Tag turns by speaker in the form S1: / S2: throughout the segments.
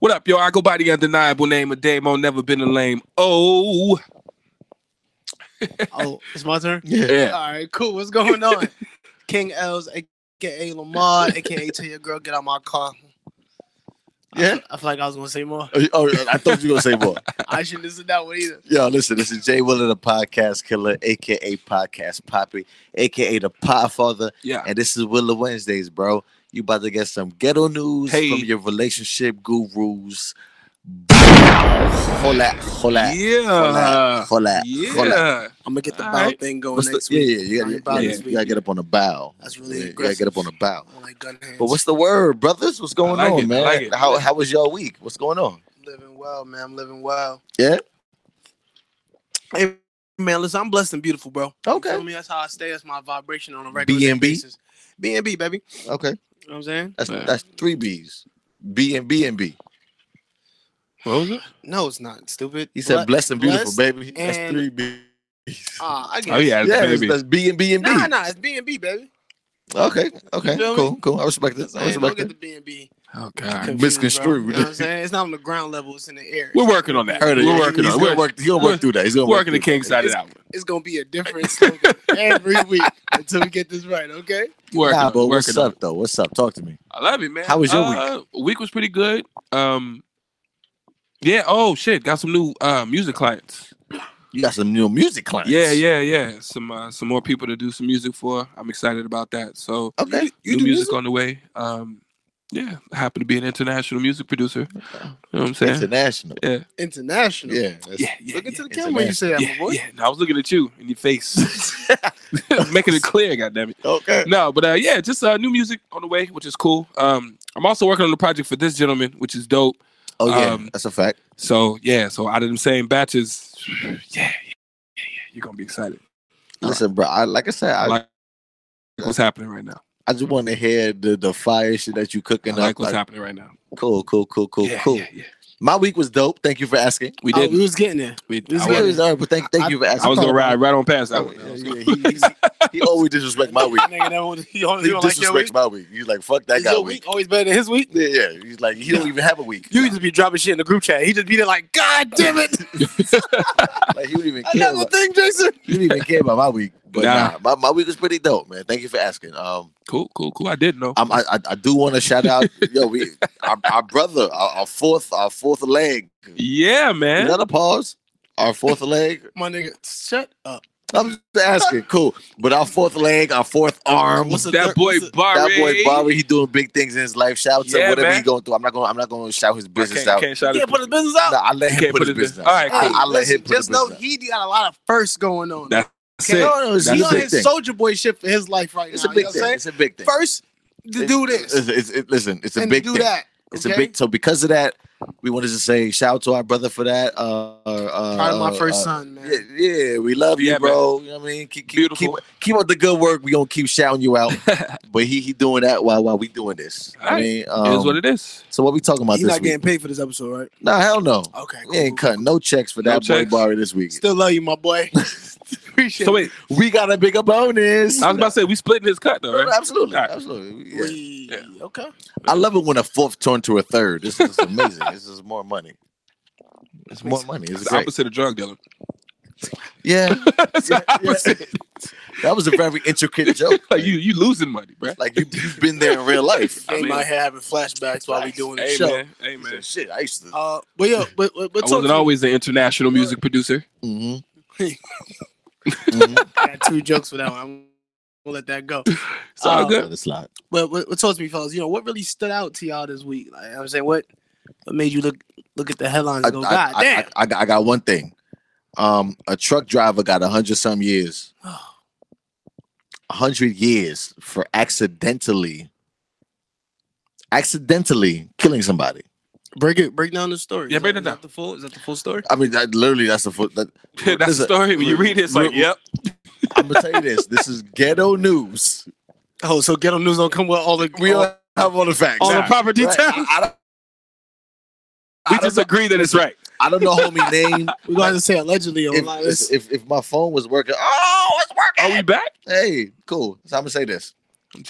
S1: What up, yo? I go by the undeniable name of Damo, never been a lame. Oh,
S2: Oh, it's my turn.
S1: yeah.
S2: All right, cool. What's going on? King L's, aka Lamar, aka Tell Your Girl Get Out My Car.
S3: Yeah?
S2: I feel like I was gonna say more.
S3: Oh, oh, I thought you were gonna say more.
S2: I shouldn't listen to that one either.
S3: Yo, listen, this is Jay Willer, the podcast killer, aka podcast poppy, aka the podfather,
S1: Yeah.
S3: and this is Willer Wednesdays, bro. You about to get some ghetto news
S1: Hey.
S3: from your relationship gurus. Hola, hola, hola,
S1: Yeah.
S3: hola, hola.
S1: Yeah.
S2: I'm gonna get the
S1: All
S2: bow
S1: right.
S2: thing going
S3: What's
S2: next
S3: the, yeah,
S2: week.
S3: yeah, you
S2: All
S3: gotta,
S2: right, bow
S3: yeah,
S2: this
S3: you gotta
S2: week.
S3: get up on a bow.
S2: That's
S3: Yeah,
S2: really
S3: you gotta
S2: aggressive. Oh
S3: get up on a bow.
S2: I don't like gun hands.
S3: But what's the word, brothers? What's going
S1: like
S3: on,
S1: it, I
S3: man?
S1: like it.
S3: how how was your week? What's going on?
S2: I'm living well, man? I'm living well.
S3: Yeah?
S2: Hey, man, listen, I'm blessed and beautiful, bro. You feel
S3: Okay,
S2: me? That's how I stay. That's my vibration on a regular
S3: B&B?
S2: basis. B and B, baby.
S3: okay.
S2: You know what I'm saying?
S3: That's
S1: Yeah.
S3: that's three B's. B and B and B.
S1: What was it?
S2: No, it's not stupid.
S3: He said
S2: Ble-
S3: blessed and beautiful,
S2: blessed
S3: baby. That's
S2: and-
S3: three B's.
S2: Ah, I guess.
S1: Oh yeah,
S3: yeah, that's,
S1: baby.
S3: that's B and B and B.
S2: Nah, nah, it's B and B, baby.
S3: Okay, okay,
S2: You feel me?
S3: cool, cool. I respect this. I
S2: Saying, don't
S3: respect
S2: get
S3: it.
S2: the B and B.
S1: Oh god.
S3: misconstrued.
S2: You know what I'm saying? It's not on the ground level, it's in the air.
S1: We're working on that.
S3: Heard it.
S1: We're working
S3: He's
S1: on.
S3: gonna
S1: We're
S3: work. He's gonna work through that. He's gonna work
S1: working the
S3: through
S1: king side of that one.
S2: It's gonna be a different slogan every week until we get this right, okay?
S3: that.
S1: Working.
S3: Nah,
S1: on it,
S3: but what's
S1: working on it.
S3: up though? What's up? Talk to me.
S1: I love it, man. Uh,
S3: How was your week?
S1: week? Week was pretty good. Um, yeah. Oh shit, got some new uh, music clients.
S3: You got some new music clients.
S1: Yeah, yeah, yeah. Some uh, some more people to do some music for. I'm excited about that. So
S3: Okay,
S1: new music, on the way. Um, yeah, I happen to be an international music producer. You know what I'm saying?
S3: international.
S2: International.
S3: Yeah, that's-
S1: yeah, yeah,
S2: Look
S1: yeah,
S2: into the camera when you say that,
S1: yeah,
S2: my boy.
S1: yeah. No, I was looking at you in your face, making it clear. Goddamn it.
S3: Okay.
S1: No, but uh, yeah, just uh, new music on the way, which is cool. Um, I'm also working on a project for this gentleman, which is dope.
S3: Oh yeah,
S1: Um,
S3: that's a fact.
S1: So yeah, so out of them same batches, yeah, yeah, yeah, yeah, you're gonna be excited.
S3: Listen, bro. I, like I said, I,
S1: like what's happening right now.
S3: I just want to hear the the fire shit that you
S1: I
S3: cooking
S1: like
S3: up.
S1: what's
S3: Like,
S1: happening right now.
S3: cool, cool, cool, cool,
S1: yeah,
S3: cool.
S1: Yeah, yeah.
S3: My week was dope. Thank you for asking.
S1: We
S2: Oh,
S1: did.
S2: we was getting there.
S1: we, I, was,
S2: this is-
S3: Yeah, it was all right, but thank, thank you for
S1: I
S3: asking.
S1: was gonna ride right on past that one.
S3: Yeah, yeah, he, he's- he always disrespects my week.
S2: Nigga, that one- he don't-
S3: He
S2: he don't like
S3: disrespects
S2: your week.
S3: my week. He's like, fuck that
S2: Is
S3: guy
S2: your
S3: week.
S2: week always better than his week?
S3: Yeah, yeah. He's like, he don't even have a week.
S2: You just be dropping shit in the group chat. He just be there like, God damn it.
S3: like he don't even care.
S2: Another
S3: About,
S2: thing, Jason.
S3: he don't even care about my week. But
S1: Nah.
S3: nah, my, my week was pretty dope, man. Thank you for asking. Um,
S1: Cool, cool, cool. I did know.
S3: I'm, I I, I do want to shout out, yo, we our, our brother, our, our fourth, our fourth leg.
S1: yeah, man.
S3: Another pause. Our fourth leg.
S2: My nigga, shut up.
S3: I'm just asking. Cool. But our fourth leg, our fourth arm.
S2: What's the
S1: that
S2: third-
S1: boy
S2: what's the-
S1: Barry.
S3: that boy Bobby, he doing big things in his life. Shout out to
S1: Yeah,
S3: him, whatever
S1: man.
S3: he going through. I'm not gonna I'm not gonna shout his
S1: I
S3: business
S1: can't,
S3: out.
S1: can't shout
S2: You
S1: it.
S2: can't put his business out.
S3: No, I let him
S1: Can't
S3: put,
S1: put
S3: his
S1: it in-
S3: business. out.
S1: All right,
S3: I,
S1: cool.
S3: I let him
S2: listen,
S3: put his
S2: just know
S3: business.
S2: he got a lot of firsts going on.
S1: That's
S3: out.
S1: it.
S3: No, no, it's,
S1: That's a
S2: he
S3: it's a
S2: on
S3: big
S2: his
S3: thing.
S2: soldier boy shit for his life right
S3: It's
S2: now.
S3: a big
S2: you know
S3: thing.
S2: what I'm
S3: It's a big thing.
S2: saying? First, to
S3: It-
S2: do this
S3: It's, it's, it, listen, it's a
S2: and
S3: big
S2: do
S3: thing.
S2: that.
S3: It's
S2: okay?
S3: a big. So because of that, we wanted to say shout out to our brother for that. Uh, uh,
S2: Proud of my
S3: uh,
S2: first
S3: uh,
S2: son, man.
S3: Yeah, yeah, we love you,
S1: Yeah,
S3: bro. You know what I mean? Keep, keep, keep,
S1: Beautiful.
S3: keep up the good work. We gonna keep shouting you out. but he he doing that while while we doing this.
S1: All right.
S3: I mean,
S1: It is
S3: um,
S1: what it is.
S3: so what we talking about
S2: He's
S3: this
S2: not
S3: week?
S2: getting paid for this episode, right?
S3: No, hell no.
S2: Okay.
S3: We ain't cutting no checks for
S1: No
S3: that
S1: checks.
S3: boy Barry this week.
S2: Still love you, my boy. Appreciate
S1: So wait,
S3: We got a bigger bonus.
S1: I was about to say we splitting his cut though, right?
S3: Absolutely,
S1: All right.
S3: absolutely.
S2: it.
S3: Yeah.
S2: We-
S1: Yeah.
S2: Okay.
S3: I love it when a fourth turned to a third. This is amazing. this is more money. It's more money. It's
S1: It's the
S3: great.
S1: opposite of drug dealing.
S3: Yeah,
S1: It's
S3: Yeah,
S1: the
S3: yeah.
S1: opposite.
S3: that was a very intricate joke.
S1: Like you, you losing money, bro.
S3: Like you, you've been there in real life.
S1: I
S2: They
S1: mean-
S2: might have flashbacks while we doing the
S1: Hey
S2: show.
S1: man, hey man. Oh.
S3: Shit, I used to.
S2: Uh, but yeah, but but, but
S1: I
S2: talk
S1: wasn't
S2: to me.
S1: always an international music producer.
S3: Mhm.
S2: Hey.
S3: Mhm.
S2: I got two jokes for that one. I'm gonna let that go.
S1: It's all
S2: Uh,
S1: good.
S3: That's a lot.
S2: But what, what talk to me, fellas? You know what really stood out to y'all this week? Like I'm saying, what what made you look look at the headlines
S3: I,
S2: and go, God
S3: I, I,
S2: damn?
S3: I, I, got- I got one thing. Um, a truck driver got a hundred some years. A hundred years for accidentally, accidentally killing somebody.
S2: break it, break down the story.
S1: Yeah,
S2: Is
S1: break
S2: that-
S1: it down.
S2: Is that the full? Is that the full story?
S3: I mean, that literally that's a foot. That,
S1: That's the
S3: listen,
S1: story. When you read it, it's like,
S3: real-
S1: yep.
S3: I'm gonna tell you this. This is ghetto news.
S2: Oh, so ghetto news don't come with all the
S3: We
S2: all,
S3: all have all the facts.
S2: all the
S1: Nah,
S2: proper
S3: Right.
S2: details.
S3: I, I don't,
S1: We
S3: I don't
S1: just
S3: know,
S1: agree that it's right.
S3: I don't know homie name.
S2: We're gonna have to say allegedly or like
S3: If,
S2: this.
S3: if, if my phone was working, oh, it's
S1: Are
S3: working.
S1: we back?
S3: Hey, cool. So I'm gonna say this.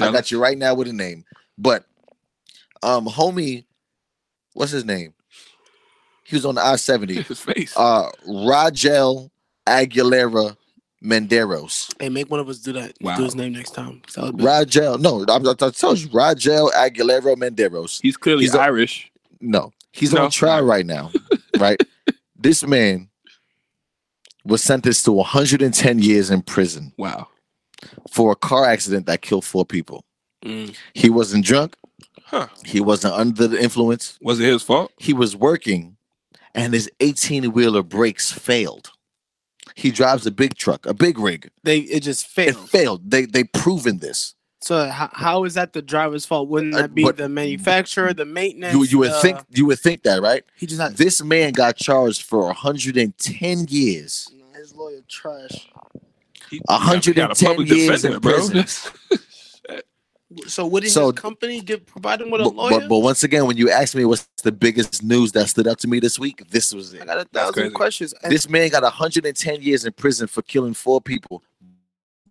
S3: I got you right now with a name, but um, homie, what's his name? He was on the I seventy.
S1: His face.
S3: Uh, Rogel Aguilera Menderos.
S2: Hey, make one of us do that.
S1: Wow.
S2: Do his name next time. So I'll be-
S3: Rogel. No, I'm, I'm, I'm telling you, Rogel Aguilera Menderos.
S1: he's clearly
S3: he's a-
S1: Irish.
S3: No, he's
S1: No.
S3: on trial right now. Right, this man was sentenced to 110 years in prison
S1: Wow.
S3: for a car accident that killed four people.
S1: Mm.
S3: He wasn't drunk.
S1: Huh.
S3: He wasn't under the influence.
S1: Was it his fault?
S3: He was working, and his 18 wheeler brakes failed. He drives a big truck, a big rig.
S2: They it just
S3: It
S2: failed.
S3: failed. They they proven this.
S2: So how, how is that the driver's fault? Wouldn't
S3: Uh,
S2: that be
S3: but-
S2: the manufacturer, the maintenance?
S3: You you would
S2: the-
S3: think you would think that right.
S2: uh, he just had
S3: This man got charged for 110 years.
S2: his lawyer trash.
S1: He-
S3: A hundred
S1: he got
S3: and
S1: a
S3: ten
S1: public
S3: years
S1: defender,
S3: in
S1: bro.
S3: prison.
S2: So what did
S3: So-
S2: his company give provide him with a
S3: But,
S2: lawyer?
S3: but, but once again, when you asked me what's the biggest news that stood out to me this week, this was
S2: I got
S3: it.
S2: a
S1: That's crazy.
S2: thousand questions. And
S3: This man got 110 years in prison for killing four people.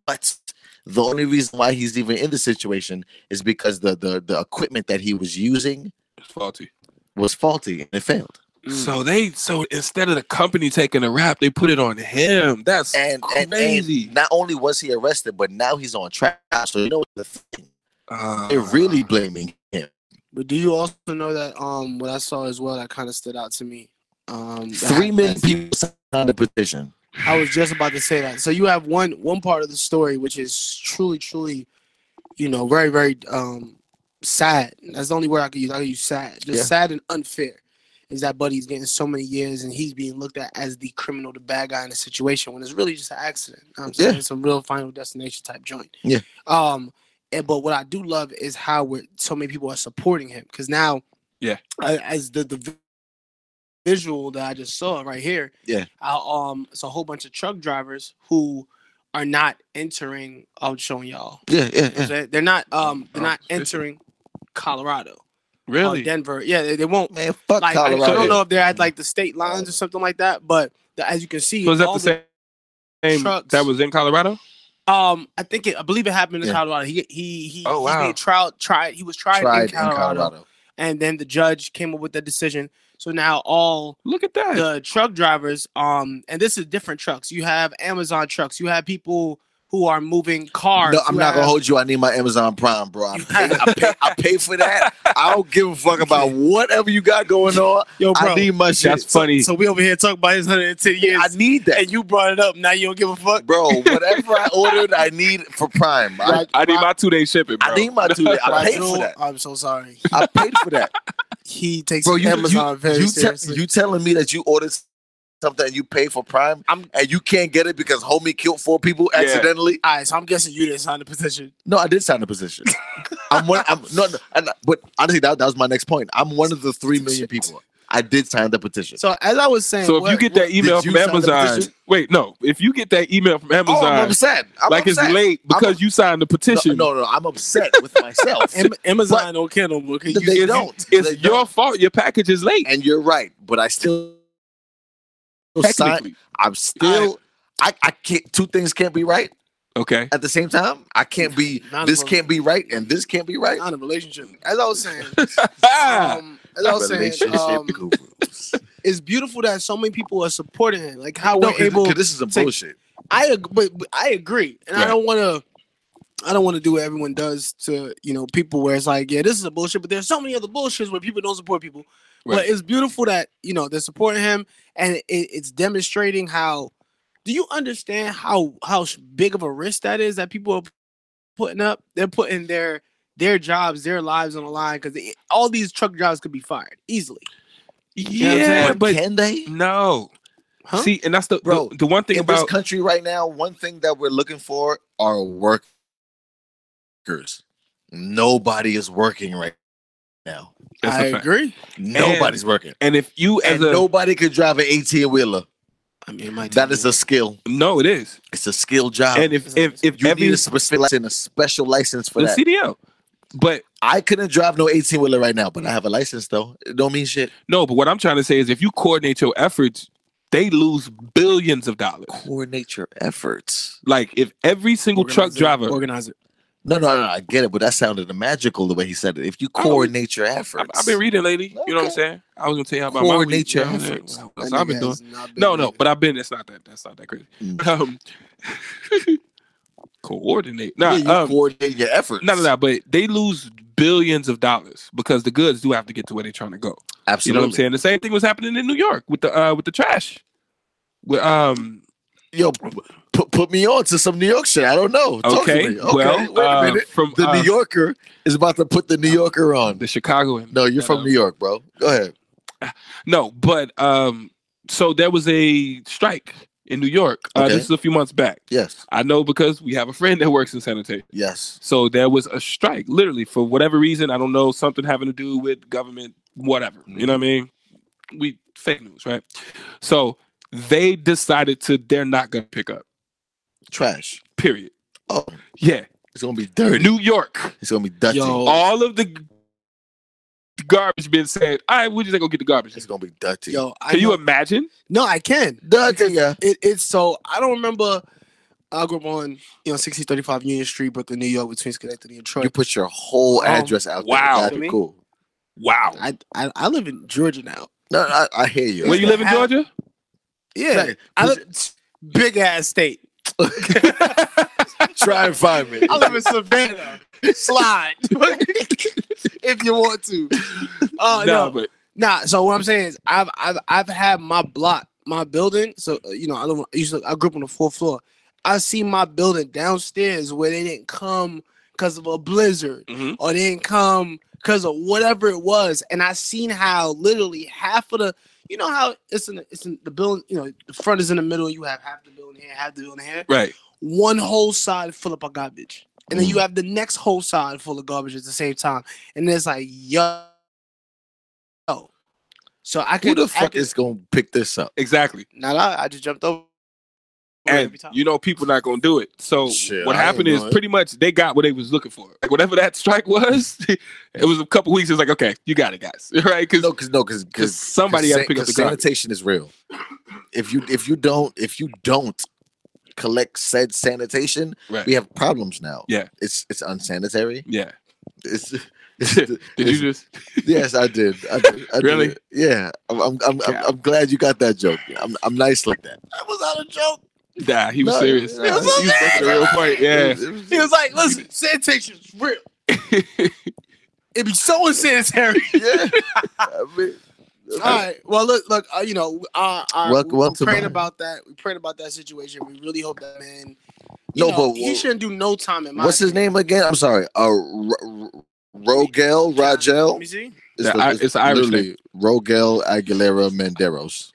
S3: But the only reason why he's even in the situation is because the the, the equipment that he was using
S1: It's faulty.
S3: was faulty and it failed.
S2: Mm.
S1: So they so instead of the company taking the rap, they put it on him. That's
S3: And, and,
S1: crazy.
S3: and not only was he arrested, but now he's on trial. So you know the thing.
S1: Uh,
S3: They're really blaming him.
S2: But do you also know that um what I saw as well that kind of stood out to me? Um that
S3: Three million
S2: happened-
S3: people signed a petition.
S2: I was just about to say that. So you have one one part of the story which is truly, truly, you know, very, very um sad. That's the only word I could use. I could use sad. Just
S3: Yeah.
S2: sad and unfair. Is that Buddy's getting so many years and he's being looked at as the criminal, the bad guy in the situation when it's really just an accident. You know what I'm saying
S3: Yeah.
S2: it's a real final destination type joint.
S3: Yeah.
S2: Um and, but what I do love is how we're, so many people are supporting him because now,
S1: Yeah.
S2: I, as the, the vi- visual that I just saw right here,
S3: Yeah.
S2: I, um, it's a whole bunch of truck drivers who are not entering. I'm showing y'all,
S3: Yeah, yeah, yeah.
S2: They're- they're not, um, they're
S1: Oh,
S2: not
S1: shit.
S2: entering Colorado, or
S3: Oh,
S1: really.
S2: Denver. Yeah, they, they won't.
S3: Man, fuck
S2: Like, I,
S3: Colorado.
S2: I don't know if they're at like the state lines or something like that, but the, as you can see,
S1: so is that
S2: all
S1: the same? same
S2: trucks-
S1: that was in Colorado.
S2: Um, I think it, I believe it happened in
S3: Yeah.
S2: Colorado. He he he.
S1: Oh,
S2: He's
S1: wow.
S2: being tried, tried. He was tried,
S3: tried
S2: in, Colorado, and then the judge came up with that decision. So now all
S1: Look at that.
S2: the truck drivers, um, and this is different trucks. You have Amazon trucks. You have people who are moving cars.
S3: No, I'm
S2: You
S3: not gonna
S2: have-
S3: hold you. I need my Amazon Prime, bro. I pay, I pay, I pay for that. I don't give a fuck about whatever you got going on.
S2: Yo,
S3: I need my shit.
S1: That's funny.
S2: So we over here talk about his 110 years,
S3: I need that,
S2: and you brought it up. Now you don't give a fuck.
S3: bro. Whatever I ordered, I need for Prime. I,
S1: I need my two day shipping, bro.
S3: I need my two. I paid for
S2: Rajul,
S3: that.
S2: I'm so sorry.
S3: I paid for that,
S2: He takes
S3: bro. You,
S2: Amazon
S3: you,
S2: very
S3: you, te-
S2: seriously.
S3: you telling me that you ordered something and you pay for Prime
S2: I'm-
S3: and you can't get it because homie killed four people
S1: Yeah.
S3: accidentally?
S2: All right, so I'm guessing you didn't sign the petition.
S3: No, I did sign the position. I'm one. I'm no, no and, but honestly, that, that was my next point. I'm one of the three million people. I did sign the petition.
S2: So as I was saying,
S1: So if
S2: what-
S1: you get that email
S3: did you
S1: from
S3: sign the
S1: Amazon,
S3: petition?
S1: wait, no. If you get that email from
S3: oh, I'm
S1: Amazon,
S3: upset. I'm
S1: like
S3: upset.
S1: it's late because you signed the petition.
S3: No, no, no, I'm upset with myself.
S2: Am- Amazon don't care no more. 'cause you-
S3: they
S1: it's-
S3: don't.
S1: It's
S3: They
S1: your
S3: don't.
S1: fault. Your package is late.
S3: and you're right, but I still sign.
S1: Technically,
S3: I'm still. I, I can't. Two things can't be right
S1: okay.
S3: at the same time. I can't be.
S2: Not
S3: This
S2: a-
S3: can't be right, and this can't be right.
S2: not in a relationship. As I was saying,
S1: Ah,
S2: um, as I was saying, um, it's beautiful that so many people are supporting him. Like how
S3: no,
S2: we're able.
S3: because this is some
S2: to-
S3: bullshit.
S2: I ag- but, but I agree, and I
S1: Right.
S2: don't want to. I don't want to do what everyone does to you know people where it's like, yeah, this is a bullshit, but there's so many other bullshits where people don't support people. But
S1: Right.
S2: it's beautiful that you know they're supporting him, and it, it's demonstrating how. Do you understand how how sh- big of a risk that is that people are putting up? They're putting their their jobs, their lives on the line because all these truck drivers could be fired easily. know what I'm
S1: yeah,
S2: saying?
S1: but
S3: can they?
S1: no.
S2: Huh?
S1: See, and that's the
S3: Bro,
S1: the, the one thing
S3: in
S1: about
S3: this country right now, one thing that we're looking for are workers. Nobody is working right now.
S1: That's
S2: I
S1: a fact.
S2: agree.
S3: Nobody's working.
S1: and if you as
S3: And
S1: a
S3: nobody could drive an 18 wheeler.
S2: I mean, my
S3: That is a skill.
S1: no, it is.
S3: It's a skill job.
S1: And if if if
S3: Oh, you
S1: every
S3: need a specific license, a special license for
S1: the
S3: that.
S1: CDL, but
S3: I couldn't drive no 18 wheeler right now, but I have a license though. It don't mean shit.
S1: no, but what I'm trying to say is if you coordinate your efforts, they lose billions of dollars.
S3: Coordinate your efforts.
S1: Like if every single truck driver
S2: organize it.
S3: No, no, no, I get it, but that sounded magical the way he said it. If you
S1: I don't-
S3: coordinate your
S1: I've,
S3: efforts,
S1: I've been reading lately. You know what I'm
S3: Okay.
S1: saying? I was gonna tell you about my week.
S3: coordinate
S1: you
S3: your
S1: know what I'm saying?
S3: efforts.
S1: That's what I've been doing. No, no, but I've been. That's not that. That's not that crazy.
S3: Mm.
S1: Um, coordinate. Nah,
S3: Yeah, you
S1: um,
S3: coordinate your efforts.
S1: no, no, no. But they lose billions of dollars because the goods do have to get to where they're trying to go. You
S3: Absolutely.
S1: know what I'm saying? The same thing was happening in New York with the uh with the trash. With um
S3: Yo, put, put me on to some New York shit. I don't know. Talk to
S1: okay,
S3: me.
S1: well
S3: wait
S1: uh,
S3: a minute.
S1: from
S3: The
S1: uh,
S3: New Yorker is about to put the New Yorker on.
S1: the Chicago uh,
S3: No, you're from New York, bro. Go ahead.
S1: No, but um so there was a strike in New York. Uh,
S3: Okay.
S1: This is a few months back.
S3: Yes,
S1: I know because we have a friend that works in sanitation.
S3: yes.
S1: So there was a strike, literally, for whatever reason. I don't know, something having to do with government, whatever. You know what I mean? We fake news, right? So they decided to they're not gonna pick up.
S3: Trash.
S1: Period.
S3: Oh,
S1: Yeah.
S3: it's gonna be dirty.
S1: New York.
S3: It's gonna be dirty.
S2: Yo.
S1: All of the g- garbage being said, all right, we're just gonna go get the garbage.
S3: It's gonna be dirty.
S2: Yo, I
S1: Can you
S2: know-
S1: imagine?
S2: no, I can.
S3: Dirty. Yeah.
S2: It, it's so I don't remember. I grew up on you know sixteen thirty five Union Street, Brooklyn, New York, between Schenectady and Troy.
S3: You put your whole
S2: Oh,
S3: address out
S1: wow.
S3: there. That'd be cool.
S1: Wow.
S2: I, I I live in Georgia now.
S3: No, I, I hear you.
S1: Where you live in
S2: how-
S1: Georgia?
S2: Yeah,
S3: Like,
S2: I live big ass state.
S3: Try and find me.
S2: I live in Savannah. Slide if you want to. Oh no,
S1: Nah, but
S2: Nah, so what I'm saying is I've I've I've had my block, my building. So uh, you know, I live, I used to I grew up on the fourth floor. I see my building downstairs where they didn't come because of a blizzard
S1: Mhm.
S2: or they didn't come because of whatever it was, and I seen how literally half of the you know how it's in the, it's in the building you know the front is in the middle you have half the building here half the building here
S1: right.
S2: one whole side full of garbage. And then you
S3: Mm.
S2: have the next whole side full of garbage at the same time. And it's like, yo. So I
S3: Who
S2: could
S3: the fuck
S2: I-
S3: is gonna pick this up?
S1: Exactly.
S2: not I, I just jumped over.
S1: And you know people not gonna do it. So
S3: Shit,
S1: what
S3: I ain't
S1: happened is
S3: know it.
S1: pretty much they got what they was looking for. Like whatever that strike was, it was a couple weeks. It was like, okay, you got it, guys. Right? Because
S3: No, because no, because because
S1: somebody gotta pick up the garbage.
S3: sanitation is real. If you if you don't if you don't collect said sanitation,
S1: Right.
S3: we have problems now.
S1: Yeah.
S3: it's it's unsanitary.
S1: yeah.
S3: It's,
S1: Did you
S3: it's-
S1: just?
S3: yes, I did. I did. I did.
S1: Really?
S3: Yeah, I'm I'm, I'm, I'm I'm glad you got that joke. I'm I'm nice like that.
S2: That was not a joke.
S1: Nah, he was
S3: No,
S1: serious.
S3: no,
S1: he
S2: it's
S1: was making a real point. Yeah.
S2: He was like, listen, sanitation's real. It'd be so unsanitary.
S3: yeah. I mean,
S2: All right. Well, look, look. Uh, you know, uh, uh,
S3: Welcome-
S2: we-
S3: welcome
S2: we prayed
S3: back.
S2: about that. We prayed about that situation. We really hope that man. you
S3: No,
S2: know,
S3: but
S2: he shouldn't do no time in my.
S3: what's his name again? I'm sorry. Uh, R- R- Rogel
S2: Let
S3: Rogel.
S2: me see.
S1: The I- it's an Irish
S3: literally Rogel Aguilera Menderos.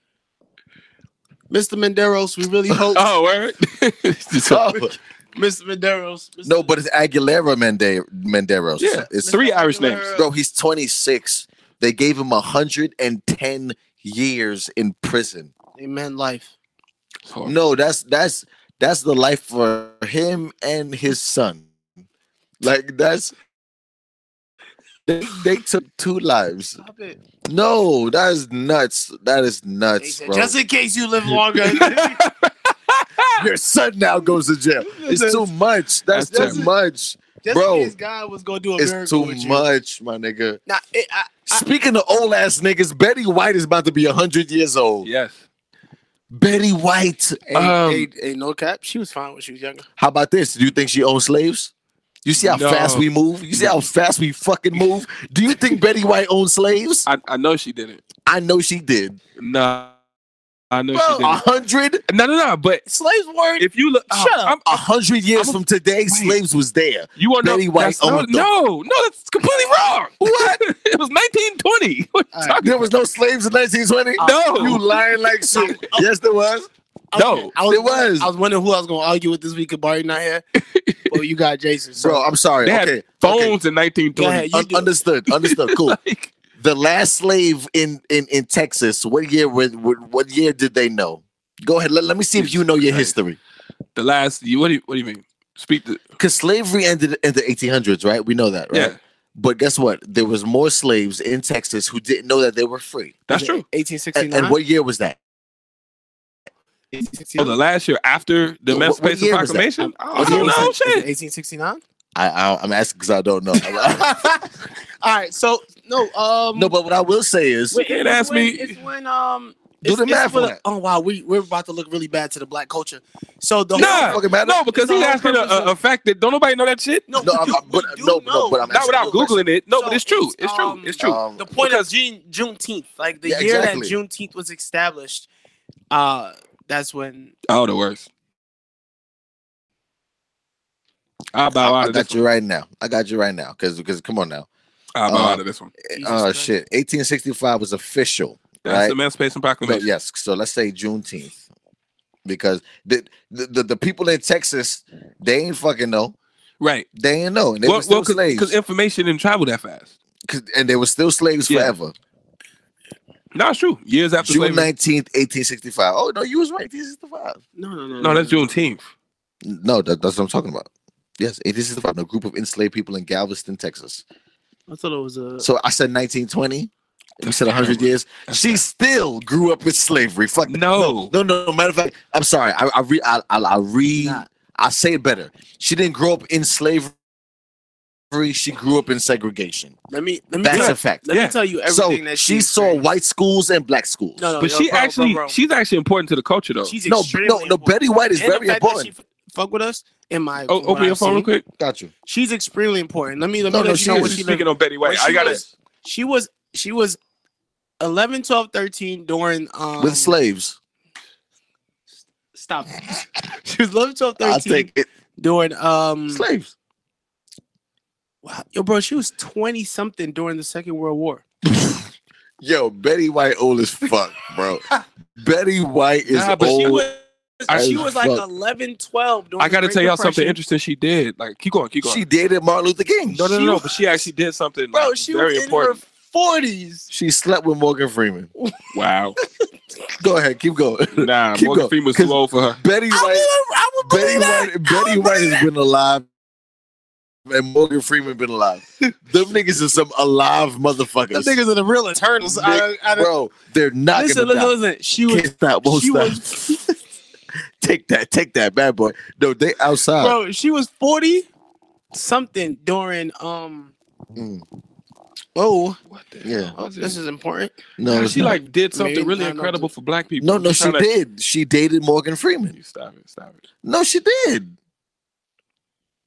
S2: Mr. Menderos, we really hope.
S1: Oh, word.
S2: Oh, Mr. Menderos. Mr.
S3: no, but it's Aguilera Mende- Menderos.
S1: yeah.
S3: It's
S1: three Irish names.
S3: bro. He's 26. They gave him 110 years in prison.
S2: Amen. Life.
S1: Oh.
S3: No, that's that's that's the life for him and his son. Like that's they, they took two lives.
S2: Stop it.
S3: No, that is nuts. That is nuts, bro.
S2: Just in case you live longer.
S3: Your son now goes to jail. It's too much.
S1: That's
S3: That's, too
S1: terrible.
S3: much.
S2: just
S3: Bro,
S2: in case God was gonna do a
S3: It's
S2: miracle
S3: too
S2: with you.
S3: much, my nigga.
S2: Nah, it, I,
S3: Speaking of old ass niggas, Betty White is about to be 100 years old.
S1: Yes.
S3: Betty White.
S2: ain't,
S1: Um,
S2: ain't, ain't no cap. She was fine when she was younger.
S3: How about this? Do you think she owns slaves? You see how
S1: No.
S3: fast we move? You see how fast we fucking move? Do you think Betty White owns slaves?
S1: I, I know she didn't.
S3: I know she did.
S1: Nah. I know she
S3: Bro, a
S1: didn't.
S3: hundred
S1: No, no, no. But
S2: Slaves were
S1: if you look,
S2: Shut up.
S1: I'm-
S3: a hundred years
S1: I'm a-
S3: from today, slaves was there.
S1: You want
S3: Betty
S1: no,
S3: White
S1: that's not-
S3: owned them.
S1: no, no, that's completely wrong. What? it was 1920. What you
S2: All right.
S1: talking
S3: There was no slaves in 1920.
S1: No.
S3: you lying like shit. yes, there was.
S1: No,
S2: I was,
S3: it was.
S2: I was wondering who I was gonna argue with this week. If Barry not here, well, you got Jason. So
S3: Bro, I'm sorry.
S1: They had
S3: okay,
S1: Phones
S3: okay.
S1: in 1920.
S2: Go ahead, you
S3: Un-
S2: do it.
S3: understood. Understood. Cool.
S1: Like,
S3: the last slave in in in Texas. What year? What, what, what year did they know? Go ahead. Let, let me see if you know your
S1: Christ.
S3: history.
S1: the last. You, what do you What do you mean? Speak the.
S3: Because slavery ended in the 1800s, right? We know that, right?
S1: Yeah,
S3: But guess what? There was more slaves in Texas who didn't know that they were free.
S1: that's true.
S3: And,
S2: 1869.
S3: and what year was that?
S1: Oh, the last year after the
S3: What- what
S1: Emancipation
S3: year was that?
S1: Proclamation.
S3: What
S1: I
S3: year
S1: don't
S3: was
S1: know shit.
S2: 1869.
S3: I, I I'm asking because I don't know.
S2: All right, so no, um,
S3: no, but what I will say is
S1: You can't
S2: it's
S1: ask
S2: when-
S1: me.
S2: It's when um.
S3: Do
S2: it's-
S3: the
S2: it's
S3: math
S2: when-
S3: on that.
S2: Oh wow, we we're about to look really bad to the black culture. So the
S1: Nah.
S2: whole-
S3: fucking matter.
S1: No, because
S2: the
S1: he
S2: whole
S1: asking a,
S2: purpose
S1: a, a fact that uh, don't nobody know that shit.
S2: no,
S3: No, I'm-
S2: we do-
S3: I'm- but-
S2: we do
S3: no, no,
S2: know.
S3: but I'm
S1: Not without
S3: Absolutely.
S1: googling it. No,
S2: So
S1: but it's true.
S2: it's,
S1: It's true.
S2: um,
S1: It's true.
S3: Um,
S2: the point
S1: Because-
S2: of June, Juneteenth, like the
S3: Yeah,
S2: year
S3: exactly.
S2: that Juneteenth was established, uh, that's when
S3: uh,
S1: Oh, the worst. I'll bow
S3: I,
S1: out of
S3: I got
S1: this. One.
S3: you right now. I got you right now. Because because come on now.
S1: I'll bow
S3: uh,
S1: out of this one.
S2: Jesus
S3: Oh
S2: Christ.
S3: shit. 1865 was official.
S1: That's
S3: right.
S1: the Emancipation
S3: But
S1: Proclamation.
S3: yes, so let's say Juneteenth, because the the, the, the people in Texas they ain't fucking know,
S1: Right.
S3: they ain't know, and they were still slaves,
S1: because information didn't travel that fast.
S3: 'Cause- and they were still slaves
S1: Yeah.
S3: forever.
S1: No, it's true. Years after
S3: June
S1: slavery.
S3: nineteenth, eighteen sixty-five. Oh no, you was right, eighteen sixty-five.
S2: No, no, no,
S1: No, that's Juneteenth.
S3: No, that, that's what I'm talking about. Yes, eighteen sixty-five. A group of enslaved people in Galveston, Texas.
S2: I thought it was a.
S3: So I said nineteen twenty. You said hundred
S1: terrible.
S3: years. She still grew up with slavery. Fuck that.
S1: No.
S3: no, no, no. Matter of fact, I'm sorry. I, I re, I, I, I re,
S2: Nah.
S3: I say it better. She didn't grow up in slavery. She grew up in segregation.
S2: Let me let me
S3: That's
S2: tell,
S3: a fact.
S2: let
S1: Yeah.
S2: me tell you
S3: So
S2: everything that
S3: she saw
S2: experienced.
S3: white schools and black schools.
S2: No, no,
S1: But
S2: Oh, yo,
S1: she
S2: bro, bro,
S1: actually,
S2: bro.
S1: she's actually important to the culture, though.
S2: She's
S3: no,
S2: extremely
S3: no, no.
S2: important.
S3: Betty White is
S2: And the
S3: very
S2: fact that
S3: important.
S2: She f- fuck with us in my.
S1: Oh,
S2: from what
S1: open your
S2: I've
S1: phone real
S2: seen,
S1: quick.
S3: Got you.
S2: She's extremely important. Let me let me
S3: No, no,
S2: let
S3: she
S2: you know
S3: is.
S2: what
S1: she's
S2: she
S1: speaking
S2: lived.
S1: on Betty
S2: when
S1: White. I
S2: she
S1: got it.
S2: was- She was she was 11, 12, 13 during um
S3: With slaves,
S2: Stop. it. she was 11, 12,
S3: I
S2: 13
S3: take it.
S2: during um
S3: Slaves.
S2: wow, yo bro, she was 20 something during the Second World War.
S3: Yo, Betty White old as fuck, bro. Betty White is
S1: Nah, but
S3: old.
S1: she
S2: was
S3: as
S2: she was like
S3: fuck.
S2: 11, 12 during
S1: I got to
S2: the Great
S1: tell y'all something
S2: Depression.
S1: interesting she did. Like, keep going, keep going.
S3: she dated Martin Luther King.
S1: no, no, no,
S2: she
S1: no,
S2: was-
S1: But she actually did something
S2: Bro,
S1: like,
S2: she
S1: very
S2: was
S1: important.
S2: in her 40s.
S3: She slept with Morgan Freeman.
S1: Wow.
S3: Go aheid, keep going.
S1: Nah,
S3: Keep
S1: Morgan
S3: going,
S1: Freeman's
S3: 'cause-
S1: too old for her.
S3: Betty
S2: I would,
S3: White.
S2: I would believe
S3: Betty
S2: that.
S3: White, Betty White has been alive, and Morgan Freeman been alive. Them niggas are some alive motherfuckers,
S2: Those niggas are the real eternals. I,
S3: Nick, bro. They're not
S2: listen,
S3: gonna
S2: listen,
S3: die.
S2: listen. She was,
S3: Can't stop, won't
S2: she
S3: stop.
S2: was,
S3: Take that, take that, bad boy. No, they outside.
S2: bro. She was forty something during um.
S3: Mm,
S2: Oh,
S1: What the
S3: Yeah.
S1: hell was
S2: this
S1: it?
S2: is important.
S3: no,
S1: Nah,
S3: it's
S1: she
S3: not.
S1: like did something
S2: Maybe
S1: really
S2: not, no,
S1: incredible for black people.
S3: no, no,
S1: I'm
S3: she
S1: tryna-
S3: did. She dated Morgan Freeman.
S1: You stop it, stop it.
S3: No, she did.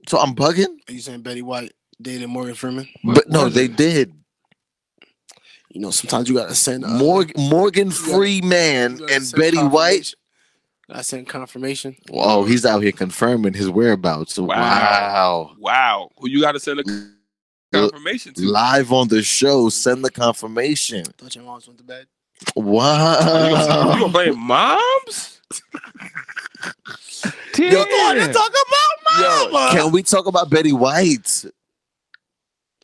S3: So I'm bugging,
S2: Are you saying Betty White dated Morgan Freeman?
S3: but no,
S1: was
S3: they
S1: it?
S3: did.
S2: You know, sometimes you gotta send uh,
S3: Morgan, Morgan Freeman
S2: you gotta
S3: and
S2: send
S3: Betty White.
S2: confirmation. I sent confirmation.
S3: Whoa, he's out here confirming his whereabouts.
S1: Wow.
S3: wow.
S1: Wow. Who you got to send a confirmation to?
S3: live on the show. Send the confirmation.
S2: Thought your moms went to bed.
S1: you
S2: Uh,
S1: gonna you
S3: Wow.
S1: gonna blame moms?
S3: Yo,
S1: Damn.
S2: talk about mama.
S3: Can we talk about Betty White?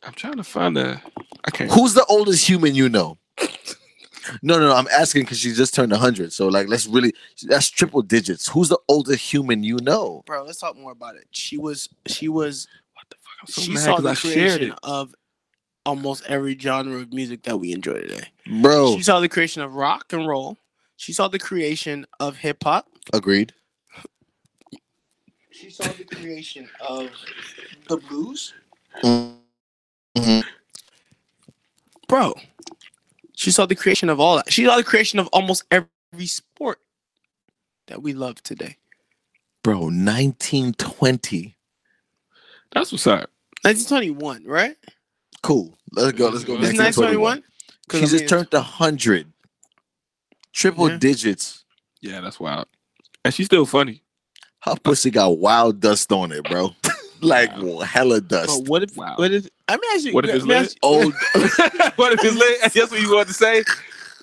S1: I'm trying to find a. I can't.
S3: Who's the oldest human you know? No, no, no. I'm asking because she just turned 100. So, like, let's really, that's triple digits. Who's the oldest human you know?
S2: Bro, let's talk more about it. She was, she was
S1: What the fuck? I'm so
S2: she
S1: mad
S2: saw
S1: 'cause
S2: the
S1: I shared
S2: creation
S1: it.
S2: of almost every genre of music that we enjoy today.
S3: Bro,
S1: Oh.
S2: She saw the creation of rock and roll. She saw the creation of hip hop.
S3: agreed.
S2: She saw the creation of the blues.
S3: Mhm.
S2: Bro, she saw the creation of all that. She saw the creation of almost every sport that we love today.
S3: Bro, 1920.
S1: That's what's up.
S2: 1921, right?
S3: Cool. Let's go. Let's go.
S1: Isn't
S2: It's 1921.
S3: 1921. She
S2: 'Cause I
S3: just
S2: mean- Mm-hmm.
S3: turned 100. Triple
S2: Yeah.
S3: digits.
S1: Yeah, that's wild. And she's still funny.
S3: Her pussy got wild dust on it, bro. like hella dust.
S2: But what if?
S1: Wow.
S2: What if? I mean, actually,
S1: What if it's lit?
S3: Old
S1: Oh, what if it's lit? That's what you wanted to say.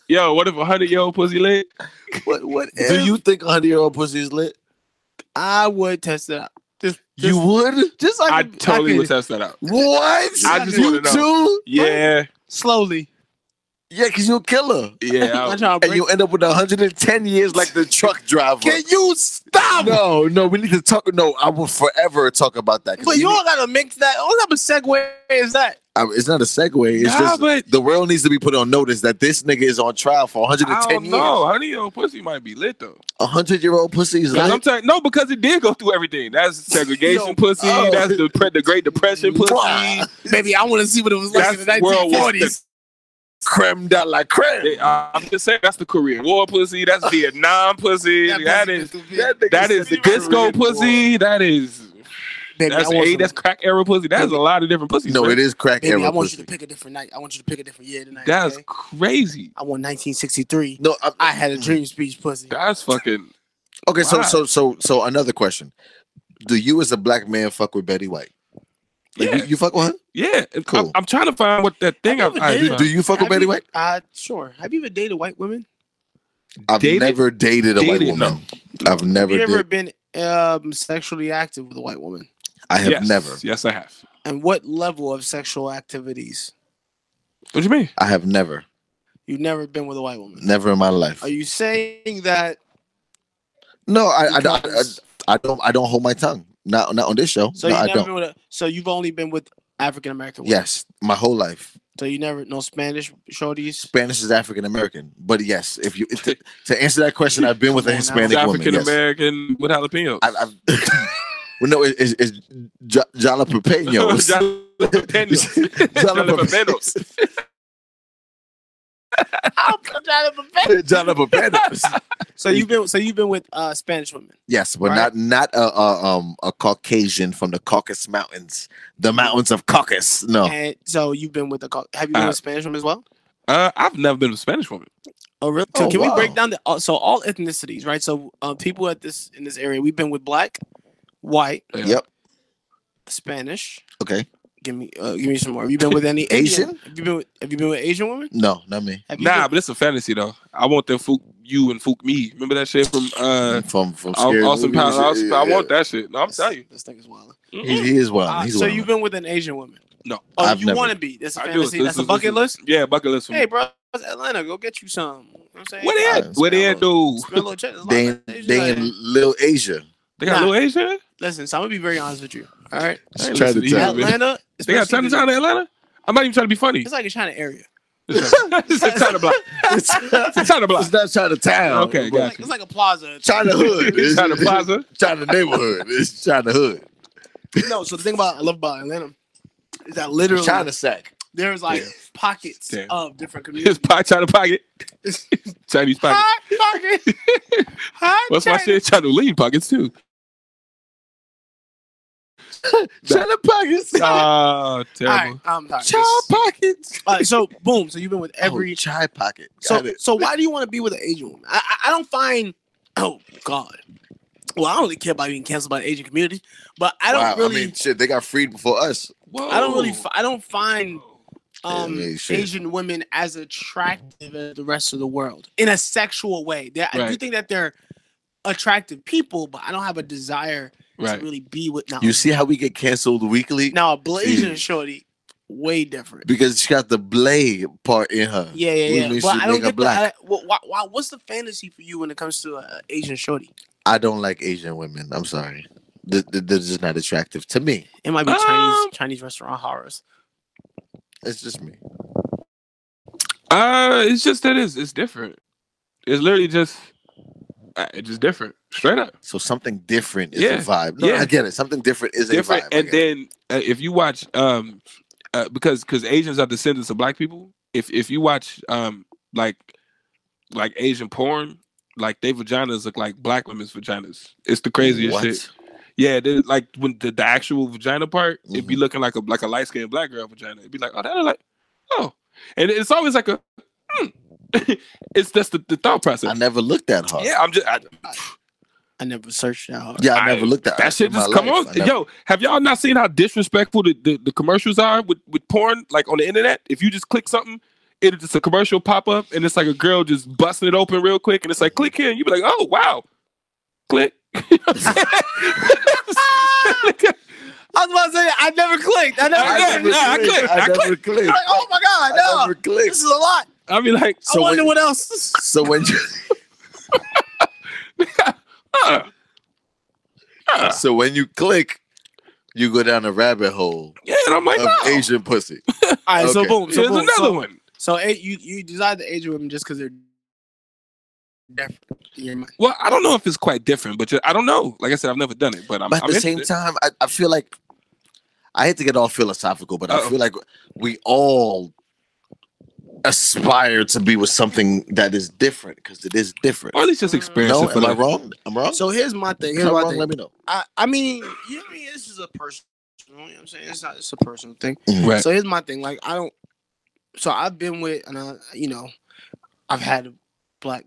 S1: Yo, what if a hundred year old pussy lit?
S3: what what
S2: if-
S3: do you think a hundred year old pussy is lit?
S2: I would test it out. Just, just,
S3: you would?
S2: just like
S1: I totally would test that out.
S3: What?
S1: I just
S3: you
S1: wanna know.
S3: too?
S1: Yeah,
S2: slowly.
S3: Yeah, cause you'll kill her.
S1: yeah.
S2: I'm
S1: I-
S2: trying to
S3: And
S2: break
S3: you end up with 110 years like the truck driver.
S2: Can you stop?
S3: no, no, we need to talk. No, I will forever talk about that. 'cause
S2: But
S3: we
S2: you
S3: need-
S2: all gotta mix that. What type of segue is that?
S3: I- it's not a segue. It's
S1: nah,
S3: just
S1: but
S3: the world needs to be put on notice that this nigga is on trial for
S1: I
S3: 110
S1: don't
S3: years.
S1: know. Honey on pussy might be lit though.
S3: A hundred year old pussy is
S1: Because I'm
S3: like,
S1: telling no, because it did go through everything. That's segregation
S3: Yo,
S1: pussy.
S3: oh.
S1: That's the, pre- the Great Depression pussy.
S3: Mwah.
S2: Baby, I want to see what it was like in the
S1: That's World War
S2: 1940s.
S3: creme de la creme.
S1: They- I- I'm just saying that's the Korean War pussy. That's Vietnam pussy. that
S2: pussy
S1: is
S2: was the
S3: That
S2: big-
S3: nigga
S1: that is the
S3: said
S1: disco
S3: Korean War.
S1: pussy. That is
S2: Baby,
S1: that's
S2: I want
S1: a
S2: you-
S1: that's crack era pussy. That's a lot of different pussies.
S3: No,
S1: man.
S3: it is crack
S2: baby,
S3: era
S2: I want you
S3: pussy.
S2: to pick a different night. I want you to pick a different year tonight.
S1: That's
S2: okay?
S1: crazy.
S2: I want 1963.
S3: No, I,
S2: I had a dream speech, pussy.
S1: That's fucking
S3: okay. So,
S1: Wow.
S3: so, so, so, another question: Do you, as a black man, fuck with Betty White? Like,
S1: yeah,
S3: you, you fuck with her?
S1: yeah.
S3: Cool.
S1: I'm, I'm trying to find what that thing I,
S2: Have you
S1: I,
S2: ever
S3: Do,
S2: Yeah.
S3: do you fuck with
S2: Have
S3: Betty
S2: you-
S3: White?
S2: Uh, sure. Have you ever dated white women?
S3: I've
S1: dated-
S3: never dated a white
S1: dated,
S3: woman. I've
S2: Have
S3: never.
S2: you ever
S3: Did.
S2: been um, sexually active with a white woman?
S3: I have
S1: yes,
S3: never.
S1: Yes, I have.
S2: And what level of sexual activities?
S1: What do you mean?
S3: I have never.
S2: You've never been with a white woman.
S3: Never in my life.
S2: Are you saying that?
S3: no, I, I, don't- I,
S2: because-
S3: I don't. I don't hold my tongue. Not, not on this show.
S2: so
S3: no,
S2: you've
S3: I
S2: never
S3: don't.
S2: been with a, So you've only been with African American. women.
S3: Yes, my whole life.
S2: So you never no Spanish shorties.
S3: Spanish is African American, but yes, if you to, to answer that question, I've been with a
S2: Come on now.
S3: Hispanic
S1: African
S3: woman. Yes.
S1: American with jalapenos.
S3: I, I've, well, no, it, it's, it's ja- jalapenos.
S1: jalapenos. jalapenos.
S3: jalapenos.
S2: So you've been. So you've been with uh, Spanish women.
S3: Yes, but
S2: Right.
S3: not not a, a um a Caucasian from the Caucasus Mountains, the mountains of Caucasus. No,
S2: And so you've been with a. cau- Have you been
S1: Oh. Uh,
S2: with Spanish women as well?
S1: Uh, I've never been with a Spanish woman.
S2: Oh, really? So
S3: Oh,
S2: can we break
S3: wow.
S2: down the uh, so all ethnicities, right? So uh, people at this in this area, we've been with black, white,
S1: Yeah.
S3: Yep.
S2: Spanish.
S3: okay,
S2: Give me, uh, give me some more. Have you been with any
S3: Asian?
S2: Indian? Have you been with Have you been with Asian women?
S3: no, not me.
S2: Have you
S1: Nah,
S2: been-
S1: but it's a fantasy though. I want them fook you and fook me. Remember that shit from uh
S3: from from scary
S1: Austin
S3: movies.
S1: Power? Austin,
S3: Yeah,
S1: I
S3: yeah.
S1: want that shit. No, I'm telling you.
S2: This thing is wild.
S3: He, he is wild.
S2: Uh,
S3: He's
S2: so
S3: wild.
S2: you've been with an Asian woman?
S1: No.
S2: Oh,
S3: I've
S2: you
S3: never.
S2: want to be? That's a
S1: I do.
S2: fantasy.
S1: This
S2: That's a
S1: is-
S2: bucket
S1: this
S2: list.
S1: Yeah, bucket list for me.
S2: Hey, bro, it's Atlanta, go get you some. You know what I'm saying?
S1: What
S3: they
S1: they
S3: at?
S1: at? What they at though?
S2: Spend a little check. There's a lot
S3: they
S2: of
S3: in-
S2: Asians
S3: they
S2: out
S3: in
S2: here.
S3: Little Asia.
S1: They got
S2: Nah.
S1: little Asian?
S2: Listen, so I'm gonna be very honest with you. All right,
S1: I ain't
S3: Try to
S1: listening to you,
S3: tell me.
S1: man.
S2: Atlanta.
S1: They got China
S2: especially
S1: Town in Atlanta? I'm not even trying to be funny.
S2: It's like a China area.
S1: it's a China block.
S3: it's,
S1: It's a China block.
S3: it's not China Town.
S1: Okay,
S3: but
S1: got
S2: Like, it's like a plaza.
S3: China Hood. It's-
S1: China Plaza.
S3: China neighborhood. It's China Hood.
S2: no, so the thing about I love about Atlanta is that literally
S3: China Sack.
S2: there's like pockets
S1: Damn.
S2: of different communities.
S1: His pie China pocket. Chinese pocket.
S2: Hot pocket. Hot
S1: What's my
S2: China.
S1: shit? China lean pockets too.
S3: China pockets.
S1: Oh,
S2: All
S1: terrible.
S2: right, I'm sorry.
S3: pockets.
S2: All right, so boom. So you've been with
S3: Every
S2: every.
S3: Oh, chai pocket. Got
S2: so
S3: it.
S2: so why do you want to be with an Asian woman? I, I I don't find. Oh God. Well, I don't really care about being canceled by the Asian community, but I don't
S3: Wow,
S2: really.
S3: I mean, shit, they got freed before us.
S1: Whoa.
S2: I don't really. F- I don't find um,
S3: Yeah, shit.
S2: Asian women as attractive as the rest of the world in a sexual way. They're, I do
S1: Right.
S2: think that they're attractive people, but I don't have a desire
S1: Right.
S2: to really be with now.
S3: You see how we get canceled weekly?
S2: now a Blasian
S3: Jeez.
S2: shorty, way different.
S3: Because she got the blade part in her.
S2: Yeah, yeah,
S3: We
S2: yeah.
S3: should
S2: But I
S3: make
S2: don't
S3: her
S2: get
S3: black.
S2: that. Why, why, what's the fantasy for you when it comes to uh, Asian shorty?
S3: I don't like Asian women. I'm sorry. Th- th- They're just not attractive to me.
S2: It might be
S1: Um,
S2: Chinese Chinese restaurant horrors.
S3: It's just me.
S1: Uh, it's just that it's it's different. It's literally just uh, it's just different, straight up
S3: So something different is
S1: Yeah,
S3: a vibe. No,
S1: yeah.
S3: I get it. Something different is
S1: different.
S3: a vibe. I
S1: And
S3: get it.
S1: then uh, if you watch, um, uh, because because Asians are descendants of black people. If if you watch, um, like like Asian porn, like they vaginas look like black women's vaginas. It's the craziest
S3: What?
S1: shit. Yeah, they, like when the, the actual vagina part, it'd be
S3: Mhm.
S1: looking like a like a light skinned black girl vagina. It'd be like, oh, that look like, oh, and it's always like a, hmm. it's just the, the thought process.
S3: I never looked that hard.
S1: Yeah, I'm just I,
S2: I never searched that hard.
S3: Yeah, I,
S1: I-
S3: never looked that.
S1: that shit.
S3: in my
S1: Just come
S3: life. I
S1: on,
S3: never-
S1: yo. Have y'all not seen how disrespectful the, the, the commercials are with, with porn? Like on the internet, if you just click something, it just a commercial pop up, and it's like a girl just busting it open real quick, and it's like click here, and you be like, oh wow, click. You know what I'm saying?
S2: I was about to say I never clicked. I never
S1: I
S2: clicked.
S1: never- I
S3: clicked.
S1: clicked.
S3: I
S1: I
S3: never clicked.
S2: Like, oh my
S3: I
S2: god, no.
S3: never clicked.
S2: This is a lot.
S1: I be like,
S3: So
S2: I wonder
S3: when-
S2: what else.
S3: So when you,
S1: uh, uh,
S3: so when you click, you go down a rabbit hole
S1: Yeah, and I'm like,
S3: of
S1: no.
S3: Asian pussy.
S2: All right, so
S3: Okay.
S2: boom. So
S1: Here's
S2: boom,
S1: another
S2: so,
S1: one.
S2: So eh, you you decide to age women just because they're different. in your mind.
S1: Well, I don't know if it's quite different, but ju- I don't know. Like I said, I've never done it, but I'm.
S3: But at
S1: I'm
S3: the same
S1: interested.
S3: time, I, I feel like I hate to get all philosophical, but I
S1: Uh-oh.
S3: feel like we all aspire to be with something that is different because it is different.
S1: or at least
S2: Mm.
S1: just experience
S3: No,
S1: it for
S3: am I
S1: the
S3: wrong? I'm wrong.
S2: So here's my thing.
S3: If
S2: Here's
S3: I'm
S2: my
S3: wrong,
S2: thing.
S3: let me know.
S2: I, I mean, you know, what I mean, this is a personal. You know what I'm saying? It's not. It's a personal thing.
S1: Right.
S2: So here's my thing. Like I don't. So I've been with, and I, you know, I've had black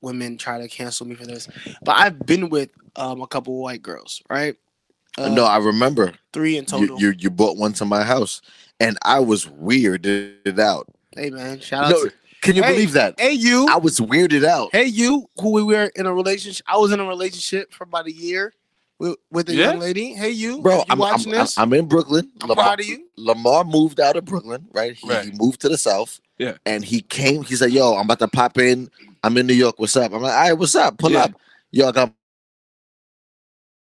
S2: women try to cancel me for this, but I've been with um a couple white girls, right? Uh,
S3: no, I remember
S2: three in
S3: you,
S2: total.
S3: you you brought one to my house, and I was weirded out.
S2: hey man, shout out.
S3: No,
S2: to,
S3: can you
S2: Hey.
S3: believe that?
S2: hey you.
S3: I was weirded out.
S2: hey you. Who we were in a relationship? I was in a relationship for about a year with, with a
S1: Yeah.
S2: young lady. Hey you,
S3: bro.
S2: if you
S3: I'm,
S2: watching
S3: I'm, I'm,
S2: this?
S3: I'm in Brooklyn.
S2: I'm
S3: Lamar,
S2: proud of you.
S3: Lamar moved out of Brooklyn, right? He,
S1: Right.
S3: he moved to the south.
S1: Yeah.
S3: And he came. He said, "Yo, I'm about to pop in. I'm in New York. What's up?" I'm like, "All right, what's up? Pull
S1: Yeah.
S3: up. Yo, I got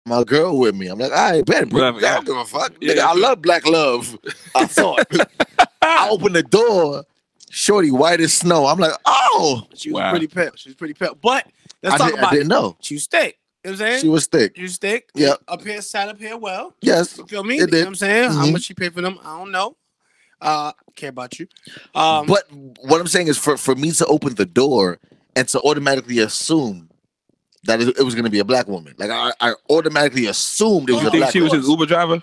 S3: my girl with me." I'm like, "All right, bet. bro.
S1: Whatever,
S3: I
S1: yeah.
S3: don't give a fuck.
S1: Yeah,
S3: Nigga,
S1: yeah.
S3: I love black love." I thought. I opened the door. Shorty, white as snow. I'm like, "Oh,
S2: She was
S1: Wow.
S2: pretty pep. She was pretty pep. But let's
S3: I,
S2: talk
S3: did,
S2: about
S3: I didn't know
S2: it. You stick. You know what I'm saying?
S3: she was thick."
S2: you stick.
S3: Yep.
S2: Up here, sat up here well.
S3: Yes,
S2: You feel me?
S3: It
S2: You know
S3: did.
S2: what I'm saying? How
S3: Mhm.
S2: much you pay for them? I don't know. Uh care about you. Um
S3: but what I'm saying is for, for me to open the door and to automatically assume that it, it was going to be a black woman. Like I, I automatically assumed it was
S1: You
S3: a
S1: think
S3: black
S1: she was
S3: woman.
S1: his Uber driver?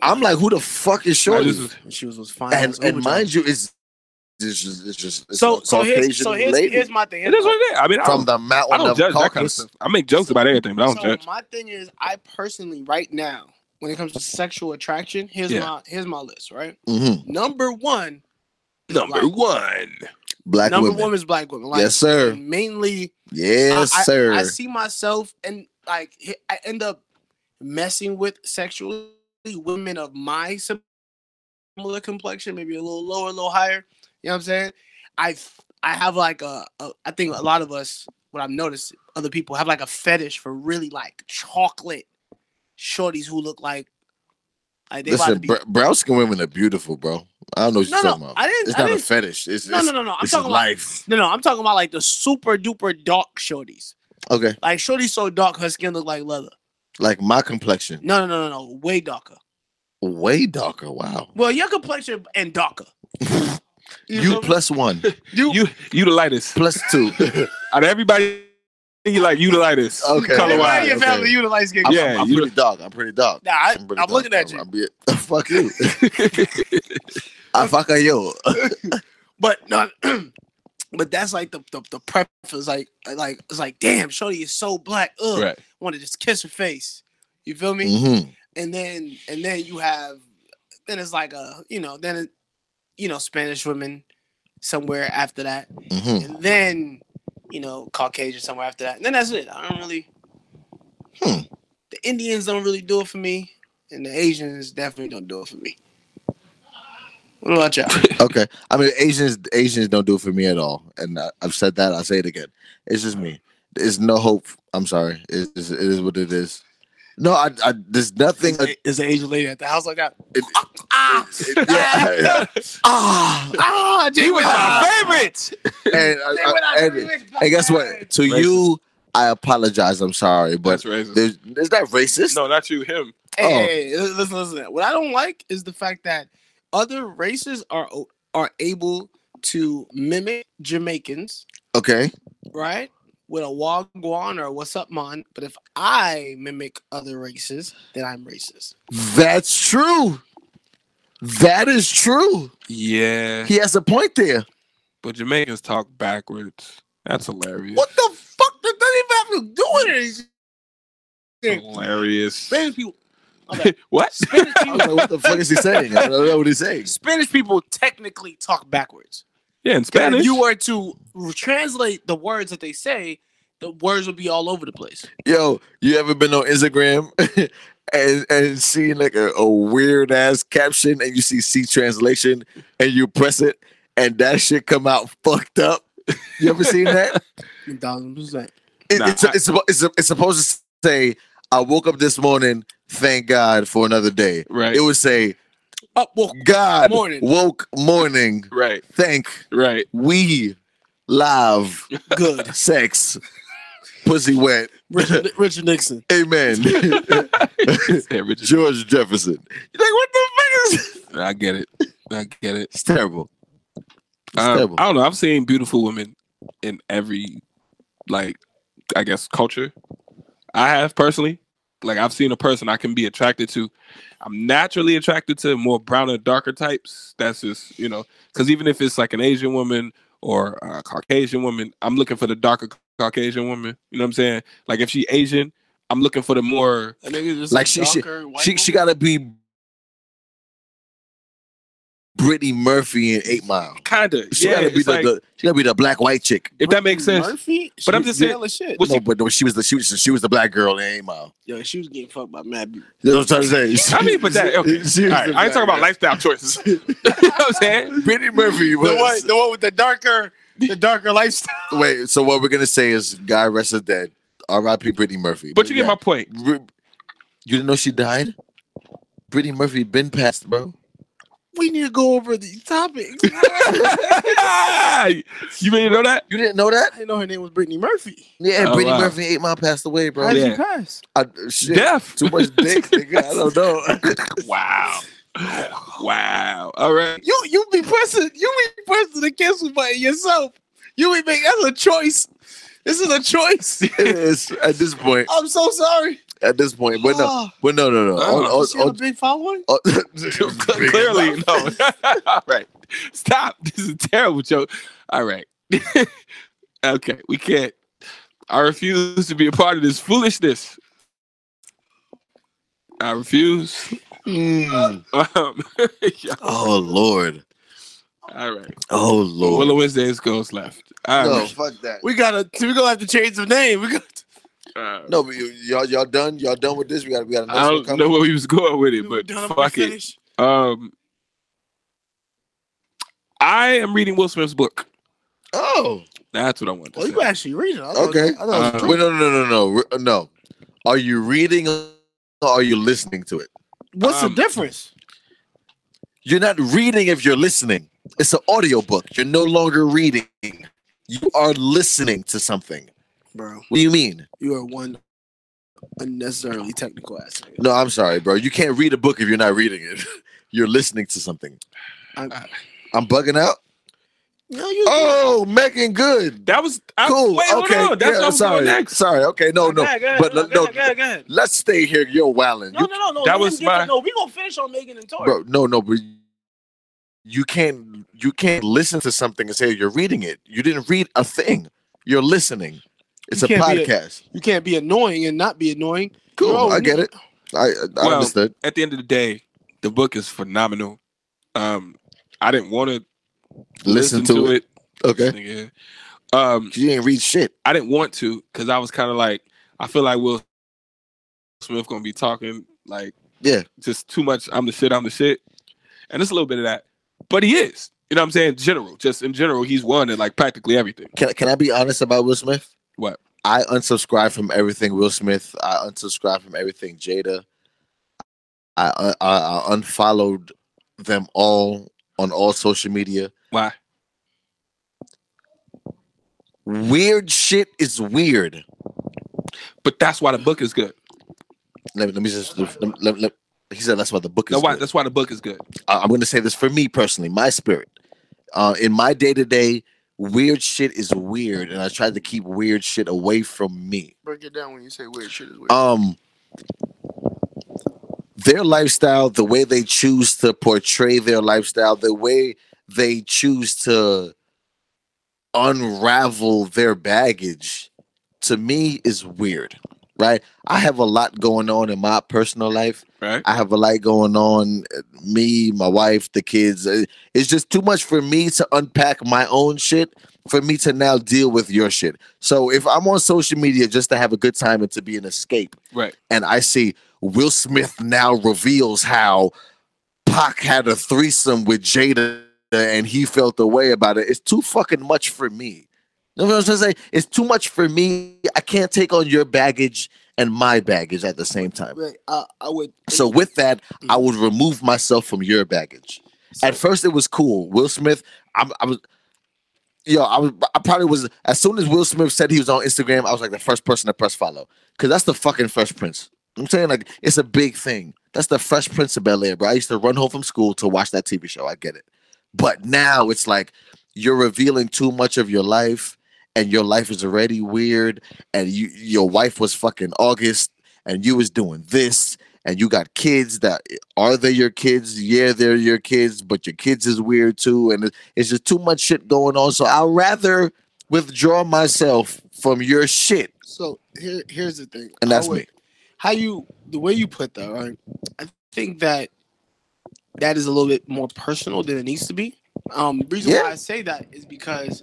S3: I'm like, who the fuck is
S1: No,
S3: Shorty?
S1: this is-
S2: she was was fine.
S3: and
S2: as
S3: and
S2: Uber
S3: mind you, it's it's just it's just
S2: driver.
S3: it's
S2: so
S3: a
S2: so
S3: Caucasian
S2: here's, so here's,
S3: lady
S2: here's my thing.
S1: It is what it is. I mean, I
S3: from
S1: don't,
S3: the
S1: I
S3: mountain
S1: don't
S3: of
S1: judge that kind of
S3: Caucasus.
S1: stuff. I make jokes about everything, but I don't
S2: so
S1: judge.
S2: my thing is I personally right now when it comes to sexual attraction, here's
S1: Yeah.
S2: my here's my list, right?
S3: Mhm.
S2: Number one
S1: Number
S2: Black.
S1: one.
S3: Black
S2: number
S3: women.
S2: one is black women. Like
S3: yes, sir.
S2: mainly
S3: Yes,
S2: I, I-
S3: sir.
S2: I, see myself and like h- I end up messing with sexually women of my similar complexion, maybe a little lower, a little higher. You know what I'm saying? I f- I have like a, a I think a lot of us what I've noticed other people have like a fetish for really like chocolate shorties who look like like they about
S3: Listen,
S2: to be
S3: br- brown skin women are beautiful, bro. I don't know what
S2: no
S3: you're talking
S2: no
S3: about.
S2: I didn't,
S3: It's
S2: I
S3: not a
S2: didn't
S3: fetish. It's,
S2: no
S3: it's,
S2: no no no I'm
S3: it's just
S2: talking about
S3: life.
S2: no no I'm talking about like the super duper dark shorties
S3: Okay,
S2: like shorties so dark her skin look like leather
S3: like my complexion,
S2: No, no, no, no, no. Way darker.
S3: way darker. Wow.
S2: Well, your complexion and darker.
S3: You plus one,
S2: you,
S1: You, you the lightest
S3: plus two.
S1: out of everybody. You like you the lightest.
S3: Okay.
S1: Color
S2: everybody
S1: wise.
S2: in your
S3: okay.
S2: family, you the light skin.
S3: I'm,
S1: Yeah,
S3: I'm, I'm
S1: you-
S3: pretty dog. I'm pretty dog.
S2: Nah, I,
S3: I'm,
S2: I'm,
S3: pretty dog.
S2: looking at you.
S3: I'm, I'm be- fuck you. I fuck at you.
S2: but not, but that's like the the, the preference. Like like it's like damn, Shorty is so black. Ugh,
S1: Right.
S2: want to just kiss her face. You feel me?
S3: Mhm.
S2: And then and then you have then it's like a you know then it, you know Spanish women somewhere after that.
S3: Mhm.
S2: and then you know Caucasian somewhere after that. And then that's it. I don't really.
S3: Hmm.
S2: The Indians don't really do it for me, and the Asians definitely don't do it for me. What about y'all?
S3: Okay. I mean, Asians Asians don't do it for me at all, and I, I've said that. I'll say it again. It's just me. There's no hope. I'm sorry. It's, it's, it is what it is. No, I, I there's nothing.
S2: Is- Is an Asian lady at the house like that?
S3: It-
S2: ah,
S3: yeah. ah,
S2: ah, Jay was
S1: favorites.
S3: and, I- I- and, and guess what? To
S1: Racist.
S3: you, I apologize. I'm sorry, but
S1: That's racist.
S3: there's is that racist?
S1: No, not you. Him.
S2: Hey,
S3: Oh.
S2: hey, hey, listen, listen. What I don't like is the fact that other races are are able to mimic Jamaicans
S3: Okay.
S2: right? With a wagwan or what's up, mon. But if I mimic other races, then I'm racist.
S3: That's true. That is true.
S1: Yeah.
S3: He has a point there.
S1: But Jamaicans talk backwards. That's hilarious.
S3: What the fuck?
S2: That doesn't even have to do with it. It's-
S1: Hilarious.
S2: Spanish people, Okay.
S1: what?
S2: Spanish
S3: I
S2: people,
S3: was like, what the fuck is he saying? I don't know what he's saying.
S2: Spanish people technically talk backwards.
S1: Yeah, in
S2: 'Cause
S1: Spanish.
S2: If you were to translate the words that they say, the words would be all over the place.
S3: Yo, you ever been on Instagram and and seen like a, a weird ass caption and you see C translation and you press it and that shit come out fucked up? You ever seen that?
S2: A thousand percent.
S3: It,
S1: Nah,
S3: it's,
S1: I-
S3: it's, suppo- it's, it's supposed to say I woke up this morning, thank God for another day.
S1: Right.
S3: It would say,
S2: Up, woke
S3: God
S2: Morning.
S3: woke morning,
S1: right.
S3: thank
S1: Right.
S3: we love
S2: good.
S3: sex. Pussy wet.
S2: Richard, Richard Nixon.
S3: Amen.
S1: Yeah, Richard,
S3: George Jefferson. You're like, what the fuck is this?
S1: I get it. I get it.
S3: It's terrible. It's
S1: Um,
S3: terrible.
S1: I don't know. I've seen beautiful women in every, like, I guess culture. I have personally, like, I've seen a person I can be attracted to. I'm naturally attracted to more brown and darker types. That's just you know, because even if it's like an Asian woman or a Caucasian woman, I'm looking for the darker Caucasian woman. You know what I'm saying? Like, if she Asian, I'm looking for the more
S2: That nigga just
S3: Like, she- she-
S2: darker, white
S3: She she gotta be Brittany Murphy in Eight Mile.
S1: kinda.
S3: She
S1: yeah,
S3: gotta be
S1: it's
S3: the,
S1: like,
S3: the she gotta be the black white chick.
S1: if that makes sense.
S2: Murphy?
S1: But I'm just saying-
S2: hella shit.
S1: What's
S3: no, but no, she was the she was she was the black girl in Eight Mile.
S2: Yo, she was getting fucked by Mad B.
S3: You know what I'm trying to say?
S1: I mean, but that okay.
S3: She
S1: All
S3: was
S1: right,
S3: the
S1: I ain't talking about
S3: black
S1: lifestyle choices. you know what I'm saying?
S3: girl. Brittany Murphy
S2: The one,
S3: was
S2: the one with the darker, the darker lifestyle.
S3: Wait, so what we're gonna say is God rest her dead. R.I.P. Brittany Murphy.
S1: But you get my point.
S3: my You didn't know she died? Brittany Murphy been passed, bro.
S2: We need to go over these topics.
S1: you really know that?
S3: You didn't know that?
S2: I didn't know her name was Brittany Murphy.
S3: Yeah,
S1: Oh,
S3: Brittany
S1: wow.
S3: Murphy eight mile passed away, bro.
S2: How did
S1: Yeah.
S2: she pass?
S3: I, shit,
S1: Deaf.
S3: Too much dick, nigga. I don't know.
S1: Wow. Wow. All right.
S2: You you be pressing you be pressing the cancel button yourself. You be making that's a choice. This is a choice.
S3: it is at this point.
S2: I'm so sorry.
S3: At this point, but no,
S2: Oh,
S3: but no, no, no.
S1: Oh,
S3: All- all-
S2: she had
S3: all-
S2: a big following.
S3: all-
S1: Clearly, no. All right. Stop. This is a terrible joke. All right. okay. We can't. I refuse to be a part of this foolishness. I refuse.
S3: Mm.
S1: Um, yeah.
S3: Oh lord,
S1: All right.
S3: oh lord.
S1: Willow Wednesdays goes left. All
S3: No,
S1: right.
S3: fuck that.
S2: We gotta we gonna have to change the name. We got
S1: Uh,
S3: No, but you, y'all, y'all done. Y'all done with this. We got, we got another
S1: I
S3: one
S1: don't
S3: coming.
S1: know where we was going with it,
S2: we
S1: but
S2: done, I'm
S1: fuck it.
S2: finished.
S1: Um, I am reading Will Smith's book.
S3: Oh,
S1: That's what I want to
S2: Oh, you
S1: say.
S2: actually read it. I thought-
S3: okay.
S2: I thought it was
S1: Uh,
S2: true.
S3: Wait, no, no, no, no, no, Re- no. Are you reading? or Are you listening to it?
S2: What's
S1: um,
S2: the difference?
S3: You're not reading if you're listening. It's an audio book. You're no longer reading. You are listening to something.
S2: Bro,
S3: What do you mean?
S2: you are one unnecessarily technical ass. nigga.
S3: No, I'm sorry, bro. You can't read a book if you're not reading it. You're listening to something.
S2: I'm-
S1: Uh,
S3: I'm bugging out.
S2: No, you
S3: Oh, Megan, good.
S1: That was I,
S3: Cool.
S1: Wait,
S3: okay.
S1: hold on. That's
S3: yeah,
S1: what I was
S3: sorry.
S1: going next.
S3: Sorry. Okay. No, no.
S2: Go ahead, go ahead,
S3: But no,
S2: go
S3: no,
S2: ahead, go ahead, go ahead.
S3: Let's stay here. You're wilding.
S2: No, no, no, no.
S1: that
S2: let
S1: was
S2: him get to-
S1: my-
S2: No, we gonna finish on Megan and Tori.
S3: bro. No, no, but you can't you can't listen to something and say you're reading it. You didn't read a thing. You're listening. It's
S2: You
S3: a
S2: can't be a-
S3: podcast.
S2: You can't be annoying and not be annoying.
S3: cool.
S2: Bro,
S3: I get it. I, I
S1: Well-
S3: understood.
S1: At the end of the day, the book is phenomenal. Um, I didn't want to
S3: Listen, to, it. Okay.
S1: Nigga. Um,
S3: You didn't read shit.
S1: I didn't want to because I was kind of like, I feel like Will Smith gonna be talking like,
S3: Yeah.
S1: just too much. I'm the shit. I'm the shit, and it's a little bit of that, but he is. You know what I'm saying? General, just in general, he's won in like practically everything.
S3: Can can I be honest about Will Smith?
S1: What?
S3: I unsubscribe from everything Will Smith. I unsubscribe from everything Jada. I I, I unfollowed them all on all social media.
S1: Why?
S3: Weird shit is weird.
S1: But that's why the book is good.
S3: Let me, let me just. Let, let- let- he said that's why the book is.
S1: That's why.
S3: good.
S1: That's why the book is good.
S3: I- I'm going to say this for me personally, my spirit. Uh, in my day to day, weird shit is weird, and I tried to keep weird shit away from me.
S2: Break it down when you say weird shit is weird.
S3: um their lifestyle the way they choose to portray their lifestyle the way they choose to unravel their baggage to me is weird right i have a lot going on in my personal life
S1: Right.
S3: i have a lot going on uh, me my wife the kids Uh, it's just too much for me to unpack my own shit for me to now deal with your shit so if i'm on social media just to have a good time and to be an escape
S1: Right.
S3: and I see Will Smith now reveals how Pac had a threesome with Jada and he felt the way about it. It's too fucking much for me. You know what I'm trying to say? It's too much for me. I can't take on your baggage and my baggage at the same time.
S2: Right, uh, I would.
S3: So with that, I would remove myself from your baggage. At first, it was cool. Will Smith, I'm, I was, yo, I was, I probably was. As soon as Will Smith said he was on Instagram, I was like the first person to press follow because that's the fucking Fresh Prince. I'm saying like it's a big thing. That's the Fresh Prince of Bel Air, bro. I used to run home from school to watch that TV show. I get it, but now it's like you're revealing too much of your life, and your life is already weird, and you your wife was fucking August, and you was doing this, and you got kids that are they your kids? Yeah, they're your kids, but your kids is weird too, and it- it's just too much shit going on. So I'd rather withdraw myself from your shit,
S2: So here, here's the thing,
S3: and that's
S2: I would-
S3: me.
S2: How you, the way you put that, right? I think that that is a little bit more personal than it needs to be. Um, the reason
S3: Yeah.
S2: why I say that is because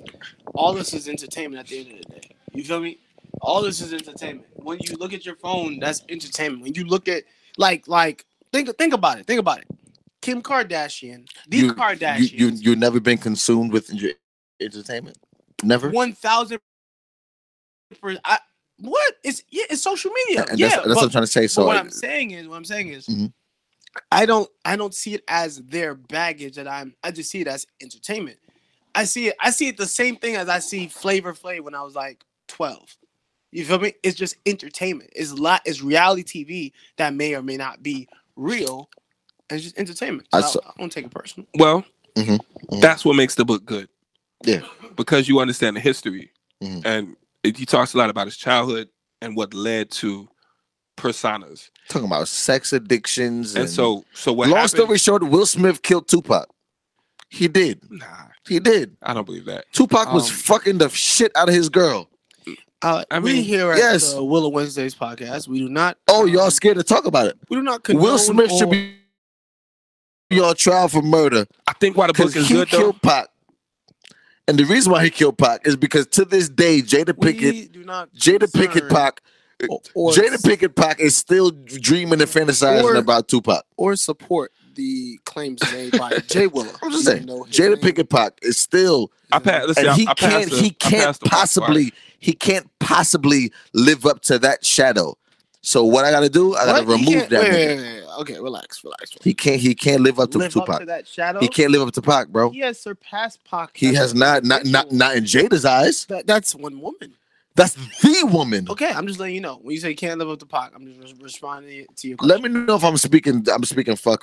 S2: all this is entertainment at the end of the day. You feel me? All this is entertainment. When you look at your phone, that's entertainment. When you look at like like think think about it. Think about it. Kim Kardashian, the
S3: You-
S2: Kardashian,
S3: You you you've never been consumed with your entertainment, never.
S2: one thousand. I what? It's yeah, it's social media.
S3: And
S2: yeah,
S3: that's, that's
S2: but-
S3: what I'm trying to say.
S2: So
S3: So uh,
S2: what
S3: I-
S2: I'm saying is, what I'm saying is,
S3: Mhm.
S2: I don't, I don't see it as their baggage that I'm. I just see it as entertainment. I see it, I see it the same thing as I see Flavor Flav when I was like 12. You feel me? It's just entertainment. It's a lot. It's reality TV that may or may not be real. And it's just entertainment. So
S3: I
S2: I,
S3: saw-
S2: I don't take it personal.
S1: Well,
S3: Mhm, mhm.
S1: that's what makes the book good.
S3: Yeah.
S1: Because you understand the history.
S3: Mhm.
S1: And it, he talks a lot about his childhood and what led to personas.
S3: talking about sex addictions and,
S1: And so so what
S3: long
S1: happened,
S3: story short, Will Smith killed Tupac. He did.
S1: Nah,
S3: He did.
S1: I don't believe that.
S3: Tupac
S2: Oh.
S3: was
S1: Um,
S3: fucking the shit out of his girl.
S2: Uh,
S1: I
S2: we
S1: mean,
S2: here at
S3: yes.
S2: the Willow Wednesdays podcast, we do not.
S3: Oh, y'all
S2: um,
S3: scared to talk about it.
S2: We do not.
S3: Will
S2: condone
S3: Smith should
S2: or-
S3: be your trial for murder
S1: I think why the
S3: because
S1: book
S3: he
S1: is good though.
S3: killed Pac. And the reason why he killed Pac is because to this day, Jada
S2: we
S3: Pickett,
S2: do not.
S3: Jada Pickett
S2: concern
S3: Pac,
S2: or- or
S3: Jada Pickett Pac is still dreaming and fantasizing
S2: Or-
S3: about Tupac.
S2: or support the claims made by Jay Willow.
S3: I'm just
S2: even
S3: saying,
S2: though his
S3: Jada
S2: name-
S3: Pickett Pac is still
S1: I passed listen,
S3: and
S1: I,
S3: he
S1: I passed
S3: can't
S1: the-
S3: he
S1: I
S3: can't
S1: passed the book,
S3: possibly he can't possibly live up to that shadow. So what I gotta do, I gotta
S2: What? He
S3: remove
S2: can't-
S3: that.
S2: Wait,
S3: nigga.
S2: wait, wait, wait. Okay, relax, relax.
S3: He can't he can't live up to
S2: Live
S3: Tupac.
S2: up to that shadow.
S3: he can't live up to Pac, bro.
S2: He has surpassed Pac.
S3: He
S2: as
S3: has
S2: an
S3: not not not
S2: individual.
S3: not in Jada's eyes.
S2: That, that's one woman.
S3: That's the woman.
S2: Okay, I'm just letting you know. When you say you can't live up to Pac, I'm just res- responding to your question.
S3: Let me know if I'm speaking I'm speaking fuckery.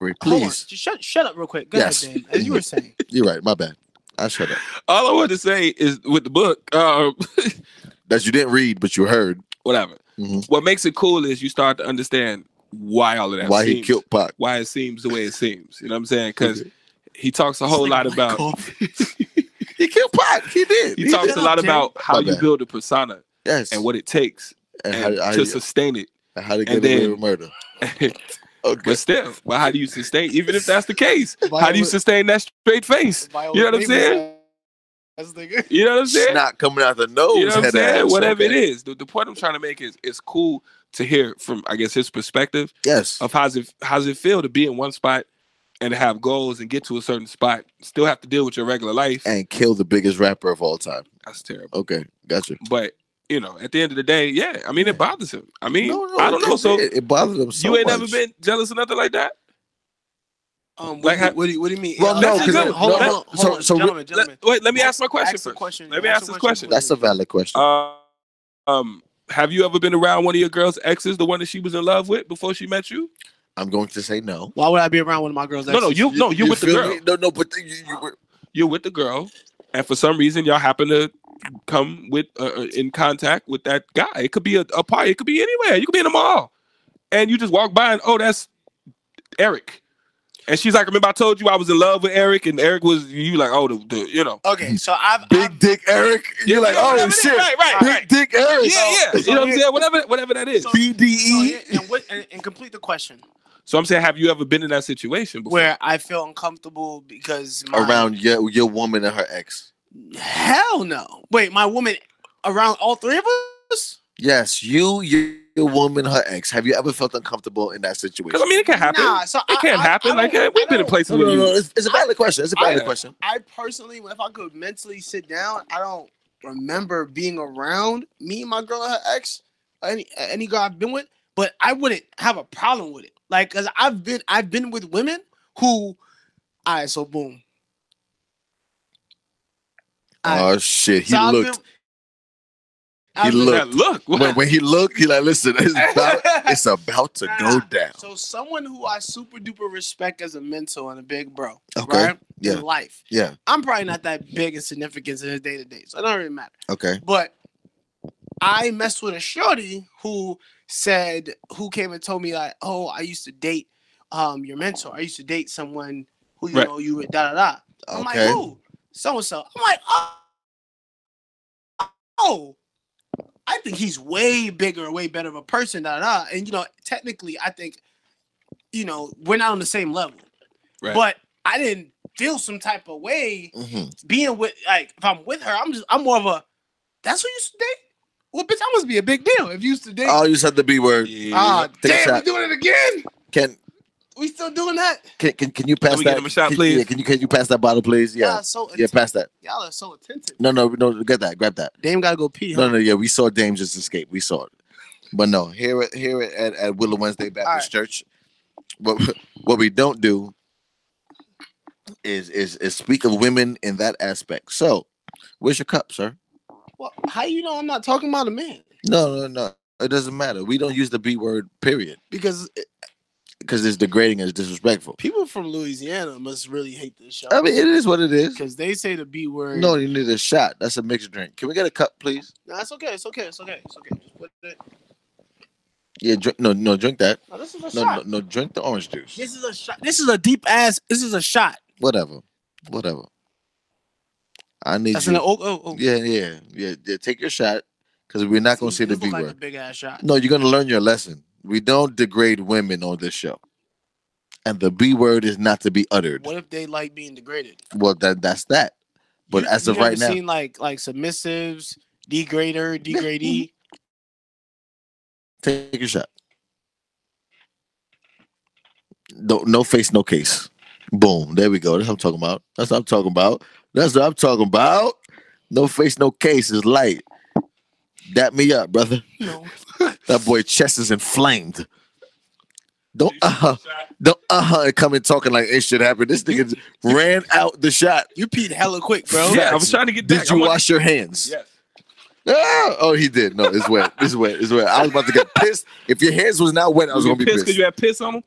S2: Hold on.
S3: Please.
S2: Just shut shut up real quick. Go
S3: Yes.
S2: ahead, Dan. As you were saying,
S3: You're right, my bad. I shut up.
S1: All I want to say is with the book, um,
S3: That you didn't read, but you heard
S1: whatever.
S2: Mm-hmm.
S3: Mhm.
S1: What makes it cool is you start to understand why all of that
S3: why he
S1: seems-
S3: killed Pac.
S1: why it seems the way it seems. You know what I'm saying? Because he talks a whole
S2: It's
S1: lot
S2: like Mike
S1: about
S2: Coffey.
S3: He killed Pac. He did.
S1: he, talks
S2: did.
S1: a lot
S2: Shut up,
S1: about how
S3: My
S1: you
S3: bad.
S1: build a persona
S3: Yes.
S1: and what it takes
S3: and how,
S1: and
S3: how,
S1: to
S3: you-
S1: sustain it.
S3: how to get
S1: and
S3: away
S1: then-
S3: with murder. Okay.
S1: but still, well, how do you sustain? Even if that's the case, how do you
S2: Viola-
S1: sustain that straight face?
S2: Viola
S1: You know what I'm
S2: Davis
S1: saying?
S2: ass nigga.
S1: You know what I'm saying?
S3: snot coming out the nose.
S1: you know what I'm
S3: head
S1: saying?
S3: ass,
S1: Whatever it
S3: okay.
S1: is, the, the point I'm trying to make is it's cool to hear from, I guess, his perspective
S3: Yes.
S1: of how's it how's it feel to be in one spot and to have goals and get to a certain spot, still have to deal with your regular life.
S3: And kill the biggest rapper of all time.
S1: That's terrible.
S3: Okay, gotcha.
S1: But you know, at the end of the day, yeah, I mean,
S3: Yeah.
S1: it bothers him. I mean,
S3: No, no,
S1: I don't
S3: it-
S1: know.
S3: it-
S1: So
S3: it, it bothered him so
S1: you ain't
S3: much.
S1: never been jealous or nothing like that.
S2: Um,
S1: Like
S2: what,
S1: how-
S2: do, what, do, what do you mean?
S3: Well, no,
S2: Uh,
S1: 'cause
S2: gentlemen,
S1: it-
S2: hold on,
S1: no,
S2: hold on,
S3: so-
S2: hold on,
S3: so we-
S2: gentlemen,
S1: Let-
S2: gentlemen.
S1: wait, let me ask my question
S2: Ask the
S1: first.
S2: question.
S1: Let me
S2: Ask
S1: ask
S2: the
S1: this
S2: question,
S1: question.
S3: That's a valid question.
S1: Um, have you ever been around one of your girl's exes, the one that she was in love with before she met you?
S3: I'm going to say no.
S2: Why would I be around one of my girls?
S1: No, no,
S2: exes?
S1: you no, you, with the
S3: feel
S1: girl.
S3: me? No, no, but you, you were,
S1: You're with the girl, and for some reason, y'all happen to come with uh, uh, in contact with that guy. It could be a, a party. It could be anywhere. You could be in a mall, and you just walk by and oh, that's Eric. And she's like, "Remember, I told you I was in love with Eric, and Eric was you like, oh, the, the you know,
S2: Okay, so I've, I've
S3: big dick Eric. You're like,
S1: You know what I
S3: oh
S1: mean?
S3: shit,
S1: right, right,
S3: big
S1: right,
S3: dick Eric.
S1: yeah, yeah.
S2: So-
S1: you know what I'm saying? Whatever, whatever that is.
S2: So- so
S1: E
S3: BDE.
S2: here- Oh, and, what, and, and complete the question
S1: So I'm saying, have you ever been in that situation before?
S2: where I feel uncomfortable because my,
S3: Around your your woman and her ex.
S2: hell no. Wait, my woman around all three of us?
S3: Yes, you, your, your woman, her ex. Have you ever felt uncomfortable in that
S1: Because I
S3: situation?
S1: mean, it can happen.
S2: Nah, so I,
S1: it can't
S2: I-
S1: happen.
S2: I
S1: like
S2: don't-
S1: hey, we've been in
S2: I
S1: places
S3: No,
S1: with
S3: no,
S1: you.
S3: no. It's, it's a valid question. It's a valid
S1: I-
S3: question.
S2: I personally, if I could mentally sit down, I don't remember being around me and my girl and her ex any any girl I've been with, but I wouldn't have a problem with it. Like, cause I've been I've been with women who, all right, so boom. All right.
S3: Oh shit, he
S2: So I've
S3: looked.
S2: been- I've been-
S1: Look, look.
S3: when, when he looked, he like, listen, it's about, it's about to go
S2: Nah.
S3: down.
S2: So someone who I super duper respect as a mentor and a big bro,
S3: Okay,
S2: right?
S3: yeah.
S2: In life,
S3: Yeah.
S2: I'm probably not that big in significance in his day to day, so it don't really matter.
S3: Okay.
S2: But I messed with a shorty who said, who came and told me like, oh, I used to date um your mentor. I used to date someone who you
S1: Right.
S2: know you would da da da. I'm
S3: Okay.
S2: like, who? So and so. I'm like, oh, oh, I think he's way bigger, way better of a person, da da. da. And you know, technically, I think, you know, we're not on the same level.
S1: Right.
S2: But I didn't feel some type of way
S3: Mhm.
S2: being with like if I'm with her, I'm just I'm more of a that's who you used to date? Well, bitch, I must be a big deal if you used to date.
S3: Oh, you said the B word.
S2: ah,
S1: Yeah.
S3: take a
S2: damn, we
S3: shot.
S2: doing it again?
S3: Can,
S2: We still doing that?
S3: can can can you pass
S1: me
S3: that?
S1: get him a shot,
S3: can-
S1: please.
S3: Yeah, can you can you pass that bottle, please? Yeah.
S2: Y'all so
S3: Yeah, pass that.
S2: y'all are so attentive.
S3: No, no, no. Get that. Grab that.
S2: Dame gotta go pee.
S3: No, no. Yeah, we saw Dame just escape. We saw it. But no, here at here at- at, at Willow Wednesday Baptist Church, what what we don't do is is is speak of women in that aspect. So, where's your cup, sir?
S2: Well, how you know I'm not talking about a man?
S3: No, no, no. It doesn't matter. We don't use the B word, period,
S2: Because it-
S3: because it's degrading and it's disrespectful.
S2: people from Louisiana must really hate this show.
S3: I mean, it is what it is.
S2: because they say the B word.
S3: No, you need a shot. That's a mixed drink. Can we get a cup, please?
S2: no, it's okay. It's okay. It's okay. It's okay. Just put it.
S3: Yeah, drink. No, no, drink that.
S2: No, Oh, this is a
S3: No,
S2: shot.
S3: no, no, drink the orange juice.
S2: This is a shot. This is a deep ass. This is a shot.
S3: Whatever, whatever. I need
S2: That's
S3: you.
S2: an oh oh oh.
S3: yeah, yeah, yeah, yeah. Take your shot, because we're not gonna say the
S2: This
S3: B
S2: look like a
S3: word.
S2: big ass shot.
S3: No, you're gonna learn your lesson. We don't degrade women on this show, and the B word is not to be uttered.
S2: What if they like being degraded?
S3: Well, that that's that. But
S2: You-
S3: as
S2: you
S3: of right
S2: ever
S3: now,
S2: seen like like submissives, degrader, degradee.
S3: Take your shot. No, no face, no case. Boom. There we go. That's what I'm talking about. That's what I'm talking about. That's what I'm talking about. No face, no case is light. Dap me up, brother.
S2: no,
S3: That boy chest is inflamed. Don't uh huh. Don't uh huh. And come in talking like it should happen. This nigga ran out the shot.
S2: you peed hella quick, bro.
S1: Yeah, I was trying to get
S3: Did
S1: back.
S3: you
S1: I want-
S3: wash your hands?
S1: Yes.
S3: Ah! Oh, he did. No, it's wet. It's wet. It's wet. I was about to get pissed. If your hands was not wet, I was
S1: You
S3: gonna be
S1: pissed because
S3: pissed.
S1: you had piss on them.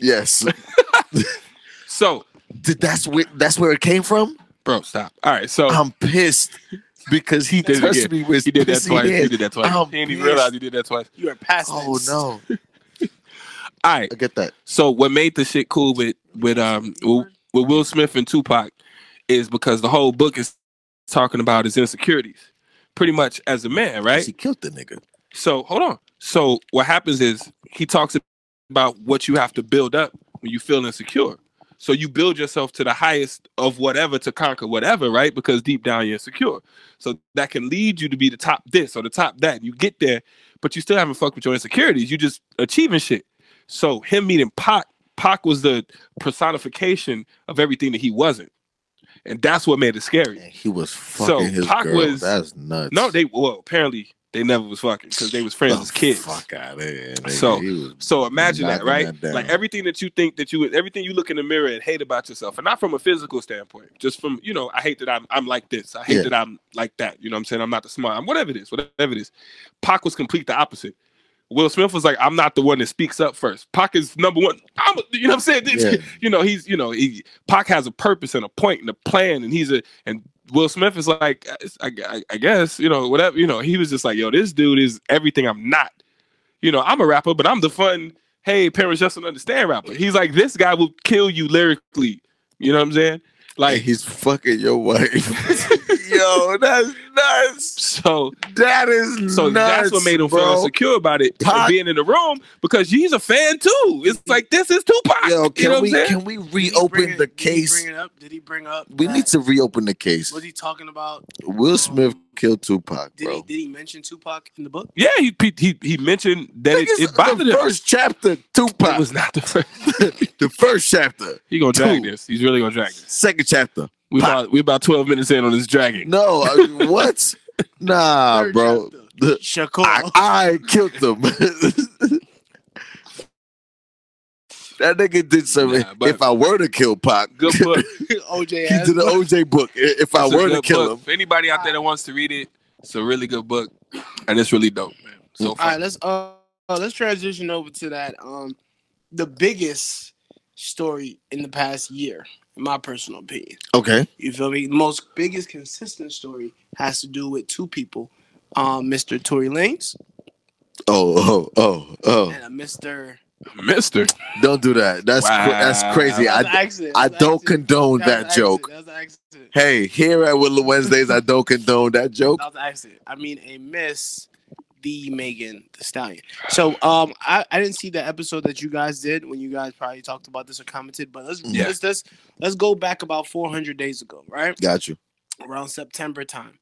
S3: Yes.
S1: So,
S3: Th- that's where that's where it came from.
S1: bro, stop. All right, so
S3: I'm pissed because he
S1: Did it
S3: touched
S1: again.
S3: me with
S1: Oh. he did that
S3: pissy
S1: twice. He
S3: hands.
S1: did that twice.
S3: I'm
S1: he didn't even
S3: pissed.
S1: realize he did that twice.
S2: You are past.
S3: Oh
S2: tense.
S3: no,
S1: All right.
S3: I get that.
S1: So, what made the shit cool with with um with with Will Smith and Tupac is because the whole book is talking about his insecurities, pretty much as a man, right?
S3: She killed the nigga.
S1: So hold on. So what happens is he talks about what you have to build up when you feel insecure. So you build yourself to the highest of whatever to conquer whatever, right? Because deep down you're insecure. So that can lead you to be the top this or the top that. You get there, but you still haven't fucked with your insecurities. You just achieving shit. So him meeting Pac, Pac was the personification of everything that he wasn't. And that's what made it scary.
S3: And he was fucking
S1: So,
S3: his
S1: Pac
S3: girl.
S1: was-
S3: that's nuts.
S1: No, they well, apparently they never was fucking because they was friends
S3: The
S1: as kids.
S3: Fuck out here. nigga.
S1: So-
S3: He was-
S1: So imagine that,
S3: Knocking
S1: right?
S3: that down.
S1: like everything that you think that you, everything you look in the mirror and hate about yourself, and not from a physical standpoint, just from you know, I hate that I'm I'm like this, I hate
S3: Yeah.
S1: that I'm like that. You know, what I'm saying I'm not the smart, I'm whatever it is, whatever it is. Pac was complete the opposite. Will Smith was like, I'm not the one that speaks up first. Pac is number one. I'm, a- you know what I'm saying?
S3: Yeah.
S1: You know, he's, you know, he, Pac has a purpose and a point and a plan, and he's a, and Will Smith is like, I, I, I guess, you know, whatever, you know, he was just like, yo, this dude is everything I'm not. You know, I'm a rapper, but I'm the fun, hey, parents just don't understand rapper. He's like, this guy will kill you lyrically. You know what I'm saying?
S3: like
S1: Like,
S3: he's fucking your wife. Yo, that's nuts.
S1: so
S3: That is
S1: So that's
S3: nuts,
S1: what made him
S3: bro.
S1: feel insecure about it and
S3: Pac-
S1: being in the room because he's a fan too. It's like this is Tupac.
S3: Yo,
S1: you
S3: can
S1: know
S3: we
S1: what I'm saying?
S3: can we
S2: Did he bring
S3: reopen
S2: it-
S3: the
S2: did he
S3: case?
S2: Bring it up? Did he bring up?
S3: We
S2: that-
S3: need to reopen the case.
S2: Was he talking about?
S3: Will Smith killed Tupac,
S2: Did
S3: bro.
S2: he did he mention Tupac in the book?
S1: Yeah, he he- he, he mentioned that it,
S3: Niggas,
S1: it bothered
S3: the
S1: him.
S3: first chapter, Tupac.
S1: It was not the first.
S3: the first chapter,
S1: He gonna drag
S3: Two.
S1: this. He's really gonna drag this.
S3: second chapter.
S1: We
S3: Pac.
S1: about we about twelve minutes in on this dragging.
S3: No, I- what? Nah,
S2: Third
S3: bro.
S2: chapter. Oh. Shakur.
S3: I, I killed them. that nigga did something.
S1: Nah, but-
S3: if I were to kill Pac,
S1: Good book.
S2: OJ
S3: he did
S2: Asmus.
S3: the OJ book. I- If I
S1: It's a
S3: were to
S1: good
S3: kill
S1: book.
S3: him,
S1: For anybody out there that wants to read it, it's a really good book, and it's really dope, man.
S3: Mm.
S1: So
S2: All
S1: far.
S2: right, let's uh uh, let's transition over to that um the biggest story in the past year, in my personal opinion.
S3: okay,
S2: You feel me? The most biggest consistent story has to do with two people, um, Mr. Tory Lanez
S3: oh, oh, oh, oh,
S2: and a Mr.
S1: Mister,
S3: don't do that. That's cra- that's
S1: Wow.
S3: crazy.
S2: That was an
S3: I
S2: accident.
S3: I
S2: That was an
S3: don't
S2: accident.
S3: condone
S2: was an
S3: that joke.
S2: accident. That was an accident.
S3: Hey, here at Willow Wednesdays, I don't condone that joke.
S2: That was an accident. I mean, a miss the Megan the Stallion. So, um, I, I didn't see the episode that you guys did when you guys probably talked about this or commented, but let's
S1: Yeah.
S2: let's, let's let's go back about 400 days ago, right
S3: Got you.
S2: around September time.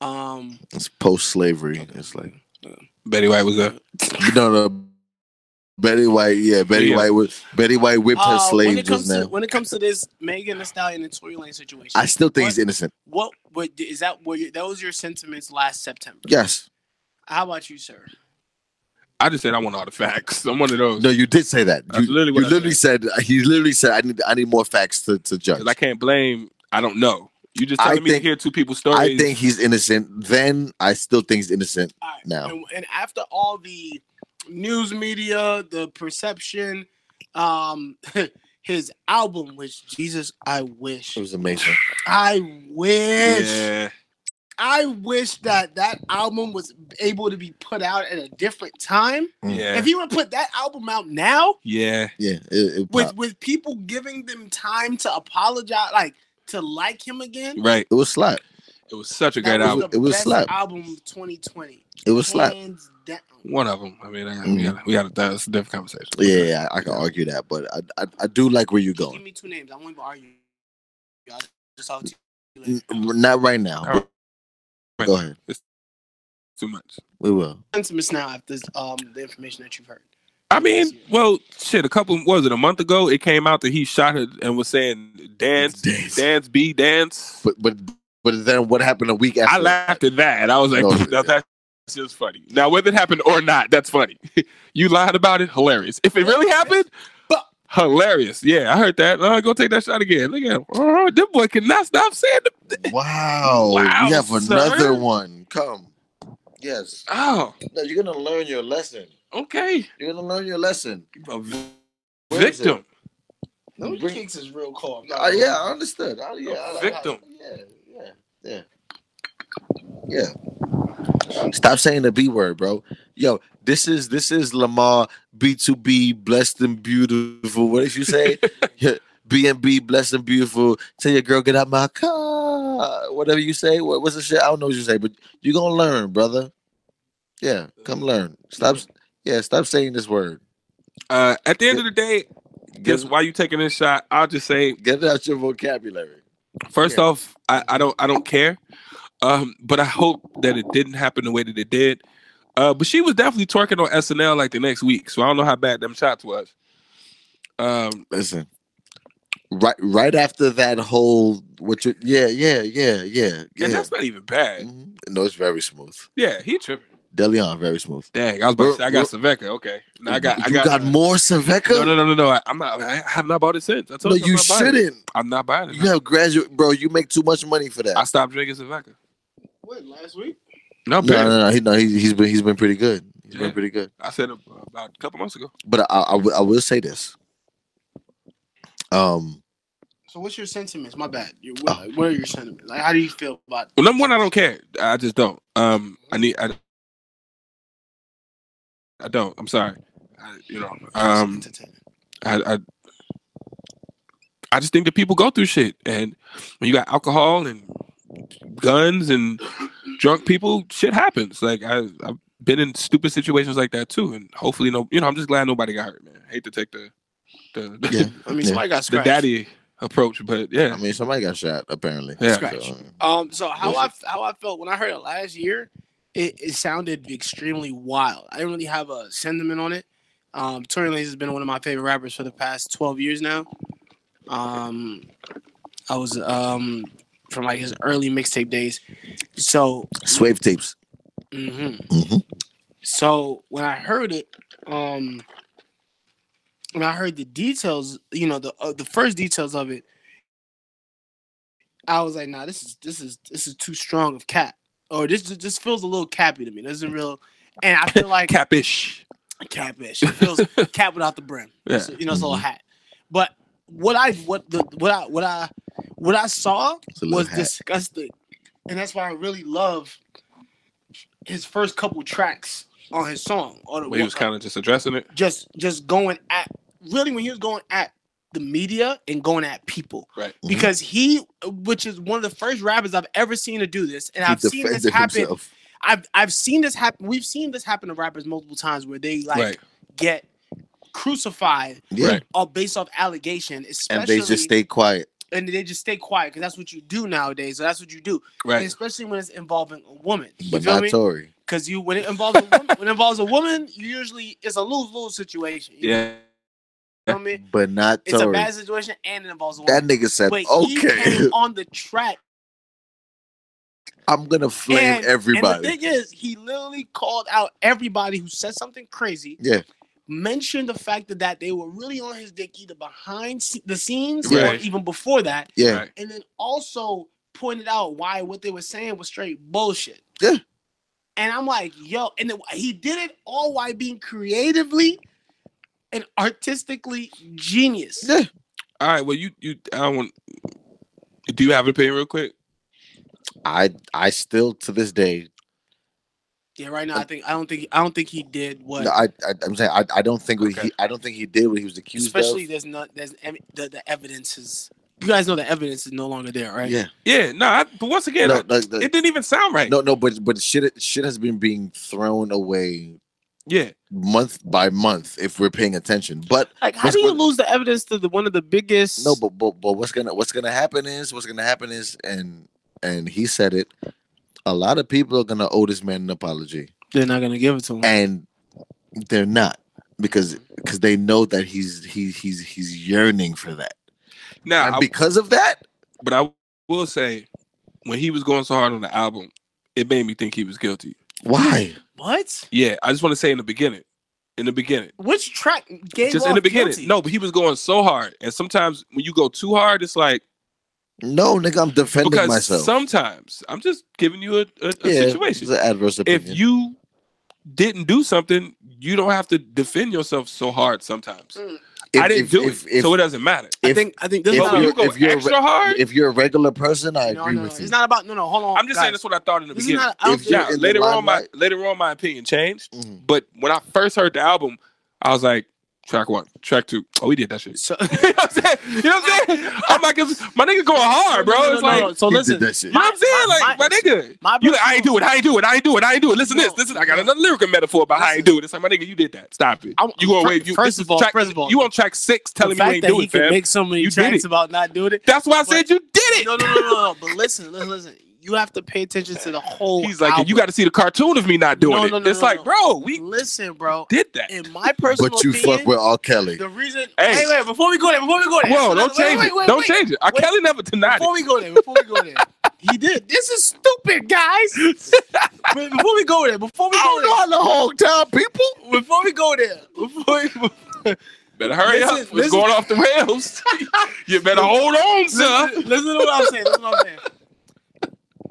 S2: Um,
S3: It's post slavery. It's like
S1: Betty White was a
S3: no, no. Betty White, yeah, Betty
S1: Yeah.
S3: White was Betty White whipped her
S2: uh, when
S3: slave
S2: it comes
S3: just
S2: to
S3: now.
S2: when it comes to this Megan the Stallion and Tory Lane situation,
S3: I still think he's
S2: What?
S3: innocent.
S2: what what is that? Were you, that was your sentiments last September?
S3: Yes.
S2: How about you, sir?
S1: I just said I want all the facts. I'm one of those.
S3: No, you did say that.
S1: That's
S3: You,
S1: literally
S3: you
S1: what I
S3: literally said. he literally said I need I need more facts to, to judge.
S1: 'Cause I can't blame. I don't know. You just
S3: I
S1: telling me
S3: think-
S1: to hear two people's stories.
S3: I think he's innocent. Then I still think he's innocent.
S2: All right.
S3: now.
S2: And, and after all the news media, the perception, um, his album, which Jesus, I wish,
S3: It was amazing.
S2: I wish,
S1: yeah,
S2: I wish that that album was able to be put out at a different time.
S1: yeah,
S2: If he would put that album out now,
S1: yeah.
S3: Mm. Yeah, it, it,
S2: with
S3: popped.
S2: with people giving them time to apologize, like to like him again,
S1: Right.
S3: it was slap.
S1: It was such a
S2: that
S1: great
S2: was
S1: album.
S2: the
S3: It was
S2: best
S3: slap.
S2: album of 2020.
S3: It was slap.
S2: Hands down.
S1: One of them. I mean, I, we
S3: Mhm.
S1: got we got that's a different conversation.
S3: Yeah, yeah, I, I can argue that, but I, I I do like where you're
S2: Give
S3: going.
S2: me two names. I won't even argue. I'll just talk to you
S3: N-
S2: later.
S3: Not right now.
S1: All right.
S3: but Go ahead.
S1: Too much.
S3: We will.
S2: Sentiments now after um the information that you've heard.
S1: I mean, well, shit. A couple what was it a month ago? It came out that he shot her and was saying dance,
S3: Dance.
S1: dance, be dance.
S3: But but but then what happened a week after?
S1: I laughed at that. and I was like,
S3: No,
S1: "Now that's just funny. Now, whether it happened or not, that's funny. you lied about it, hilarious. If it really happened, hilarious. Yeah, I heard that. Uh, go take that shot again. Look at him. Oh, this boy cannot stop saying the
S3: Wow.
S1: Wow,
S3: we have
S1: sir.
S3: another one. Come. Yes.
S1: Oh,
S3: No, you're gonna learn your lesson.
S1: okay.
S3: You're gonna learn your lesson.
S1: A v-
S3: Where is
S1: victim.
S2: Them
S3: Bring-
S2: kicks is real cold. I'm not
S3: Uh,
S2: gonna
S3: yeah,
S2: lie.
S3: I understood. I, yeah, I- I-
S1: Oh, Victim.
S3: yeah, yeah, yeah, yeah. Stop saying the B word, bro. Yo, this is this is Lamar B two B blessed and beautiful. What did you say? B and B blessed and beautiful. Tell your girl get out my car. Whatever you say. What, what's the shit? I don't know what you say, but you gonna learn, brother. Yeah, come learn. Stop.
S1: Mm-hmm.
S3: Yeah, stop saying this word.
S1: Uh, at the end of the day, guess
S3: Get-
S1: why you taking this shot? I'll just say
S3: Get it out your vocabulary.
S1: First
S3: Yeah.
S1: off, I, I don't I don't care, um, but I hope that it didn't happen the way that it did. Uh, but she was definitely twerking on SNL like the next week, so I don't know how bad them shots was. Um,
S3: listen right right after that whole what you yeah yeah yeah yeah
S1: and
S3: yeah
S1: that's not even bad.
S3: Mhm. no it's very smooth
S1: Yeah, he tripping.
S3: deleon very smooth
S1: Dang, I was about to say I got
S3: Bro,
S1: Saveka. Okay, now I got I
S3: you
S1: got,
S3: more Saveca?
S1: no no no no no. I, I'm not I, have not bought it since. I
S3: no,
S1: told you, I'm
S3: you
S1: not buying it.
S3: shouldn't
S1: I'm not buying it.
S3: you have graduate bro you make too much money for that
S1: I stopped drinking Saveka.
S2: What last week?
S1: No,
S3: no
S1: no,
S3: no no, he, no he, he's been he's been pretty good He's
S1: Yeah.
S3: been pretty good
S1: I said it about a couple months ago.
S3: but I, I will- I will say this um
S2: So what's your sentiments? My bad. Your, what, what are your sentiments? Like, how do you feel about?
S1: Well, number one, I don't care. I just don't. Um, I need. I, I don't. I'm sorry. I, you know. Um,
S2: Entertainment.
S1: I, I. I just think that people go through shit, and when you got alcohol and guns and drunk people, shit happens. Like I, I've been in stupid situations like that too, and hopefully, no. You know, I'm just glad nobody got hurt, man. hate to take the, the, the,
S3: yeah
S2: I mean,
S3: Yeah.
S2: somebody got
S1: the
S2: scratched.
S1: daddy approach, but yeah,
S3: i mean somebody got shot apparently
S1: Yeah.
S2: Scratch.
S3: So,
S2: Um, so how
S3: Yeah.
S2: I how I felt when I heard it last year, it, it sounded extremely wild. I didn't really have a sentiment on it. Um, Tory Lanez has been one of my favorite rappers for the past twelve years now. Um, I was um from like his early mixtape days. So
S3: Swave tapes
S2: Mm-hmm.
S3: Mhm.
S2: So when I heard it, um, when I heard the details, you know, the uh, the first details of it, I was like, nah, this is this is this is too strong of cap, or this this- this feels a little cappy to me. This isn't real, and I feel like
S1: Capish.
S2: capish. It feels cap without the brim.
S1: Yeah.
S2: So, you know, it's a little hat. But what I what the what I what I what I saw
S3: It's a little
S2: was
S3: hat.
S2: disgusting, and that's why I really love his first couple tracks on his song. Or the,
S1: Well, he was kind of just addressing it.
S2: just just going at really when he was going at the media and going at people
S1: Right.
S3: Mhm.
S2: because he which is one of the first rappers i've ever seen to do this and
S3: He
S2: i've seen this
S3: defended
S2: happen
S3: himself.
S2: i've i've seen this happen we've seen this happen to rappers multiple times where they like
S1: right.
S2: get crucified
S3: Yeah.
S1: Right.
S2: all based off allegation, especially
S3: And they just stay quiet.
S2: and they just stay quiet because that's what you do nowadays. So that's what you do,
S1: Right.
S2: And especially when it's involving a woman. You
S3: But
S2: feel
S3: not
S2: me?
S3: Tory.
S2: Because you when it involves a woman, when it involves a woman, you usually it's a lose lose situation. You
S1: yeah.
S2: feel me?
S3: But not
S2: It's a
S3: Tory.
S2: bad situation and it involves a
S3: That
S2: woman.
S3: nigga said,
S2: but he
S3: okay,
S2: came on the track.
S3: I'm going to flame
S2: and- And the
S3: everybody.
S2: thing is, he literally called out everybody who said something crazy.
S3: Yeah.
S2: Mentioned the fact that, that they were really on his dick either behind s- the scenes or
S1: Right.
S2: even before that.
S3: Yeah.
S1: Right.
S2: and then also pointed out why what they were saying was straight bullshit.
S3: Yeah.
S2: And I'm like, yo, and then he did it all while being creatively and artistically genius.
S3: Yeah.
S1: All right. Well, you you I don't want. Do you have an opinion, real quick?
S3: I I still to this day
S2: Yeah, right now I think I don't think I don't think he did what
S3: no, I, I I'm saying I, I don't think what
S1: Okay.
S3: he I don't think he did what he was accused
S2: especially
S3: of.
S2: there's not there's em- the, the evidence is you guys know the evidence is no longer there, right?
S3: Yeah.
S1: Yeah. No. I, but once again,
S3: no,
S1: I-
S3: like, the-
S1: it didn't even sound right.
S3: no, no, but but shit shit has been being thrown away
S1: Yeah.
S3: month by month if we're paying attention. But
S2: Like how
S3: What's-
S2: do you
S3: what-
S2: lose the evidence to the one of the biggest
S3: no, but, but but what's gonna what's gonna happen is what's gonna happen is and and he said it. A lot of people are gonna owe this man an apology,
S2: they're not gonna give it to him.
S3: and they're not because because they know that he's he he's he's yearning for that,
S1: Now,
S3: and
S1: I-
S3: because of that,
S1: but I will say, when he was going so hard on the album, it made me think he was guilty.
S3: why?
S2: what?
S1: Yeah. I just want to say in the beginning, in the beginning.
S2: Which track gave
S1: just in
S2: off
S1: the beginning.
S2: guilty?
S1: No, but he was going so hard, and sometimes when you go too hard, it's like
S3: hmm, No, nigga, I'm defending
S1: because
S3: myself.
S1: sometimes I'm just giving you a, a, a
S3: yeah,
S1: situation.
S3: it's an adverse opinion.
S1: If you didn't do something, you don't have to defend yourself so hard. Sometimes
S2: Mm.
S1: I didn't do it,
S3: If,
S1: so it doesn't matter.
S2: I
S3: if-
S2: think I think this
S3: if
S2: is
S1: but when
S2: not
S1: you
S3: you're-
S1: go
S3: if you're re-
S1: extra hard,
S3: if you're a regular person, I
S2: no,
S3: agree
S2: no,
S3: with you.
S2: It's not about no, no. Hold on.
S1: I'm just saying
S2: guys.
S1: that's what I thought in the
S2: This is
S1: beginning.
S2: not out
S3: If you're
S1: Now
S2: there.
S3: in the
S1: later on, my
S3: limelight-
S1: later on my opinion changed,
S3: Mhm.
S1: but when I first heard the album, I was like. Track one, track two. Oh, we did that shit.
S2: So,
S1: you know what I'm saying? You know what I'm saying? I'm like, it's- my nigga going hard, bro.
S2: No, no,
S1: it's
S2: no,
S1: like,
S2: no. so
S3: He did
S2: listen.
S3: that shit.
S1: You know what I'm saying?
S2: My-
S1: Like, my, nigga.
S2: My
S1: You like, I ain't do it, I ain't do it, I ain't do it, I ain't do it. Listen to this,
S2: No,
S1: listen. I got
S2: no.
S1: another lyrical metaphor about how I ain't do it. It's like, my nigga, you did that. Stop it.
S2: I'm-
S1: you gonna
S2: fir-
S1: wait. You,
S2: first
S1: this is
S2: of all-
S1: track,
S2: first of all,
S1: you on track six
S2: The
S1: telling me you
S2: fact
S1: ain't
S2: that
S1: do
S2: he
S1: it, fam.
S2: can make so many
S1: You did it.
S2: tracks about not doing it.
S1: That's why I said
S2: But-
S1: you did it.
S2: No, no, no, no, no. But listen, listen, listen. You have to pay attention to the whole.
S1: He's like,
S2: album.
S1: you got to see the cartoon of me not doing
S2: No,
S1: it.
S2: no, no,
S1: it's
S2: no,
S1: like,
S2: no.
S1: bro, we
S2: Listen, bro.
S1: did that.
S2: In my personal
S3: but you
S2: opinion,
S3: fuck with R. Kelly.
S2: the reason.
S1: Hey.
S2: Hey, wait. Before we go there, before we go there.
S1: Whoa,
S2: Listen,
S1: don't
S2: wait,
S1: change
S2: wait,
S1: it.
S2: wait,
S1: don't
S2: wait.
S1: change it. I
S2: Wait.
S1: Kelly never denied
S2: Before we go there, before we go there, he did. This is stupid, guys. But before we go there, before we
S3: I
S2: go
S3: don't know
S2: there,
S3: how the whole town people.
S2: before we go there, before we,
S1: it. Better hurry
S2: Listen,
S1: up. It's
S2: listen.
S1: going off the rails. you better hold on, sir.
S2: listen, listen to what I'm saying. Listen to what I'm saying.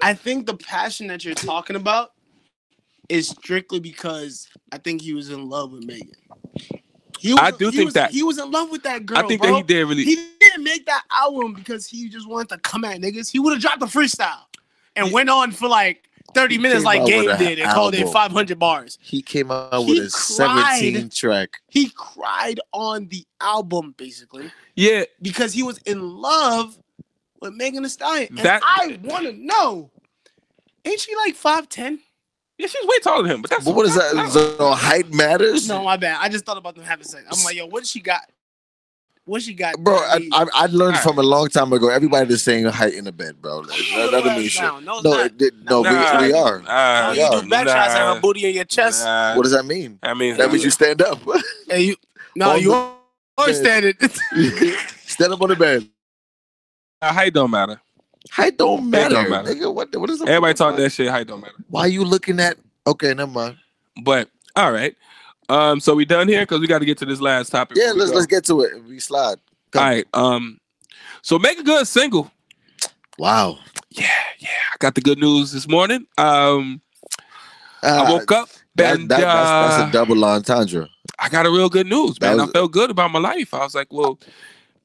S2: I think the passion that you're talking about is strictly because I think he was in love with Megan. He was,
S1: I do
S2: he
S1: think
S2: was-
S1: that.
S2: he was in love with that girl.
S1: I think
S2: bro.
S1: that he did really.
S2: He didn't make that album because he just wanted to come at niggas. He would have dropped the freestyle and
S1: He-
S2: went on for like 30 minutes
S3: came
S2: like
S3: out with
S2: Game
S3: a
S2: did and called it
S3: album.
S2: 500 bars.
S3: He came out
S2: He
S3: with a
S2: cried.
S3: 17 track.
S2: He cried on the album basically
S1: yeah,
S2: because he was in love with Megan Thee Stallion. And
S1: That-
S2: I want to know, ain't she like 5'10"?
S1: yeah, she's way taller than him. But that's
S3: But what is that? So height matters,
S2: No, my bad. I just thought about them having sex. I'm like, yo, what she got? What she got?
S3: bro. I, I I learned
S1: Alright.
S3: from a long time ago. Everybody is saying height in the bed, bro. Like, that, that don't mean shit.
S2: No, no, it's
S3: No,
S2: not.
S3: it, did- no,
S1: Nah.
S3: we, we are.
S2: All
S1: Uh,
S2: you do back shots and her booty in your chest.
S1: Nah.
S3: What does that mean?
S1: I mean,
S3: That means you stand up.
S2: And you, no,
S3: On
S2: you
S3: the
S2: understand it.
S3: stand up on the bed.
S1: uh, height don't matter.
S3: Height don't matter,
S1: matter.
S3: nigga. What what is the-
S1: Everybody talk that shit. Height don't matter.
S3: Why you looking at Okay, never mind.
S1: But all right. Um, so we done here because we got to get to this last topic. before
S3: Yeah,
S1: we
S3: let's
S1: go.
S3: let's get to it. We slide. go.
S1: All right. Um, so make a good single.
S3: Wow.
S1: Yeah, yeah. I got the good news this morning. Um, I
S3: Ah,
S1: woke up
S3: that-
S1: and
S3: that- that's,
S1: uh,
S3: that's a double entendre.
S1: I got a real good news,
S3: That
S1: man.
S3: was-
S1: I felt good about my life. I was like, well,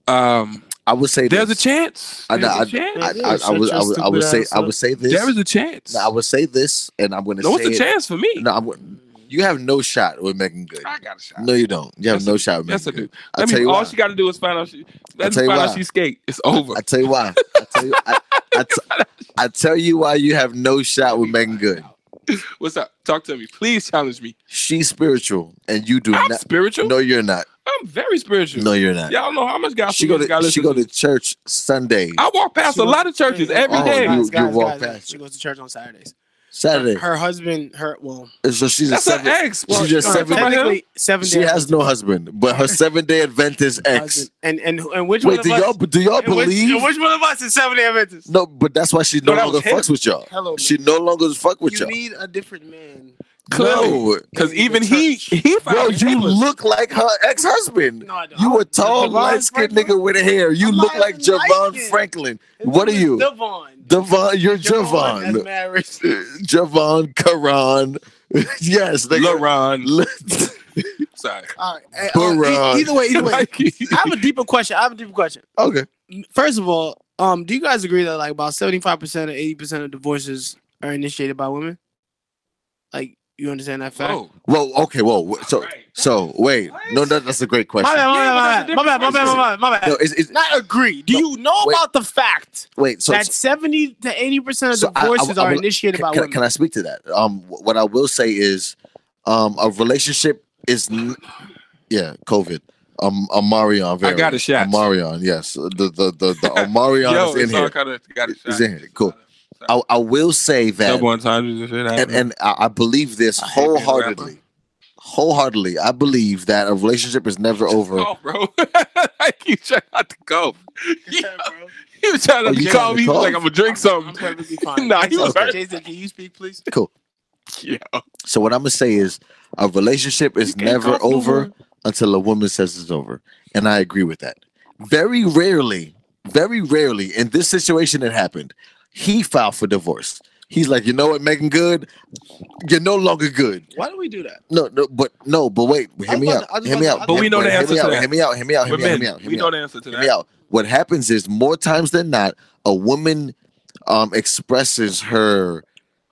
S1: um,
S3: I would say
S1: there's a
S3: this.
S1: chance.
S3: I-
S1: There's
S3: I-
S1: a chance.
S3: I, I, I would I would I would say I would say this.
S1: There is a chance.
S3: No, I would say this, and I'm going to
S1: No,
S3: say
S1: it's a
S3: it.
S1: chance for me.
S3: No, I'm, you have no shot with Megan Good.
S1: I got a shot.
S3: No, you don't. You have
S1: Yes,
S3: no shot with Megan
S1: Yes, I do.
S3: Good.
S1: I
S3: I'll tell
S1: mean,
S3: you
S1: all
S3: why.
S1: she got to do is find out she. Let's
S3: tell you
S1: find
S3: why.
S1: out she skate. It's over.
S3: I tell you why. I tell you. I, I, t- I tell you why you have no shot with Megan Good.
S1: What's up? Talk to me. Please challenge me.
S3: She's spiritual, and you do
S1: I'm
S3: not.
S1: spiritual.
S3: No, you're not.
S1: I'm very spiritual.
S3: No, you're not.
S1: Y'all don't know how much God
S3: She go
S1: got
S3: to she go to church Sunday,
S1: I walk past
S2: She
S1: a
S2: wants-
S1: lot of churches
S2: Hey,
S1: every
S3: Oh,
S1: day.
S3: you- you walk past
S2: She
S3: it.
S2: goes to church on Saturdays.
S3: Saturday.
S2: Her husband, her well,
S3: And so she's a
S1: That's an
S3: seven.
S1: ex. Well,
S3: just
S1: you know,
S3: seven-
S1: somebody else-
S2: technically seven
S3: She
S2: days.
S3: has no husband, but her seven day Adventist ex.
S2: husband. And and and which
S3: Wait,
S2: one
S3: do
S2: of
S3: y'all
S2: us?
S3: do y'all
S2: and which-
S3: believe?
S2: and Which, one of us is seven day Adventist?
S3: No, but that's why she no
S1: No, that
S3: longer
S1: was him.
S3: fucks with y'all.
S2: Hello, man.
S3: She no longer fuck with
S2: you
S3: y'all.
S2: need a different man.
S3: No,
S1: Clearly. Because
S2: In the
S1: even he,
S2: church.
S1: he
S3: bro,
S1: found
S3: you
S1: Jesus.
S3: look like her ex husband.
S2: No, I don't.
S3: You a tall,
S2: Devon
S3: light skinned
S2: Franklin?
S3: nigga with a hair. You
S2: I'm
S3: look
S2: not
S3: like
S2: even like
S3: Javon
S2: it.
S3: Franklin. What are you?
S2: Devon.
S3: Devon, you're
S2: Devon.
S3: Javon.
S2: That's marriage.
S3: Javon, Karan. yes, nigga.
S1: LaRon. Sorry.
S2: All right. Hey, uh,
S3: Buran.
S2: e- either way, either way.
S1: Like,
S2: I have a deeper question. I have a deeper question.
S3: Okay.
S2: First of all, um, do you guys agree that like about seventy five percent or eighty percent of divorces are initiated by women? Like, you understand that fact?
S1: whoa.
S3: Well, okay, whoa. So,
S1: Right.
S3: so wait. No, that, that's a great
S2: My
S3: question.
S2: bad,
S1: Yeah, but
S2: my bad, my
S1: that's
S2: bad, my
S1: a
S2: bad, my
S1: different
S2: bad, my bad.
S3: No, is, is,
S2: Not agree. Do
S3: No,
S2: you know
S3: wait.
S2: about the fact
S3: wait. So,
S2: that seventy to eighty percent of
S3: So I- I-
S2: divorces
S3: I
S2: are
S3: would-
S2: initiated by
S3: can,
S2: women?
S3: can I speak to that? Um, wh- what I will say is, um, a relationship is, n- yeah, COVID. Um, Omarion.
S1: I got
S3: variant.
S1: a shot.
S3: Omarion. Yes, the the the, the Omarion
S1: Yo,
S3: is in
S1: it's all
S3: here.
S1: kind of got a shot.
S3: It's in here. Cool. I, I will say that,
S1: Double entendres and shit. I-
S3: and, and I I believe this
S1: I hate being a rapper.
S3: wholeheartedly. Wholeheartedly, I believe that a relationship is never over.
S1: Oh, bro. like, you trying not to go. Yeah.
S2: bro.
S1: He was trying
S3: Oh,
S1: not
S3: you
S1: to
S3: trying
S1: call
S3: to
S1: me. He was
S3: cough?
S1: like, I'm going to drink
S2: I'm
S1: something.
S2: perfectly fine.
S1: Nah, he was
S2: Okay.
S1: hurt.
S2: Jason, can you speak, please?
S1: Yeah.
S3: So what I'm gonna say is, a relationship is
S2: can't
S3: never
S2: cough no
S3: over
S2: more.
S3: until a woman says it's over, and I agree with that. Very rarely, very rarely in this situation it happened. He filed for divorce. He's like, you know what, Megan Good, you're no longer good.
S2: Why do we do that?
S3: No, no, but no, but wait, hear me
S2: about
S3: out,
S2: to- I was
S3: hear
S2: about
S3: me
S2: to-
S3: out.
S2: But
S1: we know
S3: Wait,
S1: the answer
S3: hear
S1: to
S3: me out,
S1: that.
S3: Hear me out, hear me out, hear
S1: But
S3: me out, hear
S1: men,
S3: me out. hear
S1: we
S3: me out.
S1: know the answer to
S3: Hear me
S1: that.
S3: out. What happens is more times than not, a woman um, expresses her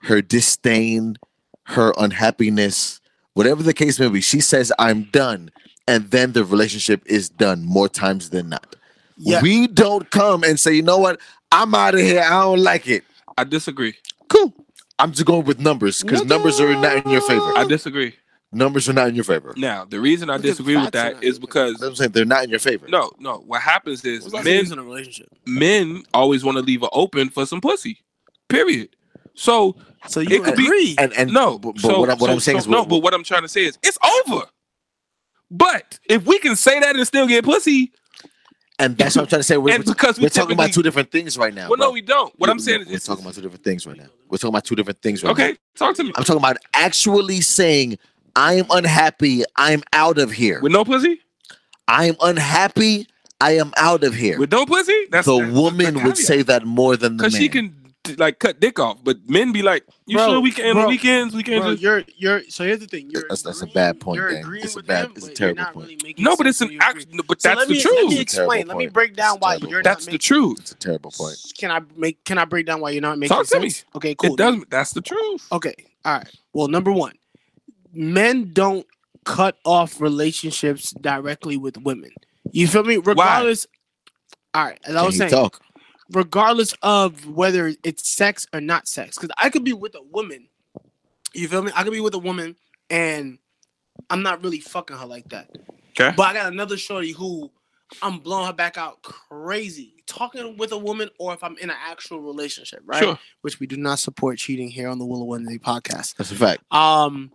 S3: her disdain, her unhappiness, whatever the case may be. She says, "I'm done," and then the relationship is done more times than not.
S2: Yeah.
S3: We don't come and say, "You know what? I'm out of here. I don't like it."
S1: I disagree.
S3: Cool. I'm just going with numbers because numbers are not in your favor.
S1: I disagree.
S3: numbers are not in your favor.
S1: Now, the reason I
S2: Look at
S1: disagree with
S2: facts
S1: that
S2: in it.
S1: is because
S3: That's what I'm saying they're not in your favor.
S1: no, no. What happens is
S2: What's that
S1: men
S2: in a relationship?
S1: men always want to leave it open for some pussy. Period. So
S2: So
S1: you
S2: you
S1: could be-
S2: agree?
S3: And and
S1: no,
S3: but, but
S1: so,
S3: what, I, what
S1: so-
S3: I'm saying
S1: so-
S3: is
S1: no. But what I'm trying to say is it's over. But if we can say that and still get pussy,
S3: and that's what I'm trying to say. We're,
S1: and because we
S3: we're talking about two
S1: typically-
S3: different things right now.
S1: well,
S3: bro.
S1: no, we don't. What
S3: We-
S1: I'm saying
S3: we're
S1: is
S3: talking about two different things right now. We're talking about two different things right now.
S1: okay. Talk to me
S3: I'm talking about actually saying I am unhappy. I am out of here.
S1: with no pussy.
S3: I am unhappy. I am out of here.
S1: With no pussy, that's
S3: the
S1: that's-
S3: woman
S1: that's
S3: would
S1: the
S3: say that more than the man.
S1: because she can like cut dick off, but men be like, you
S2: Bro,
S1: sure we can
S2: bro,
S1: on weekends? We can't
S2: Bro,
S1: just
S2: you're you're. So here's the thing. You're
S3: That's- that's a
S2: agreeing-
S3: bad point,
S2: You're
S3: Dan.
S2: agreeing
S3: It's a
S2: with
S3: bad-
S2: him,
S3: it's a
S2: but you're
S3: terrible
S2: not
S3: point.
S2: really making
S1: no, but it's
S2: sense
S1: an
S2: when you agree.
S1: act. But
S2: So
S1: that's
S2: let
S1: the
S2: me- Let me
S1: truth.
S2: explain.
S3: Terrible
S2: Let me
S3: point.
S2: break down
S3: It's a
S2: why
S3: terrible
S2: you're
S3: point.
S2: not
S1: That's the
S2: making-
S1: truth.
S3: It's a terrible point.
S2: Can I make? Can I break down why you're not making
S1: Talk to me.
S2: sense? Okay, cool.
S1: It doesn't. That's the truth.
S2: Okay, all right. Well, number one, men don't cut off relationships directly with women. You feel me? Regardless. All right, as I
S3: Can
S2: was
S3: he
S2: saying,
S3: talk?
S2: regardless of whether it's sex or not sex. Because I could be with a woman, you feel me? I could be with a woman and I'm not really fucking her like that.
S1: Okay.
S2: But I got another shorty who I'm blowing her back out crazy. Talking with a woman or if I'm in an actual relationship, right?
S1: Sure.
S2: Which we do not support cheating here on the Willow Wednesday podcast.
S3: That's a fact.
S2: Um,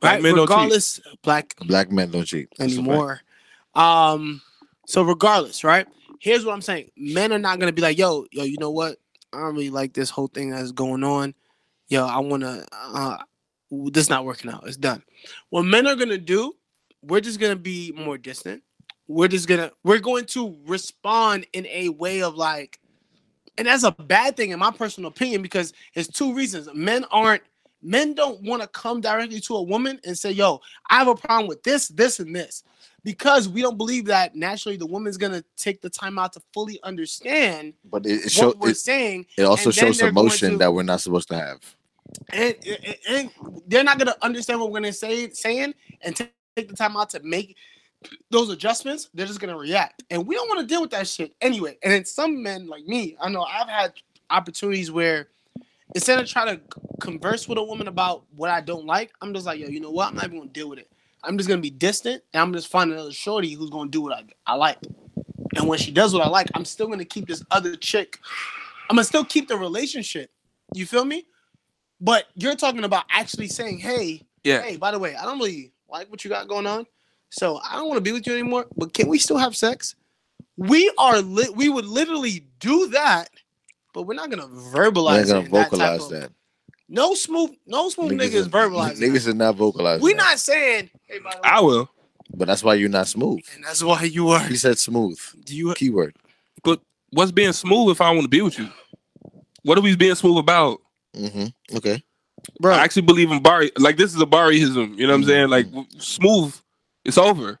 S1: Black
S2: right,
S1: men don't cheat.
S2: regardless, black
S3: Black men don't cheat That's a fact.
S2: anymore. Um, so regardless, right? Here's what I'm saying: men are not gonna be like, "Yo, yo, you know what? I don't really like this whole thing that's going on. Yo, I wanna, uh, this not working out. It's done. What men are gonna do, we're just gonna be more distant. We're just gonna we're going to respond in a way of like, and that's a bad thing in my personal opinion because it's two reasons. Men aren't men don't want to come directly to a woman and say, yo, I have a problem with this, this, and this. Because we don't believe that naturally the woman's gonna take the time out to fully understand
S3: But it, it,
S2: what
S3: show,
S2: we're
S3: it,
S2: saying
S3: it also
S2: and then
S3: shows
S2: they're going
S3: emotion
S2: to-
S3: that we're not supposed to have.
S2: and, and, and they're not gonna understand what we're gonna say saying and ta- take the time out to make those adjustments. They're just gonna react, and we don't want to deal with that shit anyway. And then some men like me, I know I've had opportunities where instead of trying to converse with a woman about what I don't like, I'm just like, yo, you know what? I'm not even gonna deal with it. I'm just gonna be distant, and I'm just find another shorty who's gonna do what I, I like. And when she does what I like, I'm still gonna keep this other chick. I'm gonna still keep the relationship. You feel me? But you're talking about actually saying, "Hey,
S1: Yeah.
S2: hey, by the way, I don't really like what you got going on, so I don't want to be with you anymore. But can we still have sex? We are lit. We would literally do that, but we're not gonna verbalize.
S3: We're not gonna
S2: it in that type
S3: vocalize
S2: of-
S3: that.
S2: No smooth, no smooth niggas,
S3: are-
S2: verbalizing.
S3: Niggas are not vocalizing.
S2: We're
S3: that.
S2: not saying, "Hey, by the way,"
S1: I will.
S3: But that's why you're not smooth.
S2: and that's why you are.
S3: He said smooth.
S2: Do you?
S3: Keyword.
S1: But what's being smooth if I want to be with you? What are we being smooth about?
S3: Mm-hmm. Okay.
S2: Bro.
S1: I actually believe in Bari. Like this is a Bariism. You know what
S2: Mm-hmm.
S1: I'm saying? Like w- smooth, it's over.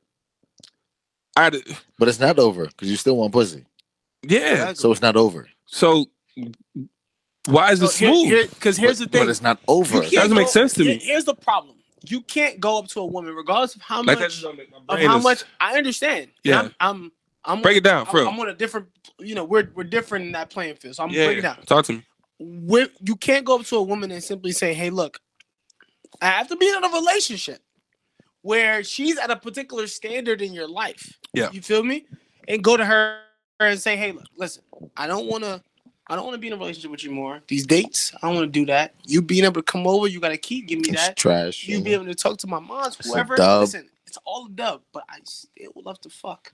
S1: I d-
S3: But it's not over because you still want pussy.
S1: yeah.
S3: So it's not over.
S1: So why is it smooth?
S2: Because here's the
S3: But-
S2: thing.
S3: But it's not over.
S2: You can't
S1: Doesn't make
S2: go-
S1: sense to me.
S2: here- Here's the problem. You can't go up to a woman, regardless of how
S1: like
S2: much
S1: that's my
S2: of
S1: brain
S2: how
S1: is-
S2: much I understand. And
S1: Yeah.
S2: I'm, I'm, I'm
S1: Break it down,
S2: I'm-
S1: bro.
S2: I'm on a different, you know, we're we're different in that playing field. So I'm
S1: yeah.
S2: breaking down.
S1: Talk to me.
S2: When, you can't go up to a woman and simply say, "Hey, look, I have to be in a relationship where she's at a particular standard in your life."
S1: Yeah.
S2: you feel me? And go to her and say, "Hey, look, listen, I don't want to." I don't want to be in a relationship with you more. These dates, I don't want to do that. You being able to come over, you got a key, give me
S3: It's
S2: that
S3: trash.
S2: you be able to talk to my moms,
S3: It's a
S2: whoever.
S3: dub.
S2: Listen, it's all a dub, but I still would love to fuck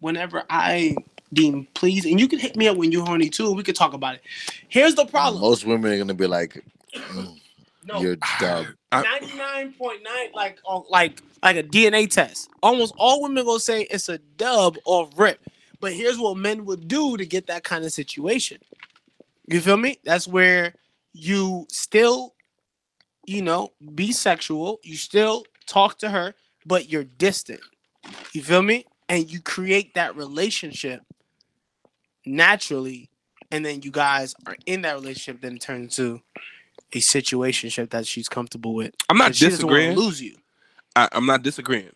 S2: whenever I deem pleased. And you can hit me up when you're horny too. and We could talk about it. Here's the problem.
S3: Most women are gonna be like, mm,
S2: No,
S3: "You're dumb."
S1: I-
S2: 99.9, like on, like like a DNA test. Almost all women gonna say it's a dub or rip. But here's what men would do to get that kind of situation. You feel me? That's where you still, you know, be sexual. You still talk to her, but you're distant. You feel me? And you create that relationship naturally, and then you guys are in that relationship. Then it turns to a situationship that she's comfortable with.
S1: I'm not
S2: And she doesn't wanna
S1: disagreeing.
S2: Lose you.
S1: I, I'm not disagreeing.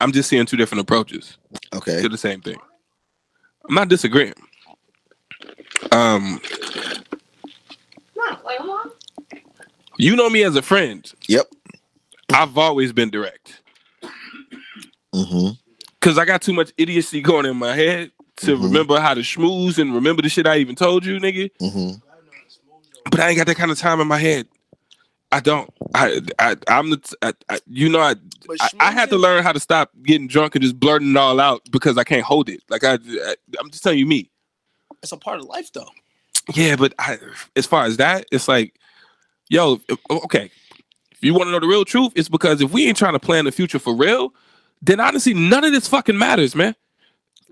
S1: I'm just seeing two different approaches
S3: Okay.
S1: to the same thing. I'm not disagreeing. Um,
S2: No, like I'm not.
S1: you know me as a friend.
S3: Yep.
S1: I've always been direct
S3: Mm-hmm.
S1: because I got too much idiocy going in my head to
S3: Mhm.
S1: remember how to schmooze and remember the shit I even told you, nigga.
S3: Mm-hmm.
S1: But I ain't got that kind of time in my head. I don't. I, I I'm the. T- I, I, you know, I,
S2: But
S1: I I had to
S2: schmoozing-
S1: learn how to stop getting drunk and just blurting it all out because I can't hold it. Like I, I I'm just telling you me.
S2: It's a part of life, though.
S1: Yeah, but I, as far as that, it's like, yo, if- okay. If you want to know the real truth, it's because if we ain't trying to plan the future for real, then honestly, none of this fucking matters, man.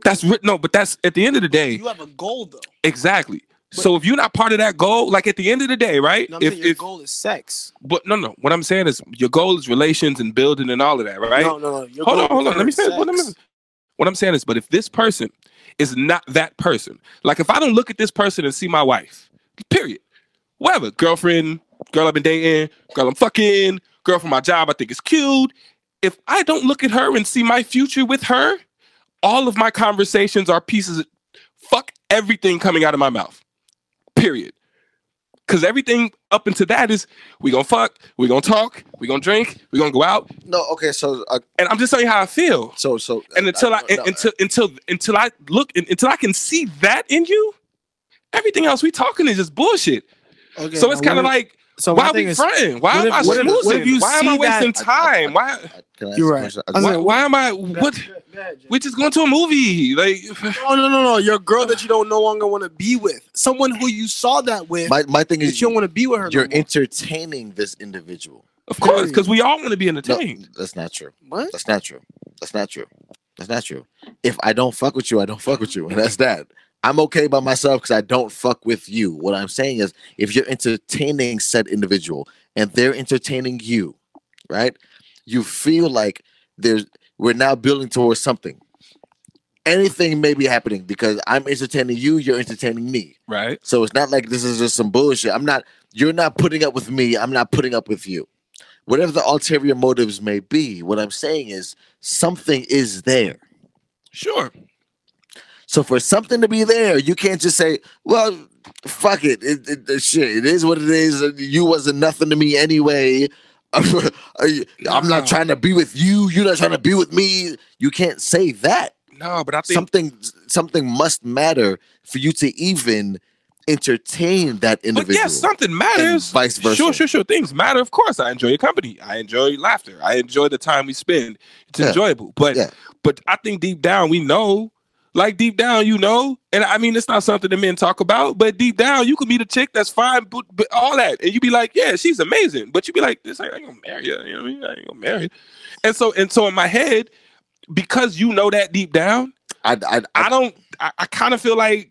S1: That's ri- no, but that's at the end of the day,
S2: You have a goal, though.
S1: exactly. So if you're not part of that goal, like at the end of the day, right?
S2: No, I'm
S1: If,
S2: saying your
S1: if
S2: goal is sex.
S1: but no, no, what I'm saying is your goal is relations and building and all of that, right?
S2: No, no, no. Your
S1: hold
S2: goal
S1: on, hold on. Let me
S2: is
S1: say what I'm
S2: sex.
S1: what I'm saying is, but if this person is not that person, like if I don't look at this person and see my wife, period, whatever, girlfriend, girl I've been dating, girl I'm fucking, girl from my job I think is cute. If I don't look at her and see my future with her, all of my conversations are pieces. Of, fuck everything coming out of my mouth, period. Cause everything up into that is we gonna fuck, we gonna talk, we gonna drink, we gonna go out,
S3: No. Okay. So. Uh,
S1: and I'm just telling you how I feel
S3: so. So.
S1: and until I,
S3: no,
S1: until until until I look until I can see that in you, everything else we talking is just bullshit.
S2: Okay,
S1: so it's
S2: now
S1: kind of
S2: what-
S1: like
S2: So
S1: why
S2: my
S1: are
S2: thing
S1: we
S2: is,
S1: fronting? Why
S2: what
S1: am
S2: if-
S1: I
S2: what if- what if
S1: schmoozing?
S2: you
S1: Why am I
S2: see that-
S1: wasting time? Why?
S3: Can I ask
S2: You're
S3: a
S2: right.
S3: question?
S2: I was
S1: Why,
S2: like,
S1: why am I? What? We're just going to a movie. Like,
S2: No, no, no, no. Your girl that you don't no longer want to be with. Someone who you saw that with.
S3: my my thing
S2: that
S3: is
S2: you don't want to be with her.
S3: you're
S2: no more.
S3: entertaining this individual.
S1: of course, because we all want to be
S3: No,
S1: entertained.
S3: that's not true.
S2: what?
S3: That's not true. That's not true. That's not true. If I don't fuck with you, I don't fuck with you, and that's that. I'm okay by myself because I don't fuck with you. What I'm saying is, if you're entertaining said individual and they're entertaining you, right? You feel like there's we're now building towards something. Anything may be happening because I'm entertaining you, you're entertaining me.
S1: Right.
S3: So it's not like this is just some bullshit. I'm not, you're not putting up with me. I'm not putting up with you. Whatever the ulterior motives may be, what I'm saying is something is there.
S1: Sure.
S3: So for something to be there, you can't just say, well, fuck it. It, it, it- shit, it is what it is. You wasn't nothing to me anyway. I'm
S1: Nah.
S3: not trying to be with you. You're not trying to be with me. You can't say that
S1: No, but I think
S3: something something must matter for you to even entertain that
S1: But
S3: individual.
S1: yes, something
S3: and
S1: matters.
S3: vice versa.
S1: Sure, sure, sure. Things matter. Of course, I enjoy your company. I enjoy laughter. I enjoy the time we spend. It's
S3: Yeah.
S1: enjoyable. But
S3: Yeah.
S1: but I think deep down we know. Like deep down, you know, and I mean, it's not something that men talk about, but deep down, you could be the chick that's fine, but, but all that, and you be like, yeah, she's amazing, but you be like, this ain't- I ain't gonna marry her, you know what I mean? I ain't gonna marry. her. And so, and so, in my head, because you know that deep down,
S3: I, I, I,
S1: I don't, I, I kind of feel like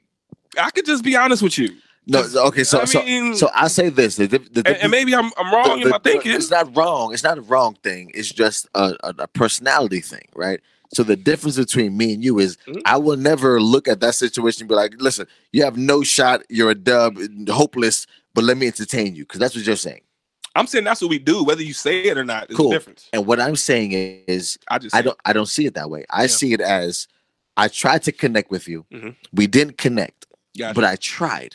S1: I could just be honest with you,
S3: no, okay, so
S1: I
S3: so
S1: mean-
S3: so I say this. The, the, the,
S1: and, and maybe I'm, I'm
S3: the-
S1: wrong in
S3: the-
S1: my thinking.
S3: It's not wrong. It's not a wrong thing. It's just a, a, a personality thing, right? So the difference between me and you is
S1: Mhm.
S3: I will never look at that situation and be like, listen, you have no shot, you're a dub, hopeless, but let me entertain you. Because that's what you're saying.
S1: I'm saying that's what we do, whether you say it or not. It's
S3: Cool.
S1: a difference.
S3: And what I'm saying is
S1: I just
S3: I
S1: said-
S3: don't I don't see it that way. I
S1: Yeah.
S3: see it as I tried to connect with you.
S1: Mhm.
S3: We didn't connect,
S1: Gotcha.
S3: but I tried.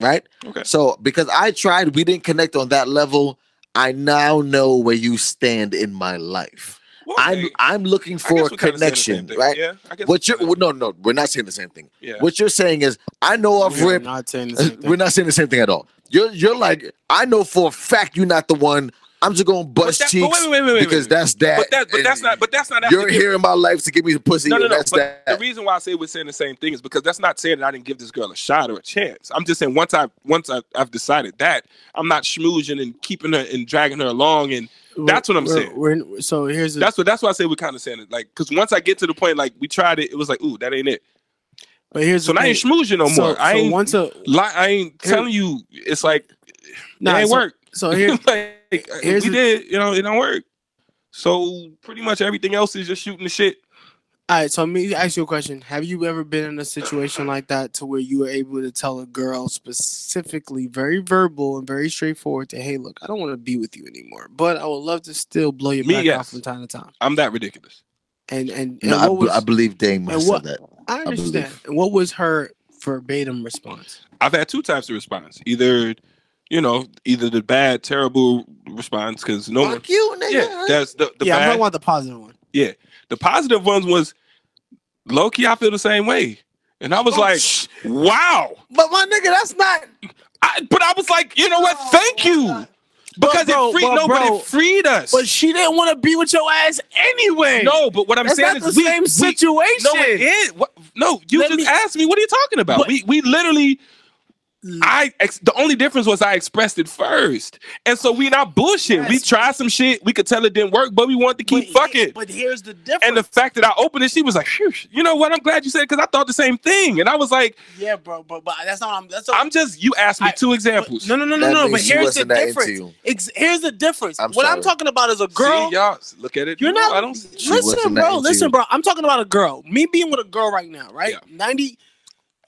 S3: Right?
S1: Okay.
S3: So because I tried, we didn't connect on that level. I now know where you stand in my life.
S1: Well,
S3: I'm
S1: okay.
S3: I'm looking
S1: I guess
S3: for
S1: we're kinda saying the same
S3: connection,
S1: thing.
S3: right?
S1: Yeah. I guess
S3: What you're
S1: we're kinda-
S3: no no, we're not saying the same thing.
S1: yeah.
S3: What you're saying is I know off
S2: We're
S3: rip
S2: not saying the
S3: uh,
S2: same thing.
S3: we're not saying the same thing at all. You're you're like, I know for a fact you're not the one. I'm just gonna bust
S1: that- but
S3: cheeks
S1: wait, wait, wait, wait,
S3: because
S1: wait.
S3: that's that.
S1: but that, but
S3: and
S1: that's not, but that's not. actually
S3: you're
S1: giving-
S3: here in my life to give me the pussy.
S1: No, no,
S3: and
S1: no.
S3: That's
S1: But the
S3: that.
S1: reason why I say we're saying the same thing is because that's not saying that I didn't give this girl a shot or a chance. I'm just saying once I once I, I've decided that I'm not schmoozing and keeping her and dragging her along, and That's what I'm
S2: We're-
S1: saying.
S2: We're, so here's the,
S1: that's what that's why I say we're kind of saying it. Like, because once I get to the point, like we tried it, it was like, ooh, that ain't it.
S2: but here's
S1: So
S2: the
S1: now I ain't
S2: thing.
S1: schmoozing no
S2: So-
S1: more. I
S2: so
S1: ain't
S2: once a
S1: like I ain't
S2: Here-
S1: telling you. It's like
S2: nah,
S1: it ain't
S2: so,
S1: work.
S2: So here,
S1: like,
S2: here's
S1: we
S2: the-
S1: did, you know, it don't work. So pretty much everything else is just shooting the shit.
S2: all right. So let me ask you a question. Have you ever been in a situation like that to where you were able to tell a girl specifically, very verbal and very straightforward, to hey, look, I don't want to be with you anymore, but I would love to still blow your
S1: Me,
S2: back
S1: yes.
S2: off from time to time.
S1: I'm that ridiculous.
S2: And and, and
S3: No, I,
S2: what was,
S3: I believe Dame
S2: and
S3: said
S2: what-
S3: that.
S2: I
S3: believe.
S2: understand. And what was her verbatim response?
S1: I've had two types of response. Either, you know, either the bad, terrible response because no one.
S3: Fuck you, nigga.
S1: Yeah, that's the the
S2: yeah, I'm
S1: bad.
S2: talking about the positive one.
S1: the positive ones was low key. I feel the same way, and I was
S3: Oh,
S1: like,
S3: sh-
S1: wow.
S3: but my nigga, that's not.
S1: I, but I was like, you know what?
S3: Oh,
S1: Thank you.
S3: God.
S1: Because
S2: bro,
S1: it freed
S2: but
S1: no, but
S2: bro,
S1: it freed us.
S2: But she didn't want to be with your ass anyway.
S1: no, but what I'm
S2: that's
S1: saying
S2: not the
S1: is we,
S2: same
S1: we-
S2: situation.
S1: No, it is. What, no, you
S2: Let
S1: just
S2: me-
S1: asked me. What are you talking about?
S2: But-
S1: we we literally. I ex- the only difference was I expressed it first, and so we not bullshit. We
S2: Yes.
S1: tried some shit. We could tell it didn't work, but we wanted to keep
S2: But he-
S1: fucking.
S2: But here's the difference.
S1: and the fact that I opened it, she was like, "Phew, "You know what? I'm glad you said because I thought the same thing." And I was like,
S2: yeah, bro, but, but that's not. I'm, that's not
S1: "I'm just you asked me
S2: I-
S1: two
S2: but,
S1: examples."
S2: no, no, no, no,
S3: That
S2: no.
S3: means
S2: But
S3: she
S2: here's the
S3: wasn't that into
S2: difference.
S3: you.
S2: Ex- here's the difference.
S3: I'm
S2: what I'm
S3: sorry.
S2: talking about is a girl.
S1: See, y'all look at it.
S2: You're
S1: No,
S2: not-
S1: I don't.
S3: She
S2: listen,
S3: wasn't that
S2: bro.
S3: into
S2: Listen,
S3: you.
S2: bro. I'm talking about a girl. Me being with a girl right now, right?
S1: Yeah.
S2: 90,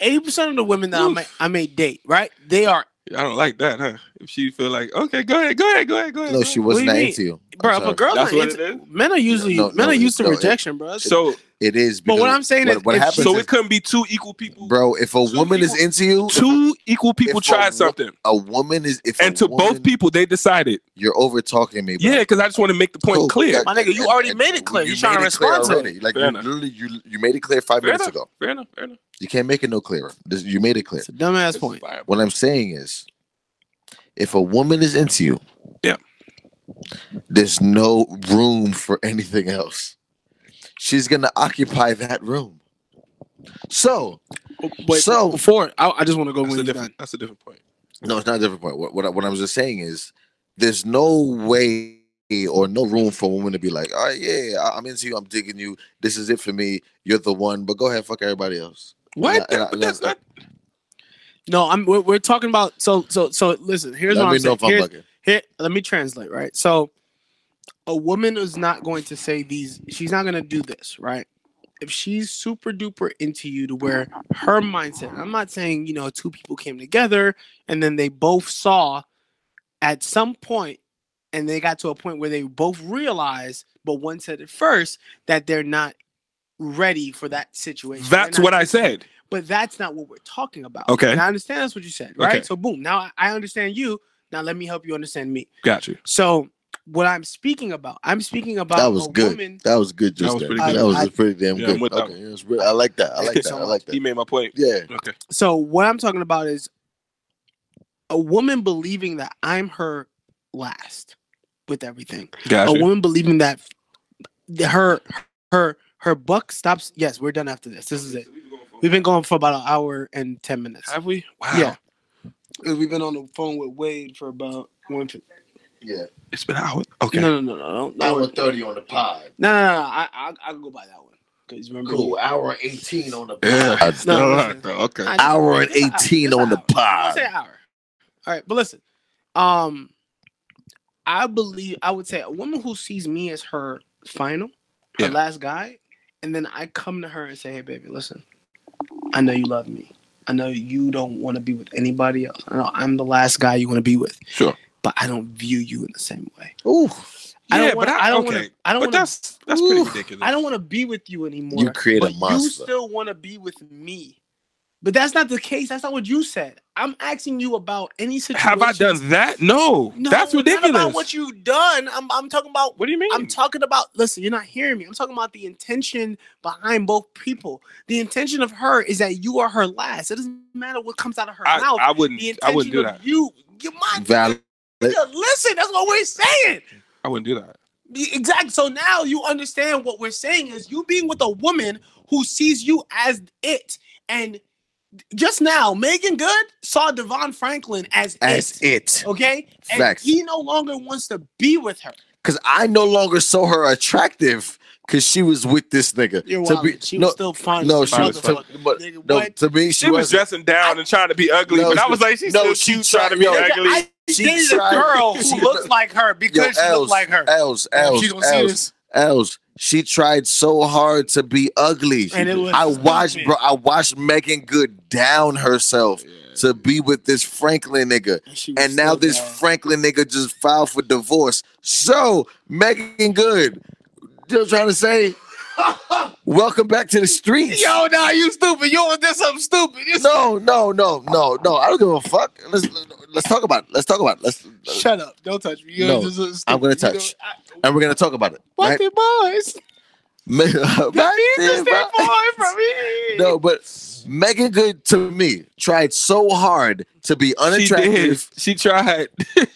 S2: 80 percent of the women that I
S1: Oof.
S2: may, I may date, right? They are,
S1: I don't like that, huh? If she feel like, okay, go ahead, go ahead, go ahead, go ahead.
S3: No,
S1: go
S3: she
S1: ahead."
S3: wasn't
S2: What do
S3: that
S2: you
S3: into you. I'm
S2: bro. If
S3: sorry.
S2: a girl,
S1: That's
S2: not
S1: what
S2: into-
S1: it is?
S2: men are usually
S3: No, no,
S2: men are
S3: it-
S2: used to
S3: no, it-
S2: rejection, bro. That's-
S1: So,
S3: it is.
S2: but what
S3: because
S2: I'm saying
S3: what-
S2: is,
S3: what
S2: if
S3: happens
S1: so
S3: is-
S1: it couldn't be two equal people.
S3: bro, if a
S1: Two
S3: woman is
S1: people-
S3: into you,
S1: two equal people
S3: If
S1: tried
S3: a-
S1: something,
S3: a woman is. If
S1: and
S3: a
S1: to
S3: woman-
S1: both people, they decided,
S3: you're over talking me. Bro.
S1: yeah, because I just want to make the point
S3: Cool.
S1: clear.
S2: My nigga, you already made it clear. You trying to
S3: made it clear
S2: respond to
S3: already. Like
S1: Fair
S3: you,
S1: enough.
S3: literally, you you made it clear five
S1: Fair
S3: minutes
S1: enough.
S3: ago.
S1: Fair enough. Fair enough.
S3: You can't make it no clearer. This- you made it clear.
S2: it's a dumbass
S1: This is
S2: point.
S1: fire.
S3: What I'm saying is, If a woman is into you,
S1: Yeah.
S3: there's no room for anything else. She's gonna occupy that room. So
S2: But
S3: So-
S2: before I, I just want to go
S1: Oh, That's
S2: when
S1: a
S2: you're done.
S1: different. That's a different point.
S3: no, it's not a different point. What what I, what I was just saying is there's no way or no room for a woman to be like, all right, yeah, yeah, I- I'm into you, I'm digging you. This is it for me. You're the one, but go ahead, fuck everybody else.
S1: What?
S3: and I-
S1: But
S3: and I-
S1: that's not.
S2: No, I'm. We're, we're talking about. So so so. Listen, here's
S3: Let
S2: what
S3: me
S2: I'm saying.
S3: know if I'm
S2: Here's-
S3: bugging.
S2: here let me translate right so a woman is not going to say these she's not going to do this right if she's super duper into you to where her mindset i'm not saying you know two people came together and then they both saw at some point and they got to a point where they both realized but one said it first that they're not ready for that situation They're
S1: That's
S2: not
S1: what I said.
S2: but that's not what we're talking about.
S1: Okay.
S2: And I understand that's what you said, right?
S1: Okay.
S2: So boom, now I- I understand you. Now let me help you understand me.
S1: Got you.
S2: So what I'm speaking about, I'm speaking about
S3: That was
S2: a
S3: good.
S2: woman.
S3: That was good. Just
S1: was
S3: then.
S1: pretty
S3: that
S2: good.
S3: was
S2: I-
S3: pretty damn
S1: Yeah, I'm
S3: good.
S1: with that
S3: Okay, it was real- I like that. I like that. I like
S1: He
S3: that.
S1: made my point.
S3: Yeah.
S1: Okay.
S2: So what I'm talking about is a woman believing that I'm her last with everything.
S1: Got
S2: A
S1: you.
S2: woman believing that her her her buck stops. Yes, we're done after this. This is it. We've been going for about an hour and ten minutes.
S1: Have we? Wow.
S2: Yeah. 'Cause We've been on the phone with Wade for about one.
S3: Yeah.
S1: It's been out. Okay.
S2: No, no, no, no, no.
S3: Hour thirty on the pod.
S2: No, no, no. I, I, I can go by that one. Cause remember,
S3: Hour eighteen on the
S1: Yeah.
S2: No,
S1: All
S2: listen.
S1: right, though. Okay.
S2: I-
S3: Hour and
S2: It's an hour.
S3: eighteen
S2: It's an
S3: on the
S2: hour. I
S3: pod.
S2: say an hour. All right, but listen, um, I believe I would say a woman who sees me as her final, her
S1: Yeah.
S2: last guy, and then I come to her and say, "Hey, baby, listen, I know you love me. I know you don't want to be with anybody else. I know I'm the last guy you want to be with,
S1: Sure.
S2: but I don't view you in the same way.
S3: Ooh,
S2: I
S1: Yeah,
S2: don't
S1: but
S2: wanna-
S1: I,
S2: I don't
S1: okay.
S2: want to. I
S1: but
S2: don't want to
S1: that's that's pretty
S3: Ooh.
S1: ridiculous.
S2: I don't want to be with you anymore.
S3: You create a
S2: but You
S3: monster.
S2: still want to be with me, but that's not the case. That's not what you said. I'm asking you about any situation.
S1: Have I done that? No,
S2: No,
S1: that's
S2: not
S1: ridiculous. Hmm.
S2: about what you done. I'm, I'm talking about.
S1: What do you mean?
S2: I'm talking about. Listen, you're not hearing me. I'm talking about the intention behind both people. The intention of her is that you are her last. It doesn't matter what comes out of her
S1: I,
S2: mouth.
S1: I wouldn't.
S2: the
S1: I
S2: intention
S1: wouldn't do
S2: of
S1: that.
S2: you. Your mind.
S3: valid.
S2: Listen, that's what we're saying.
S1: I wouldn't do that.
S2: Exactly. So now you understand what we're saying is you being with a woman who sees you as it. And just now, Megan Good saw Devon Franklin as,
S3: As
S2: it.
S3: it,
S2: Okay? And
S3: Facts.
S2: he no longer wants to be with her.
S3: because I no longer saw her attractive because she was with this nigga.
S2: You're
S3: To
S2: wild.
S3: be-
S2: she
S3: no,
S2: was still fine.
S3: no,
S2: as
S3: she
S1: fine
S2: fuck.
S3: was. To, but,
S2: Nigga,
S3: no,
S2: what?
S3: to me, she,
S1: She, was,
S3: wasn't.
S1: dressing down and trying to be ugly,
S3: No,
S1: but I was like, she's still
S3: no, she
S1: cute,
S3: tried-
S1: trying to be
S3: yo,
S1: ugly.
S2: I
S3: She
S2: dated
S3: tried-
S2: a girl who
S3: she-
S2: looks like her
S3: Yo,
S2: because she
S3: Els,
S2: looks like her.
S3: Els, Els,
S2: she gonna see
S3: Els,
S2: this.
S3: Els. She tried so hard to be ugly.
S2: And it was
S3: I watched,
S2: stupid.
S3: bro. I watched Megan Good down herself to be with this Franklin nigga,
S2: she was
S3: and now
S2: still
S3: this
S2: bad.
S3: Franklin nigga just filed for divorce. So Megan Good, just trying to say, welcome back to the streets.
S1: Yo, nah, you stupid. You always did something stupid. You
S3: No, no, no, no, no. I don't give a fuck. Let's let's talk about it. Let's talk about it. Let's,
S2: Shut up. Don't touch me. You're
S3: No,
S2: just a stupid-
S3: I'm gonna
S2: you know,
S3: touch.
S2: I-
S3: and we're gonna talk about it.
S2: What
S3: right?
S2: the boys?
S3: Right there, bro. No, but Megan Good to me tried so hard to be
S1: She did.
S3: unattractive.
S1: She tried.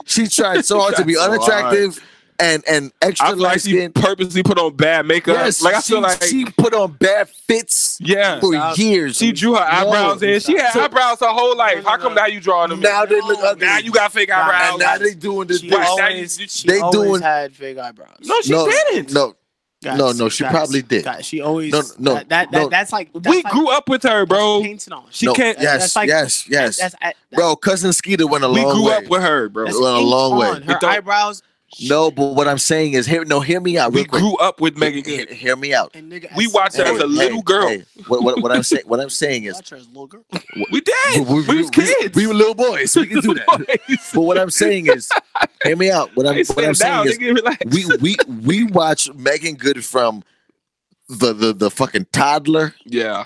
S3: She, tried so hard to be
S1: She tried so hard.
S3: unattractive and and
S1: I
S3: extra
S1: feel like
S3: light
S1: she
S3: skin.
S1: purposely put on bad makeup.
S3: Yes,
S1: like I
S3: she,
S1: feel like
S3: she put on bad fits
S1: yeah.
S3: for
S2: Stop.
S3: years.
S1: She drew her eyebrows in. She had
S3: So-
S1: eyebrows her whole life. How come now you drawing them? in?
S3: now they look
S2: No,
S3: ugly.
S1: Now you got fake
S2: Nah,
S1: eyebrows.
S3: and now they doing this.
S2: She
S1: Right, now
S2: always,
S1: you-
S2: she
S3: they
S2: always
S3: doing-
S2: had fake eyebrows.
S1: no, she
S3: no,
S1: didn't.
S3: no, no, no, she probably did.
S2: guys, she always
S3: No, no,
S2: that, that,
S3: no.
S2: that that's like that's
S1: we
S2: like
S1: grew up with her, bro.
S2: Painted on.
S1: She
S3: no.
S1: can't.
S2: That-
S3: Yes,
S2: that's like-
S3: yes, yes.
S2: That's, that's,
S3: Bro, cousin Skeeter went a
S1: we
S3: long
S1: grew
S3: way.
S1: up with her, bro.
S2: that's
S3: it went a
S2: inked
S3: long way.
S2: on.
S1: It
S2: Her
S1: don't-
S2: eyebrows
S3: No, but what I'm saying is, hear, no, hear me out.
S1: We
S3: real quick.
S1: grew up with Megan
S3: Hear,
S1: Good.
S3: hear me out.
S2: and nigga.
S1: We watched her as a
S2: little.
S1: little girl.
S3: what, what, what I'm saying, what I'm saying is,
S2: Watch her as a little girl.
S1: We did. We, was kids.
S3: We, were little boys. We can do that.
S1: Boys.
S3: but what I'm saying is, hear me out. What I'm,
S1: They
S3: what I'm
S1: stand down.
S3: saying
S1: They
S3: is,
S1: get relaxed.
S3: we we we watch Megan Good from the the the fucking toddler
S1: Yeah.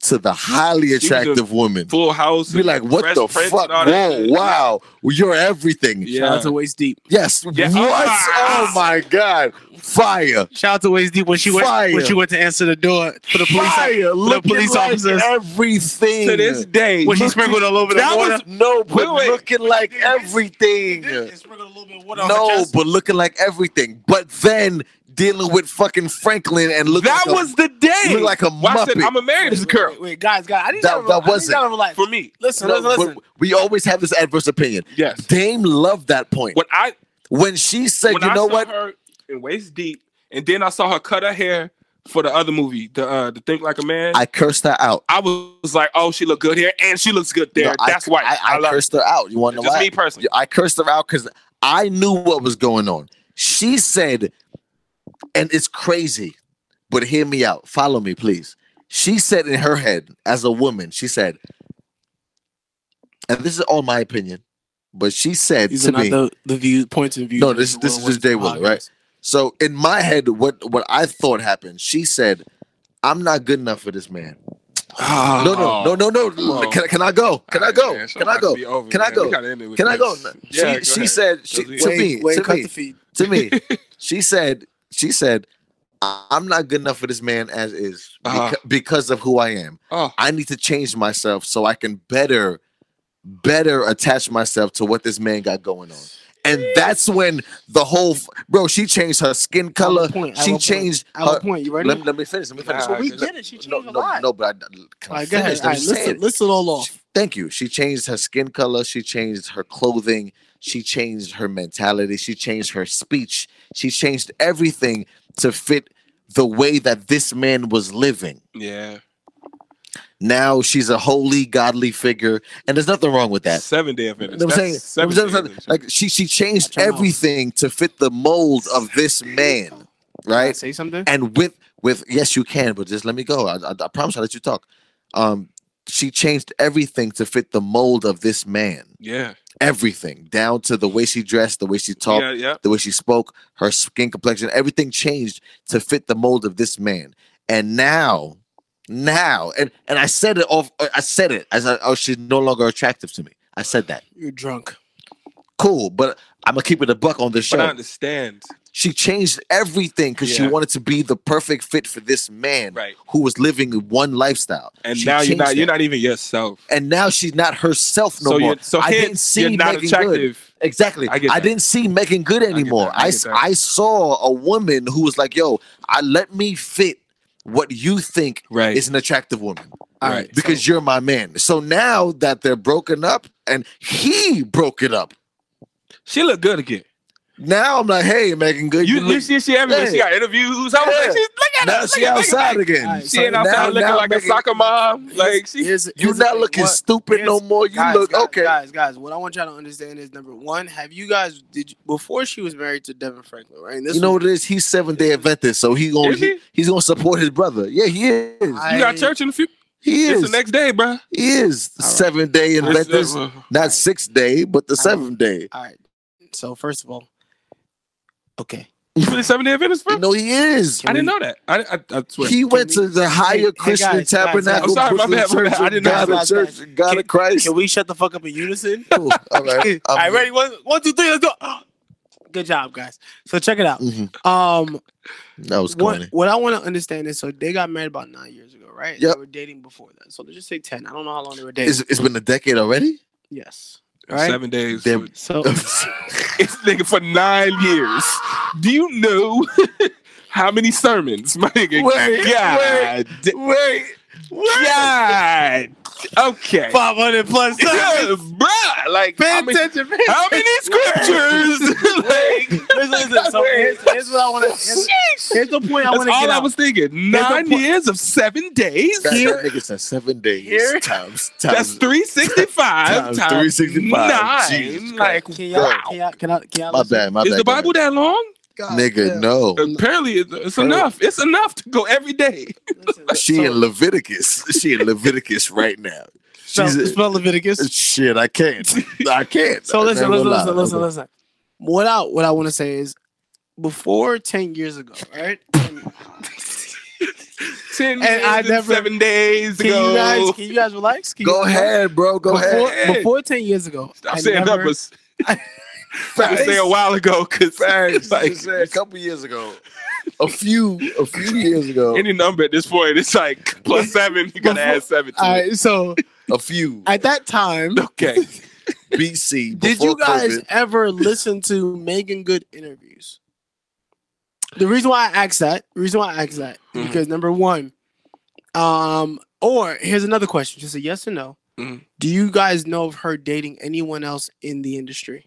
S3: to the highly
S1: was a
S3: attractive woman.
S1: Full House.
S3: Be like, what
S1: Fresh
S3: the
S1: Prince
S3: fuck?
S1: and all that
S3: Whoa,
S1: shit.
S3: wow. You're everything.
S2: Shout
S1: Yeah.
S2: out to Waist Deep.
S3: Yes.
S1: Yeah.
S3: What?
S1: Ah.
S3: Oh my God. Fire.
S2: Shout out to Waist Deep when she went
S3: Fire.
S2: when she went to answer the door for the police.
S3: Fire. Look
S2: police
S3: like
S2: officers.
S3: Everything.
S1: To this day,
S2: When she
S1: look-
S2: sprinkled all over the
S3: that
S2: water.
S3: was no, but
S1: Wait, wait.
S3: looking like everything.
S2: sprinkled a little bit of water
S3: No, but looking like everything. But then dealing with fucking Franklin and looking
S1: that
S3: like a-
S1: was the day.
S3: look like a
S1: Why I said,
S3: Muppet.
S1: I'm gonna marry this girl
S2: Wait, wait, guys, guys, I need
S3: That-
S2: y'all to,
S3: that
S2: I need
S3: wasn't.
S2: y'all to relax.
S1: for me.
S2: Listen,
S3: No,
S2: listen,
S3: but
S2: listen.
S3: we always have this adverse opinion.
S1: Yes.
S3: Dame loved that point
S1: When I
S3: when she said,
S1: when
S3: "You
S1: I
S3: know
S1: saw
S3: what?
S1: her in waist deep, and then I saw her cut her hair for the other movie, the uh, the Think Like a Man. I,
S3: I cursed her out.
S1: was like, oh, she look good here, and she looks good there.
S3: No, I-
S1: That's why
S3: I, I,
S1: love
S3: cursed her out. You want to
S1: it.
S3: know
S1: Just
S3: why?
S1: me personally.
S3: I cursed her out because I knew what was going on. She said, and it's crazy, but hear me out. Follow me, please. She said in her head, as a woman, she said, and this is all my opinion, but she said
S2: These
S3: to
S2: are not
S3: me,
S2: the, the views, points and views.
S3: No,
S2: of
S3: this-
S2: the
S3: this
S2: Will
S3: is just Jay
S2: Winston
S3: Willer, right?
S2: podcast.
S3: So in my head, what what I thought happened, she said, "I'm not good enough for this man." No,
S1: Oh,
S3: no, no, no, no.
S1: Whoa.
S3: Can, can I go? Can I go? Can I go? Can I go? Can I go? She she said she,
S1: Just leave.
S3: to
S2: Wait,
S3: me
S2: wait,
S3: to
S2: cut
S3: me
S2: the feed.
S3: to me she said she said "I- I'm not good enough for this man as is beca-
S2: Uh-huh.
S1: Ah.
S3: because of who I am.
S1: Oh,
S3: I need to change myself so I can better better attach myself to what this man got going on. And that's when the whole f- bro, she changed her skin
S2: I have a
S3: color.
S2: point, I have a
S3: She
S2: point,
S3: changed
S2: I have a
S3: her
S2: point. You ready?
S3: let, me- let me finish. Let me finish.
S1: Nah, I
S2: we
S1: get
S2: get it. She changed
S3: no,
S2: a
S3: no,
S2: lot.
S3: no, but I, can
S2: All
S3: I
S2: right, go ahead.
S3: finish?
S2: All
S3: Let
S2: right,
S3: me say
S2: listen,
S3: it.
S2: listen all off.
S3: Thank you. She changed her skin color. She changed her clothing. She changed her mentality. She changed her speech. She changed everything to fit the way that this man was living.
S1: yeah.
S3: Now she's a holy, godly figure, and there's nothing wrong with that.
S1: Seven day
S3: You know
S1: Adventist.
S3: what I'm saying,
S1: That's
S3: You know what
S1: seven
S3: I'm saying?
S1: Day Adventist.
S3: like she she
S2: Watch
S3: changed
S2: your mouth.
S3: everything to fit the mold of this man,
S2: Can I
S3: right?
S2: Say something.
S3: and with with yes you can but just let me go i, I, I promise i'll let you talk um she changed everything to fit the mold of this man
S1: yeah.
S3: everything down to the way she dressed the way she talked
S1: Yeah, yeah.
S3: the way she spoke her skin complexion everything changed to fit the mold of this man and now now and and i said it off i said it as I, oh she's no longer attractive to me i said that
S2: You're drunk.
S3: cool but i'm gonna keep it a buck on this show
S1: But I understand.
S3: she changed everything because
S1: Yeah.
S3: she wanted to be the perfect fit for this man
S1: Right.
S3: who was living one lifestyle.
S1: And
S3: She
S1: now you're
S3: changed
S1: not you're
S3: that.
S1: not even yourself.
S3: And now she's not herself no
S1: so
S3: more.
S1: you're so
S3: I
S1: hence,
S3: didn't see
S1: you're not
S3: Megan Good.
S1: attractive.
S3: Exactly.
S1: I
S3: I,
S1: get that.
S3: didn't see Megan Good
S1: get
S3: anymore.
S1: that. I
S3: I,
S1: get
S3: s-
S1: that.
S3: I saw a woman who was like, "Yo, I let me fit what you think
S1: Right.
S3: is an attractive woman
S1: All
S2: All
S1: right.
S2: right.
S3: because you're my man." So now that they're broken up and he broke it up,
S1: She looked good again.
S3: now I'm like, "Hey, Megan Good,
S1: You,
S3: you,
S1: you,
S3: look-
S1: see she everywhere. She got interviews. I was
S3: Yeah.
S1: like, she's, look at her.
S3: now
S1: Look
S3: she
S1: at, look at-
S3: outside again."
S2: All right,
S1: She ain't outside looking like a
S3: Megan-
S1: soccer mom. Like she.
S2: Here's-
S3: You're
S2: here's-
S3: not looking
S2: what-
S3: stupid no more. You
S2: guys,
S3: look
S2: guys,
S3: okay.
S2: Guys, guys, what I want y'all to understand is number one, have you guys did you, before she was married to Devin Franklin, right? And
S3: you know
S2: was-
S3: what it is? He's seven day Adventist, so he gonna
S1: Is he?
S3: he? he's gonna support his brother. Yeah, he is.
S2: I-
S1: You got church in a few.
S3: he
S1: It's
S3: is.
S1: the next day, bro.
S3: he is
S2: All right.
S3: seven day
S1: It's-
S3: Adventist,
S1: uh,
S3: not six day, but the
S2: right.
S3: seventh day.
S2: all right. So first of all, okay.
S1: Really, seven day Adventist, bro.
S3: You know he is.
S1: I didn't know that. I, I, I swear.
S3: He went to the
S2: Hey, hey,
S3: higher Christian
S2: guys, guys,
S3: Tabernacle
S1: guys. I'm sorry, my bad,
S3: Christian
S1: my
S3: Church
S1: bad. I
S3: of
S1: didn't know
S3: God,
S2: that.
S3: of Church, of God of Christ.
S2: Can we shut the fuck up in unison?
S3: Cool. All right,
S2: All right,
S3: I'm-
S2: ready? One, one, two, three, let's go. Good job, guys. So check it out.
S3: Mhm.
S2: Um
S3: That was
S2: what,
S3: corny.
S2: what I want to understand is so they got married about nine years ago, right?
S3: Yep.
S2: They were dating before that. So let's just say ten. I don't know how long they were dating.
S3: It's, it's been a decade already.
S2: yes. Right?
S1: Seven days.
S3: They're-
S2: So
S1: It's nigga for nine years. Do you know how many sermons, my nigga?
S3: Wait,
S1: God.
S3: Wait,
S1: God. Okay.
S2: five hundred plus.
S1: Yeah, bruh. Like, how many,
S2: attention, man.
S1: how many scriptures? like,
S2: Listen, listen. So here's, here's what I want to.
S1: sheesh.
S2: Here's the point I
S1: That's
S2: want to get
S1: all I
S2: out.
S1: was thinking.
S2: That's the
S1: Nine
S2: point.
S1: years of seven days.
S3: that,
S2: Here-
S3: that nigga said seven days
S2: here-
S3: times times.
S1: That's 365 times,
S3: Times 365. Jesus
S1: Nine. Like,
S2: Can y'all, can y'all, can I, can y'all
S3: my
S2: listen?
S3: bad. My
S1: is
S3: bad.
S1: the Bible that long?
S2: God
S3: nigga?
S2: damn.
S3: No.
S1: Apparently, it's, it's enough. It's enough to go every day.
S2: Listen,
S3: She
S2: so-
S3: in Leviticus. She in Leviticus right now.
S2: so-
S3: She's a-
S2: spell Leviticus.
S3: Shit, I can't. I can't.
S2: So
S3: I
S2: listen,
S3: never
S2: listen,
S3: lie.
S2: listen, listen,
S3: Okay.
S2: listen. What I what I want to say is, before ten years ago, right?
S1: ten
S2: And
S1: years
S2: I
S1: and
S2: never-
S1: seven days
S2: Can you
S1: ago.
S2: guys can you guys relax? Can you
S3: Go
S2: guys
S3: ahead, bro. Go
S2: relax?
S3: ahead.
S2: before,
S1: ahead.
S2: Before ten years ago,
S1: Stop
S2: I
S1: saying
S2: never-
S1: that, but I was
S3: Facts.
S1: saying a while ago because
S3: Facts.
S1: Like-
S3: Just said a couple years ago, a few, a few years ago,
S1: any number at this point, it's like plus seven. You gotta add seven. To
S2: All
S1: it.
S2: right, so
S3: a few
S2: at that time,
S1: Okay.
S3: BC.
S2: did
S3: before
S2: you guys
S3: COVID.
S2: ever listen to Megan Good interviews? The reason why I asked that, the reason why I asked that,
S3: Mm-hmm.
S1: Mhm.
S2: because number one, um, or here's another question, just a yes or no.
S3: Mm-hmm.
S1: Mhm.
S2: Do you guys know of her dating anyone else in the industry?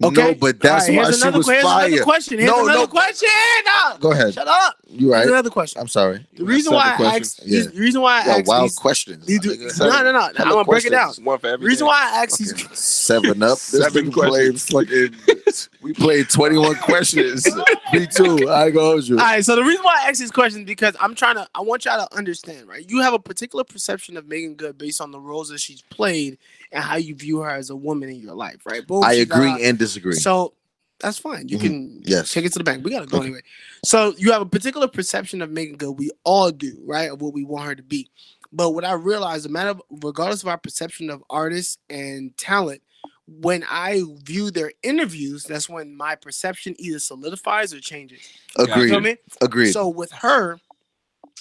S3: No,
S2: Okay.
S3: but
S2: All
S3: that's
S2: right,
S3: why
S2: here's
S3: she
S2: another,
S3: was
S2: here's another
S3: fire.
S2: question. Here's
S3: No,
S2: another
S3: no.
S2: question. Ah,
S3: Go ahead.
S2: Shut up.
S3: You
S2: Here's
S3: right?
S2: another question.
S3: I'm sorry.
S2: The reason why I asked,
S3: Yeah.
S2: the reason why I
S3: Wow,
S2: asked
S3: wild
S2: these,
S3: questions.
S2: these
S3: my
S2: dude-
S3: nigga.
S2: no, no, no. I'm gonna break it down.
S1: It's one for every.
S2: reason
S1: day.
S2: why I asked these
S3: Fucking Seven up. This
S1: Seven
S3: nigga played fucking. We played twenty one questions. Me too. I go hold you.
S2: All right, so the reason why I ask these questions because I'm trying to, I want y'all to understand, right? You have a particular perception of Megan Good based on the roles that she's played and how you view her as a woman in your life, right? Boom,
S3: I
S2: she's
S3: agree
S2: not-
S3: and disagree.
S2: So that's fine. You
S3: Mhm.
S2: can
S3: Yes.
S2: take it to the bank. We gotta go
S3: Okay.
S2: anyway. So you have a particular perception of Megan Good. We all do, right? Of what we want her to be. But what I realized, no matter regardless of our perception of artists and talent, when I view their interviews, that's when my perception either solidifies or changes. You know what I
S3: Agreed.
S2: mean?
S3: Agreed.
S2: So with her,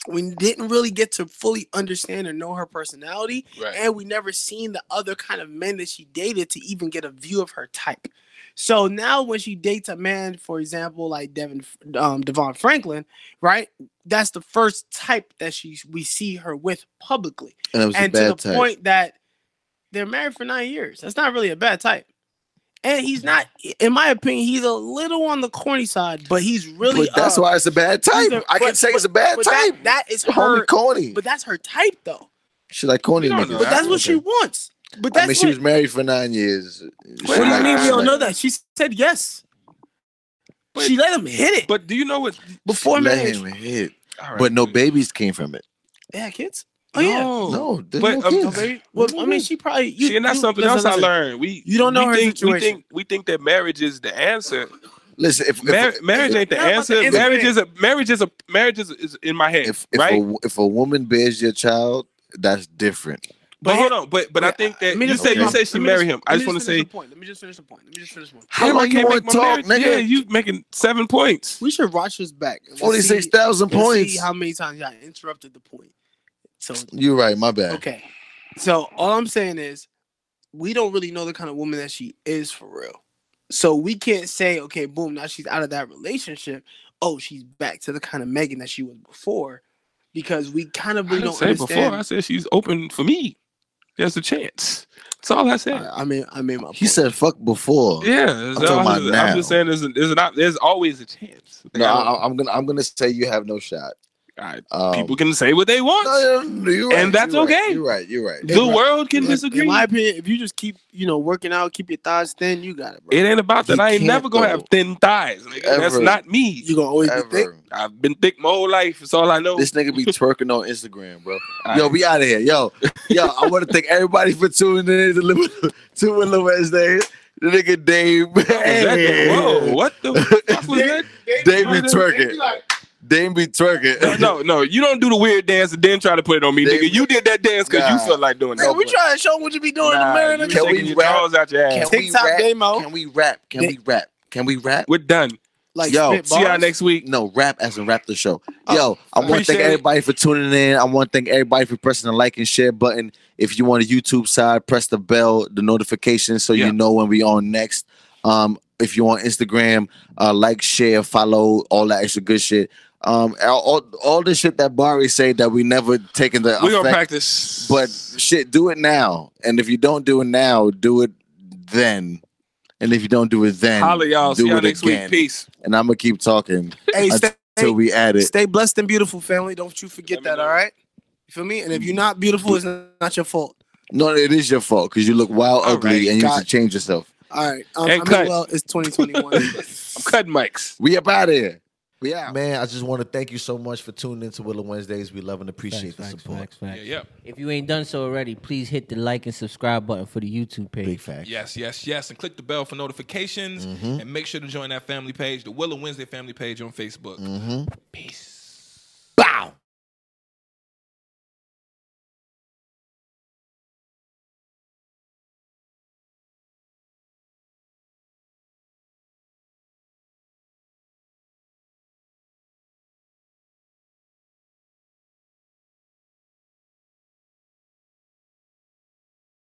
S2: we didn't really get to fully understand or know her personality,
S1: Right.
S2: and we never seen the other kind of men that she dated to even get a view of her type. So now, when she dates a man, for example, like Devin, um, Devon Franklin, right? That's the first type that she we see her with publicly,
S3: And it was a
S2: and to the
S3: bad type.
S2: point that they're married for nine years. That's not really a bad type. And he's not, in my opinion, he's a little on the corny side, but he's really.
S3: but that's
S2: uh,
S3: why it's a bad type.
S2: a-
S3: I can
S2: but-
S3: say it's a bad
S2: but
S3: type.
S2: that- that is
S3: Homie
S2: her.
S3: corny.
S2: But that's her type, though.
S3: she like corny
S1: We don't
S3: niggas.
S1: know
S2: But that's what she
S3: Okay.
S2: wants. But
S3: I
S2: that's
S3: mean, she
S2: what.
S3: was married for nine years. She
S2: what do you
S3: like-
S2: mean we
S3: she
S2: don't
S3: like-
S2: know that? She said yes.
S1: But-
S2: she let him hit it
S1: But do you know what?
S2: before
S3: Let
S2: marriage.
S3: him hit.
S1: All right.
S3: But no babies came from it.
S2: They had kids. Oh
S1: No.
S2: yeah.
S3: No, there's
S1: But,
S3: no
S1: um,
S2: No,
S3: kids.
S2: baby. Well, I mean, she probably. You,
S1: See, and that's
S2: you-
S1: something
S2: listen,
S1: else I
S2: listen.
S1: learned. We
S2: You don't know
S1: we
S2: her
S1: think, We
S2: situation.
S1: think we think that marriage is the answer.
S3: Listen, if if,
S1: Mar- marriage ain't the
S2: It's not about the
S1: answer.
S2: answer.
S1: Marriage is a marriage is a marriage is, is in my head,
S3: if, if,
S1: right?
S3: a, if a woman bears your child, that's different.
S1: but
S2: but-
S1: hold on, but but I
S2: Yeah,
S1: think
S2: Let
S1: that
S2: me
S1: you
S2: just
S1: say
S2: finish
S1: you
S2: my-
S1: say she
S2: let me
S1: married
S2: just-
S1: him. I
S2: let
S1: just
S2: me
S1: want to
S2: finish
S1: say,
S2: the point. Let me just finish the point. Let me just finish one.
S3: How
S1: damn, I
S3: long you
S1: can't
S3: want
S1: make
S3: to
S1: my
S3: talk,
S1: marriage. Yeah,
S3: nigga?
S1: you making seven points.
S2: We should watch this back. and
S3: Forty six
S2: see- and
S3: thousand
S2: See
S3: points.
S2: how many times y'all interrupted the point. So
S3: You're right. My bad.
S2: Okay. So all I'm saying is we don't really know the kind of woman that she is for real. So we can't say, okay, boom, now she's out of that relationship. Oh, she's back to the kind of Megan that she was before. Because we kind of
S1: I
S2: really
S1: didn't
S2: don't
S1: say
S2: understand.
S1: before. I said she's open for me. There's a chance. That's all I said.
S2: I, I mean I mean my
S3: He
S2: point.
S3: said fuck before.
S1: Yeah,
S3: talking
S1: so
S3: about
S1: I'm, just, I'm just
S3: now.
S1: saying there's an, there's an op- there's always a chance. Like,
S3: No,
S1: I don't-
S3: I, I'm gonna I'm gonna say you have no shot.
S1: all right,
S3: Um,
S1: people can say what they want.
S3: No, no, no, you're right,
S1: And that's
S3: you're right,
S1: okay.
S3: you're right. You're right.
S1: the
S2: Right.
S1: world can
S2: In-
S1: disagree.
S2: In my opinion, if you just keep, you know, working out, keep your thighs thin, you got it, bro.
S1: it ain't about that.
S3: You
S1: I ain't
S3: can't,
S1: never gonna
S3: though.
S1: have thin thighs. nigga. That's
S3: Ever.
S1: not me.
S2: you gonna always be thick.
S3: Ever.
S1: I've been thick my whole life. It's all I know.
S3: This nigga be twerking on Instagram, bro.
S1: All
S3: Yo,
S1: right.
S3: we out of here. Yo, yo, I want to thank everybody for tuning in to Little, to Little Wednesday. The nigga Dave.
S1: Is that the-
S3: Hey.
S1: whoa, what the fuck was that?
S3: They be twerking. They be twerking.
S1: No, no, no, you don't do the weird dance and then try to put it on me,
S3: They-
S1: nigga. You did that dance because you
S3: Nah.
S1: felt like doing
S2: Nigga,
S1: that.
S2: we trying to show 'em what you be doing in the mirror. and
S1: you
S2: everything.
S3: Can we
S1: taking your
S3: rap?
S1: drawers out your ass.
S3: Can we
S2: TikTok
S3: rap?
S2: demo.
S3: Can we rap? Can we rap? Can we rap?
S1: We're done.
S2: Like
S3: Yo,
S2: spit
S1: See y'all
S2: bars.
S1: next week.
S3: No, rap as in rap the show. Yo, I want to
S1: Oh, appreciate
S3: thank
S1: it.
S3: everybody for tuning in. I want to thank everybody for pressing the like and share button. If you on the YouTube side, press the bell, the notification, so
S1: Yeah.
S3: you know when we on next. Um, if you on Instagram, uh, like, share, follow, all that extra good shit. Um, all, all, all the shit that Barry said that we never taken the
S1: We're gonna
S3: effect,
S1: practice.
S3: but shit, do it now. And if you don't do it now, do it then. And if you don't do it then,
S1: holla y'all.
S3: do
S1: See y'all
S3: it
S1: next
S3: again.
S1: week. Peace.
S3: And I'm gonna keep talking
S2: Hey,
S3: That's-
S2: stay,
S3: till we at it.
S2: stay blessed and beautiful, family. Don't you forget
S1: Let me
S2: that,
S1: know.
S2: all right? You feel me? And if you're not beautiful, it's not your fault.
S3: No, it is your fault because you look wild,
S1: All
S3: ugly,
S1: right,
S3: and you need
S2: got
S3: to change yourself.
S2: All right. Um,
S1: And
S2: I
S1: cut.
S2: mean, well, it's 2021.
S1: I'm cutting mics.
S3: We up out of here. We out.
S4: Man, I just want to thank you so much for tuning into Willow Wednesdays. We love and appreciate the support.
S1: Yeah, yeah.
S5: If you ain't done so already, please hit the like and subscribe button for the YouTube page.
S4: Big fact.
S6: Yes, yes, yes. And click the bell for
S3: Mm-hmm. Mm-hmm.
S4: Mm-hmm.
S6: notifications. And make sure to join that family page, the Willow Wednesday family page on Facebook. Peace.